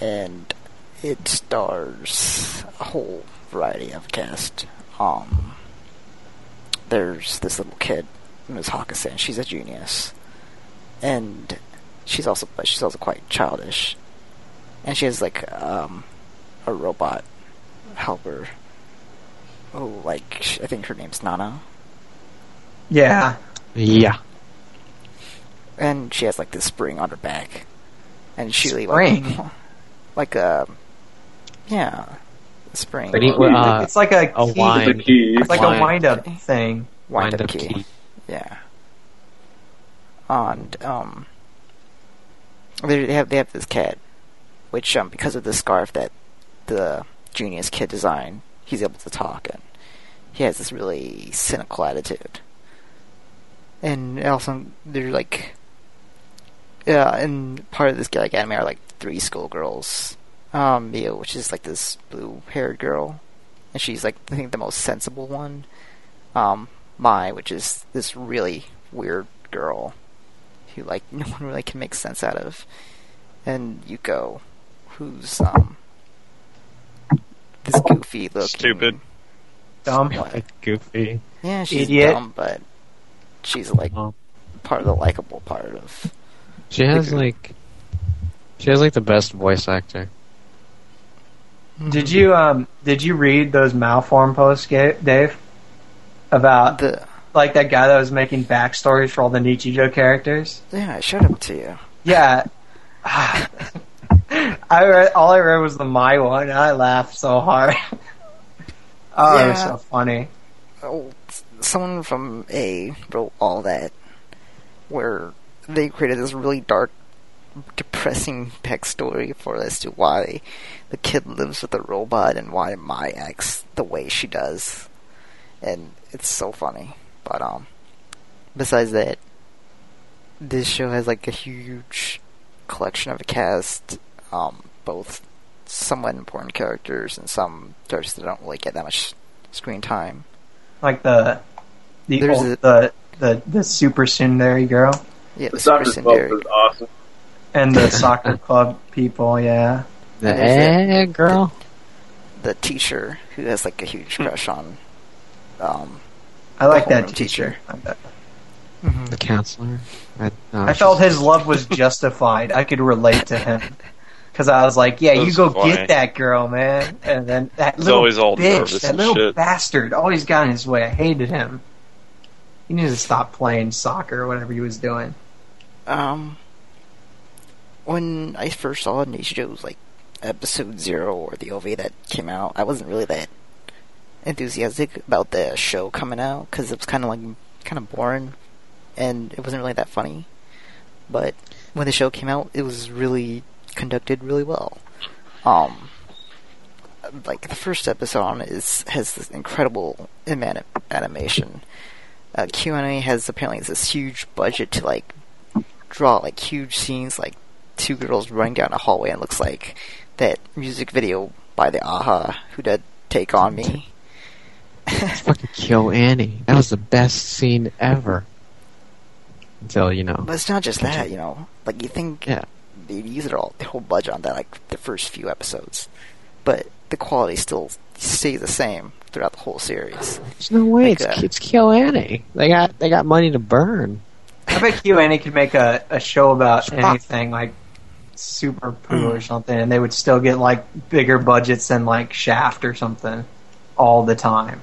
[SPEAKER 6] And it stars a whole variety of cast. Um, there's this little kid known as Hakusen. She's a genius. And she's also but she's also quite childish. And she has like um, a robot helper. Oh, like sh- I think her name's Nana.
[SPEAKER 2] yeah.
[SPEAKER 8] Yeah.
[SPEAKER 6] and she has like this spring on her back, and she like
[SPEAKER 2] Spring?
[SPEAKER 6] like a yeah, a spring
[SPEAKER 8] Pretty- uh,
[SPEAKER 2] it's like a,
[SPEAKER 8] a
[SPEAKER 2] key-
[SPEAKER 8] wine.
[SPEAKER 5] The key.
[SPEAKER 2] It's like a
[SPEAKER 8] Wine.
[SPEAKER 2] wind up thing.
[SPEAKER 6] wind
[SPEAKER 8] Wind
[SPEAKER 6] up
[SPEAKER 8] up
[SPEAKER 6] key.
[SPEAKER 8] key.
[SPEAKER 6] Yeah, and um, they they have they have this cat, which um because of the scarf that the Junior's kid design, he's able to talk, and he has this really cynical attitude. And also, they're like, yeah, and part of this like anime are like three schoolgirls. Um, Mio, which is like this blue-haired girl, and she's like I think the most sensible one. Um, Mai, which is this really weird girl who like no one really can make sense out of, and Yuko, who's um this goofy looking
[SPEAKER 3] Stupid.
[SPEAKER 2] Dumb.
[SPEAKER 8] Goofy.
[SPEAKER 6] Yeah, she's
[SPEAKER 2] Um, Idiot.
[SPEAKER 6] dumb, but she's like
[SPEAKER 8] Oh.
[SPEAKER 6] part of the likable part of.
[SPEAKER 8] She has like, she has like the best voice actor.
[SPEAKER 2] Did you um did you read those malform posts, Ga- Dave? About
[SPEAKER 6] the
[SPEAKER 2] like that guy that was making backstories for all the Nichijou characters?
[SPEAKER 6] yeah? I showed up to you.
[SPEAKER 2] Yeah. I read, all I read was the my one, and I laughed so hard. oh, it was
[SPEAKER 6] Yeah.
[SPEAKER 2] so funny.
[SPEAKER 6] oh, s- someone from A wrote all that, where they created this really dark, depressing backstory for as to why the kid lives with a robot and why my ex the way she does, and it's so funny. But um, besides that, this show has like a huge collection of a cast, um, both somewhat important characters and some characters that don't really get that much screen time.
[SPEAKER 2] Like the the
[SPEAKER 6] There's
[SPEAKER 2] old,
[SPEAKER 6] a-
[SPEAKER 2] the, the the super tsundere girl
[SPEAKER 6] Yeah,
[SPEAKER 5] The
[SPEAKER 6] the
[SPEAKER 5] soccer
[SPEAKER 6] Super
[SPEAKER 5] club
[SPEAKER 6] Sundari.
[SPEAKER 5] is awesome.
[SPEAKER 2] and the soccer club people. Yeah,
[SPEAKER 8] The
[SPEAKER 6] There's
[SPEAKER 8] eh, girl.
[SPEAKER 6] The teacher who has like a huge crush on. Um,
[SPEAKER 2] I like
[SPEAKER 6] The
[SPEAKER 2] that
[SPEAKER 6] homeroom
[SPEAKER 2] teacher.
[SPEAKER 8] The counselor. I,
[SPEAKER 7] uh,
[SPEAKER 8] no,
[SPEAKER 2] I felt his love was justified. I could relate to him because I was like, "Yeah, you
[SPEAKER 3] That's
[SPEAKER 2] go
[SPEAKER 3] funny.
[SPEAKER 2] get that girl, man." And then that
[SPEAKER 3] He's
[SPEAKER 2] little
[SPEAKER 3] always all
[SPEAKER 2] bitch,
[SPEAKER 3] nervous
[SPEAKER 2] that
[SPEAKER 3] and
[SPEAKER 2] little
[SPEAKER 3] shit.
[SPEAKER 2] bastard, always got in his way. I hated him. He needed to stop playing soccer or whatever he was doing.
[SPEAKER 6] um, when I first saw Nishido's like episode zero or the OVA that came out, I wasn't really that enthusiastic about the show coming out because it was kind of like kind of boring and it wasn't really that funny. But when the show came out, it was really conducted really well. Um, like the first episode on is has this incredible anim- animation. Uh, Q&A has apparently this huge budget to like draw like huge scenes, like two girls running down a hallway, and it looks like that music video by the Aha who did "Take on Me."
[SPEAKER 8] fucking kill Annie. That was the best scene ever. Until you know.
[SPEAKER 6] But it's not just that, you know. Like you think
[SPEAKER 8] Yeah.
[SPEAKER 6] they use it all the whole budget on that, like the first few episodes, but the quality still stays the same throughout the whole series.
[SPEAKER 8] There's no way.
[SPEAKER 6] Like
[SPEAKER 8] it's,
[SPEAKER 6] that.
[SPEAKER 8] it's kill Annie. They got they got money to burn.
[SPEAKER 2] I bet you and he could make a, a show about anything like super poo or something, and they would still get like bigger budgets than like Shaft or something all the time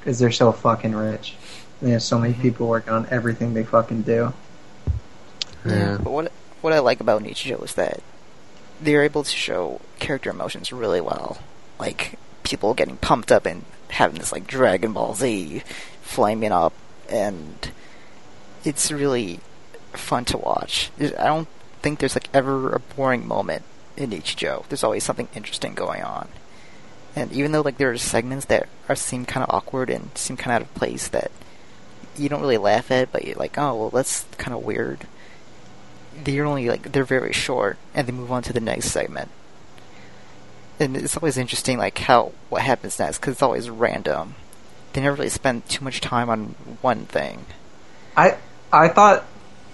[SPEAKER 2] because they're so fucking rich. They have so many people working on everything they fucking do.
[SPEAKER 8] Yeah.
[SPEAKER 6] But what what I like about Nichijou is that they're able to show character emotions really well. Like people getting pumped up and having this like Dragon Ball Z flaming up, and it's really fun to watch. I don't think there's like ever a boring moment in Nichijou. There's always something interesting going on. And even though like there are segments that are seem kind of awkward and seem kind of out of place that you don't really laugh at, but you're like, oh well, that's kind of weird they're only like they're very short and they move on to the next segment and it's always interesting like how what happens next because it's always random they never really spend too much time on one thing
[SPEAKER 2] I I thought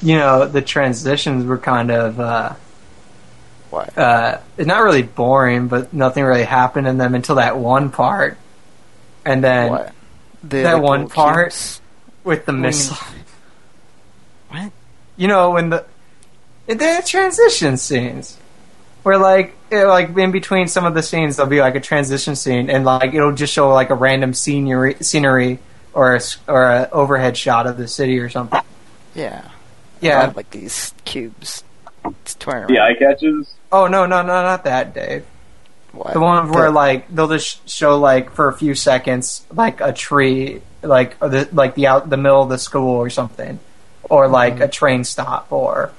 [SPEAKER 2] you know the transitions were kind of uh,
[SPEAKER 6] what
[SPEAKER 2] uh, not really boring, but nothing really happened in them until that one part, and then
[SPEAKER 6] what the,
[SPEAKER 2] that one
[SPEAKER 6] little
[SPEAKER 2] part-
[SPEAKER 6] cubes?
[SPEAKER 2] with the
[SPEAKER 6] What do you
[SPEAKER 2] missile.
[SPEAKER 6] what
[SPEAKER 2] you know when the the transition scenes where like it, like in between some of the scenes there'll be like a transition scene and like it'll just show like a random scenery scenery or a, s- or a overhead shot of the city or something
[SPEAKER 6] yeah I
[SPEAKER 2] yeah
[SPEAKER 6] have, like these cubes it's twirling
[SPEAKER 5] The
[SPEAKER 6] around.
[SPEAKER 5] eye catches.
[SPEAKER 2] oh no no no not that dave
[SPEAKER 6] what?
[SPEAKER 2] the one where
[SPEAKER 6] The-
[SPEAKER 2] like they'll just show like for a few seconds like a tree like or the like the out the middle of the school or something or
[SPEAKER 3] Mm-hmm.
[SPEAKER 2] like a train stop or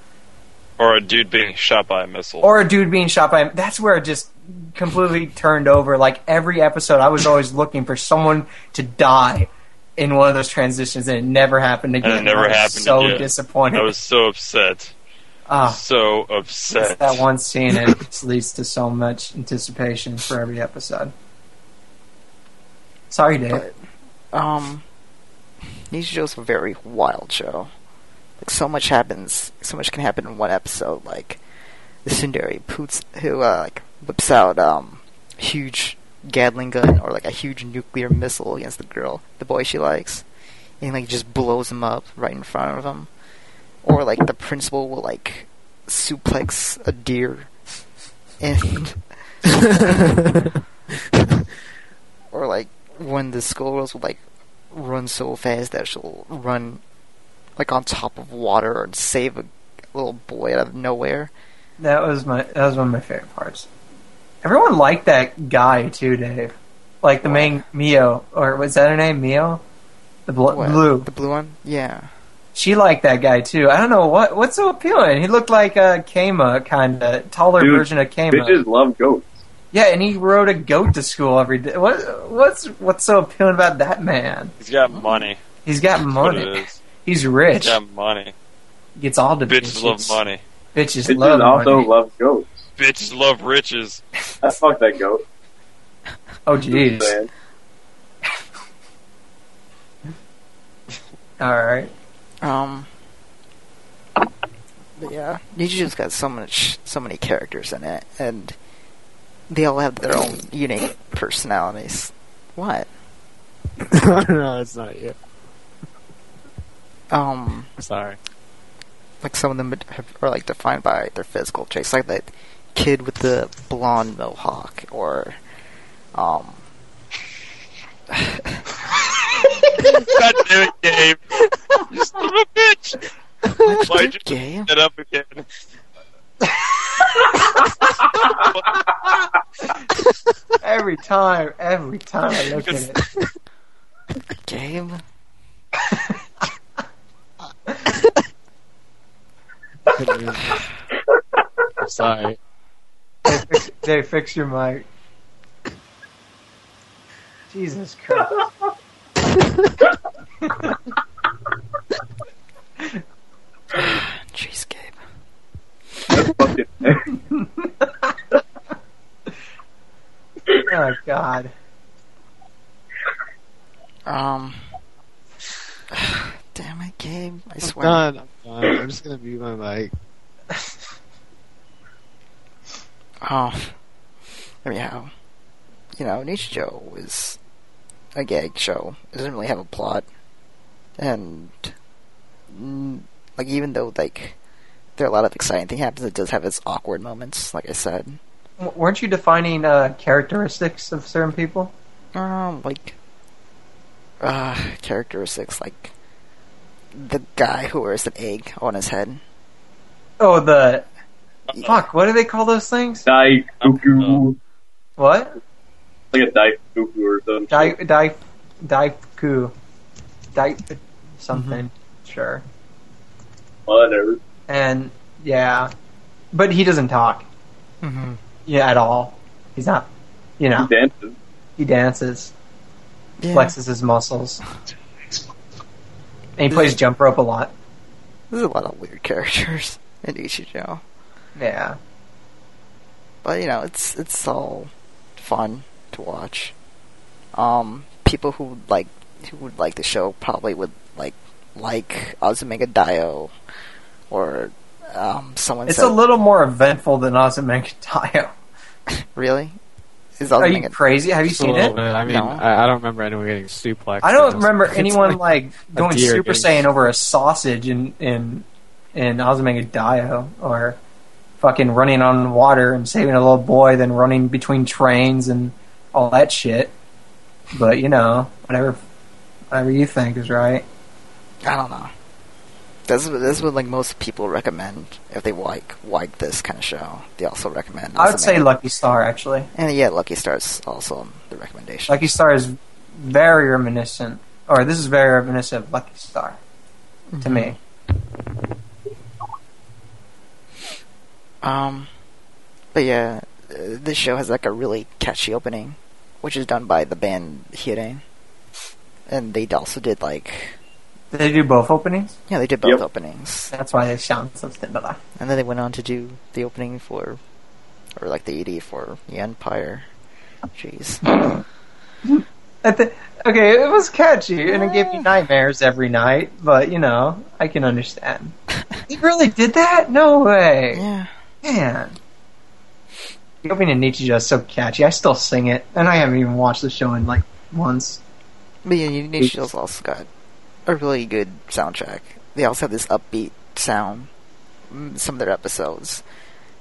[SPEAKER 3] Or a dude being shot by a missile.
[SPEAKER 2] or a dude being shot by that's where it just completely turned over. Like every episode, I was always looking for someone to die in one of those transitions, and it never happened again.
[SPEAKER 3] And it never
[SPEAKER 2] I was
[SPEAKER 3] happened
[SPEAKER 2] So
[SPEAKER 3] again.
[SPEAKER 2] disappointed.
[SPEAKER 3] I was so upset.
[SPEAKER 2] Ah,
[SPEAKER 3] So
[SPEAKER 2] it's
[SPEAKER 3] upset.
[SPEAKER 2] that one scene and it just leads to so much anticipation for every episode. Sorry, Dave.
[SPEAKER 6] But, um, Nijijo's a very wild show. Like, so much happens, so much can happen in one episode. Like, the Sundari poots, who, uh, like, whips out, um, huge Gatling gun or, like, a huge nuclear missile against the girl, the boy she likes, and, like, just blows him up right in front of him. Or, like, the principal will, like, suplex a deer. And. or, like, when the squirrels will like run so fast that she'll run like on top of water and save a little boy out of nowhere.
[SPEAKER 2] That was my that was one of my favorite parts. Everyone liked that guy too, Dave. Like the main Mio, or was that her name? Mio, the bl-
[SPEAKER 6] What,
[SPEAKER 2] blue.
[SPEAKER 6] The blue one? Yeah.
[SPEAKER 2] She liked that guy too. I don't know what what's so appealing. He looked like a Kama kind of taller
[SPEAKER 5] Dude,
[SPEAKER 2] version of Kama.
[SPEAKER 5] Bitches love goats.
[SPEAKER 2] Yeah, and he rode a goat to school every day. What what's what's so appealing about that man?
[SPEAKER 3] He's got money.
[SPEAKER 2] He's got
[SPEAKER 3] What it
[SPEAKER 2] money.
[SPEAKER 3] is.
[SPEAKER 2] He's
[SPEAKER 3] He's
[SPEAKER 2] rich.
[SPEAKER 3] got money.
[SPEAKER 2] Gets all the
[SPEAKER 3] Bitches
[SPEAKER 2] bitches.
[SPEAKER 3] love money.
[SPEAKER 2] Bitches,
[SPEAKER 5] Bitches
[SPEAKER 2] love
[SPEAKER 5] also
[SPEAKER 2] money.
[SPEAKER 5] love goats.
[SPEAKER 3] Bitches love riches.
[SPEAKER 5] I fuck that goat.
[SPEAKER 2] oh
[SPEAKER 5] Just
[SPEAKER 2] jeez.
[SPEAKER 5] saying.
[SPEAKER 2] All right.
[SPEAKER 6] Um but yeah, Nijijo's got so much so many characters in it and they all have their own unique personalities. What?
[SPEAKER 7] no, it's not you.
[SPEAKER 6] Um
[SPEAKER 7] Sorry.
[SPEAKER 6] like some of them have- are like defined by their physical traits, like that kid with the blonde mohawk, or um,
[SPEAKER 3] God damn it, Gabe. You son of a bitch. Why'd you
[SPEAKER 6] Gabe.
[SPEAKER 3] set up again?
[SPEAKER 2] Every time, every time I look at it.
[SPEAKER 6] Gabe.
[SPEAKER 7] Couldn't use it. I'm sorry.
[SPEAKER 2] They fix, they fix your mic. Jesus Christ. Oh,
[SPEAKER 6] Jeez, Gabe.
[SPEAKER 5] Fucking
[SPEAKER 2] Oh God.
[SPEAKER 6] Um, damn it, Gabe. I
[SPEAKER 7] I'm
[SPEAKER 6] swear.
[SPEAKER 7] done. I'm done. I'm just gonna mute my mic.
[SPEAKER 6] Oh, anyhow, you know, Nichijou is a gag show. It doesn't really have a plot, and mm, like even though like there are a lot of exciting things happens, it does have its awkward moments. Like I said,
[SPEAKER 2] W- Weren't you defining uh, characteristics of certain people?
[SPEAKER 6] um, like uh, characteristics like the guy who wears an egg on his head.
[SPEAKER 2] Oh, the fuck. What do they call those things? Uh,
[SPEAKER 5] Daifuku.
[SPEAKER 2] What?
[SPEAKER 5] Like a daifuku or something.
[SPEAKER 2] Dai dai daiku, dai something.
[SPEAKER 5] Mm-hmm.
[SPEAKER 2] Sure.
[SPEAKER 5] Whatever.
[SPEAKER 2] And yeah, but he doesn't talk.
[SPEAKER 6] Mm-hmm.
[SPEAKER 2] Yeah, at all. He's not. You know,
[SPEAKER 5] Dances.
[SPEAKER 2] he dances,
[SPEAKER 6] Yeah,
[SPEAKER 2] flexes his muscles, and he plays jump rope a lot.
[SPEAKER 6] there's a lot of weird characters in Nichijou.
[SPEAKER 2] Yeah.
[SPEAKER 6] but you know it's it's all fun to watch. Um, people who like who would like the show probably would like like Azumega Daio or um someone
[SPEAKER 2] It's
[SPEAKER 6] said
[SPEAKER 2] a little more eventful than Ozymandias.
[SPEAKER 6] really is
[SPEAKER 2] Are you
[SPEAKER 6] Azumega
[SPEAKER 2] crazy? Have you
[SPEAKER 7] A
[SPEAKER 2] seen
[SPEAKER 7] little
[SPEAKER 2] it?
[SPEAKER 7] bit. I mean,
[SPEAKER 6] No.
[SPEAKER 7] I, I don't remember anyone getting suplexed.
[SPEAKER 2] I
[SPEAKER 7] It was-
[SPEAKER 2] don't remember
[SPEAKER 7] it's
[SPEAKER 2] anyone
[SPEAKER 7] like-
[SPEAKER 2] like going
[SPEAKER 7] deer
[SPEAKER 2] Super
[SPEAKER 7] getting-
[SPEAKER 2] Saiyan over a sausage in in in Ozymandias or fucking running on water and saving a little boy, then running between trains and all that shit. But you know, whatever, whatever you think is right.
[SPEAKER 6] I don't know. That's what- that's what like most people recommend if they like like this kind of show. They also recommend.
[SPEAKER 2] I would say
[SPEAKER 6] Azumanga-
[SPEAKER 2] Lucky Star actually.
[SPEAKER 6] and yeah, Lucky Stars also on the recommendation.
[SPEAKER 2] Lucky Star is very reminiscent, or this is very reminiscent of Lucky Star
[SPEAKER 7] Mm-hmm.
[SPEAKER 2] to me.
[SPEAKER 6] Um, but yeah, uh, this show has like a really catchy opening, which is done by the band Hirane. And they also did like
[SPEAKER 2] Did they do both openings?
[SPEAKER 6] yeah, they did both
[SPEAKER 5] Yep.
[SPEAKER 6] openings,
[SPEAKER 2] That's why they sound so similar.
[SPEAKER 6] and then they went on to do the opening for, or like the ED for the Empire. Jeez.
[SPEAKER 2] I thi- okay, it was catchy and it gave me nightmares every night, but you know, I can understand. he really did that? No way.
[SPEAKER 6] Yeah.
[SPEAKER 2] Man. The opening to Nietzsche is so catchy. I still sing it, and I haven't even watched the show in like once.
[SPEAKER 6] But yeah, Unique Shields also got a really good soundtrack. They also have this upbeat sound, mm, some of their episodes,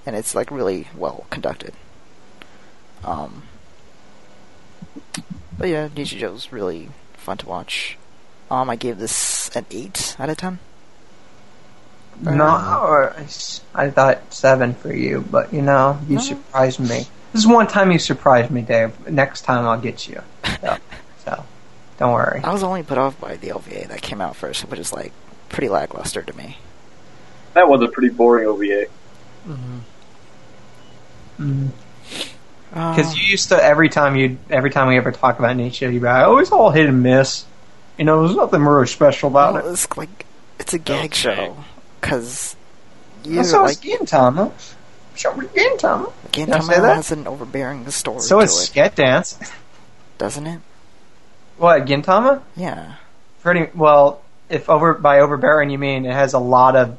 [SPEAKER 6] and it's like really well conducted. Um, but yeah, Nietzsche Joe's really fun to watch. Um, I gave this an 8 out of 10.
[SPEAKER 2] No, or I thought seven for you, but you know, you
[SPEAKER 6] No.
[SPEAKER 2] surprised me. This is one time you surprised me, Dave. Next time I'll get you. So, so don't worry.
[SPEAKER 1] Uh-huh.
[SPEAKER 6] I was only put off by the LVA that came out first, which is like pretty lackluster to me.
[SPEAKER 5] That was a pretty boring OVA.
[SPEAKER 6] Um,
[SPEAKER 2] Mm. Because you used to every time you every time we ever talk about Nietzsche, you'd be like, "Oh, it's all hit and miss." You know, there's nothing really special about
[SPEAKER 6] well,
[SPEAKER 2] it.
[SPEAKER 6] it's like it's a gag
[SPEAKER 3] Okay.
[SPEAKER 6] show because you
[SPEAKER 2] That's how
[SPEAKER 6] like
[SPEAKER 2] it's Game Time. Huh? Show me Game Time.
[SPEAKER 6] Again,
[SPEAKER 2] Can I
[SPEAKER 6] Tom
[SPEAKER 2] say that?
[SPEAKER 6] has an overbearing story
[SPEAKER 2] So
[SPEAKER 6] to
[SPEAKER 2] it's
[SPEAKER 6] it,
[SPEAKER 2] Sket Dance.
[SPEAKER 6] doesn't it?
[SPEAKER 2] What Gintama?
[SPEAKER 6] Yeah.
[SPEAKER 2] Pretty well. If over by overbearing you mean it has a lot of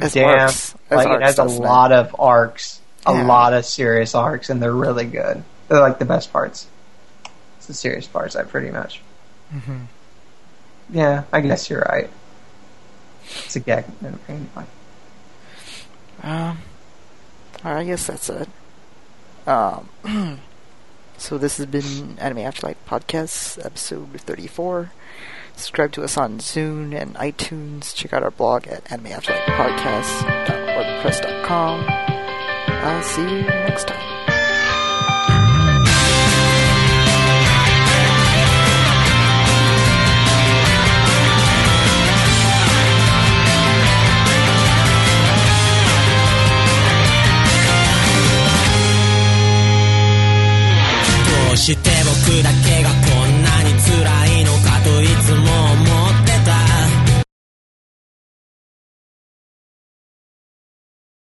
[SPEAKER 6] As
[SPEAKER 2] dance,
[SPEAKER 6] arcs- as
[SPEAKER 2] like it
[SPEAKER 6] arcs,
[SPEAKER 2] has a
[SPEAKER 6] doesn't it?
[SPEAKER 2] lot of arcs, a
[SPEAKER 6] Yeah.
[SPEAKER 2] lot of serious arcs, and they're really good. They're like the best parts. It's the serious parts, I pretty much.
[SPEAKER 6] Mhm.
[SPEAKER 2] Yeah, I guess you're right. It's a gag. Anyway.
[SPEAKER 6] Um, alright, I guess that's it. Um, so this has been Anime Afterlife Podcast, episode 34. Subscribe to us on Zune and iTunes. Check out our blog at animeafterlifepodcast.wordpress.com. I'll see you next time.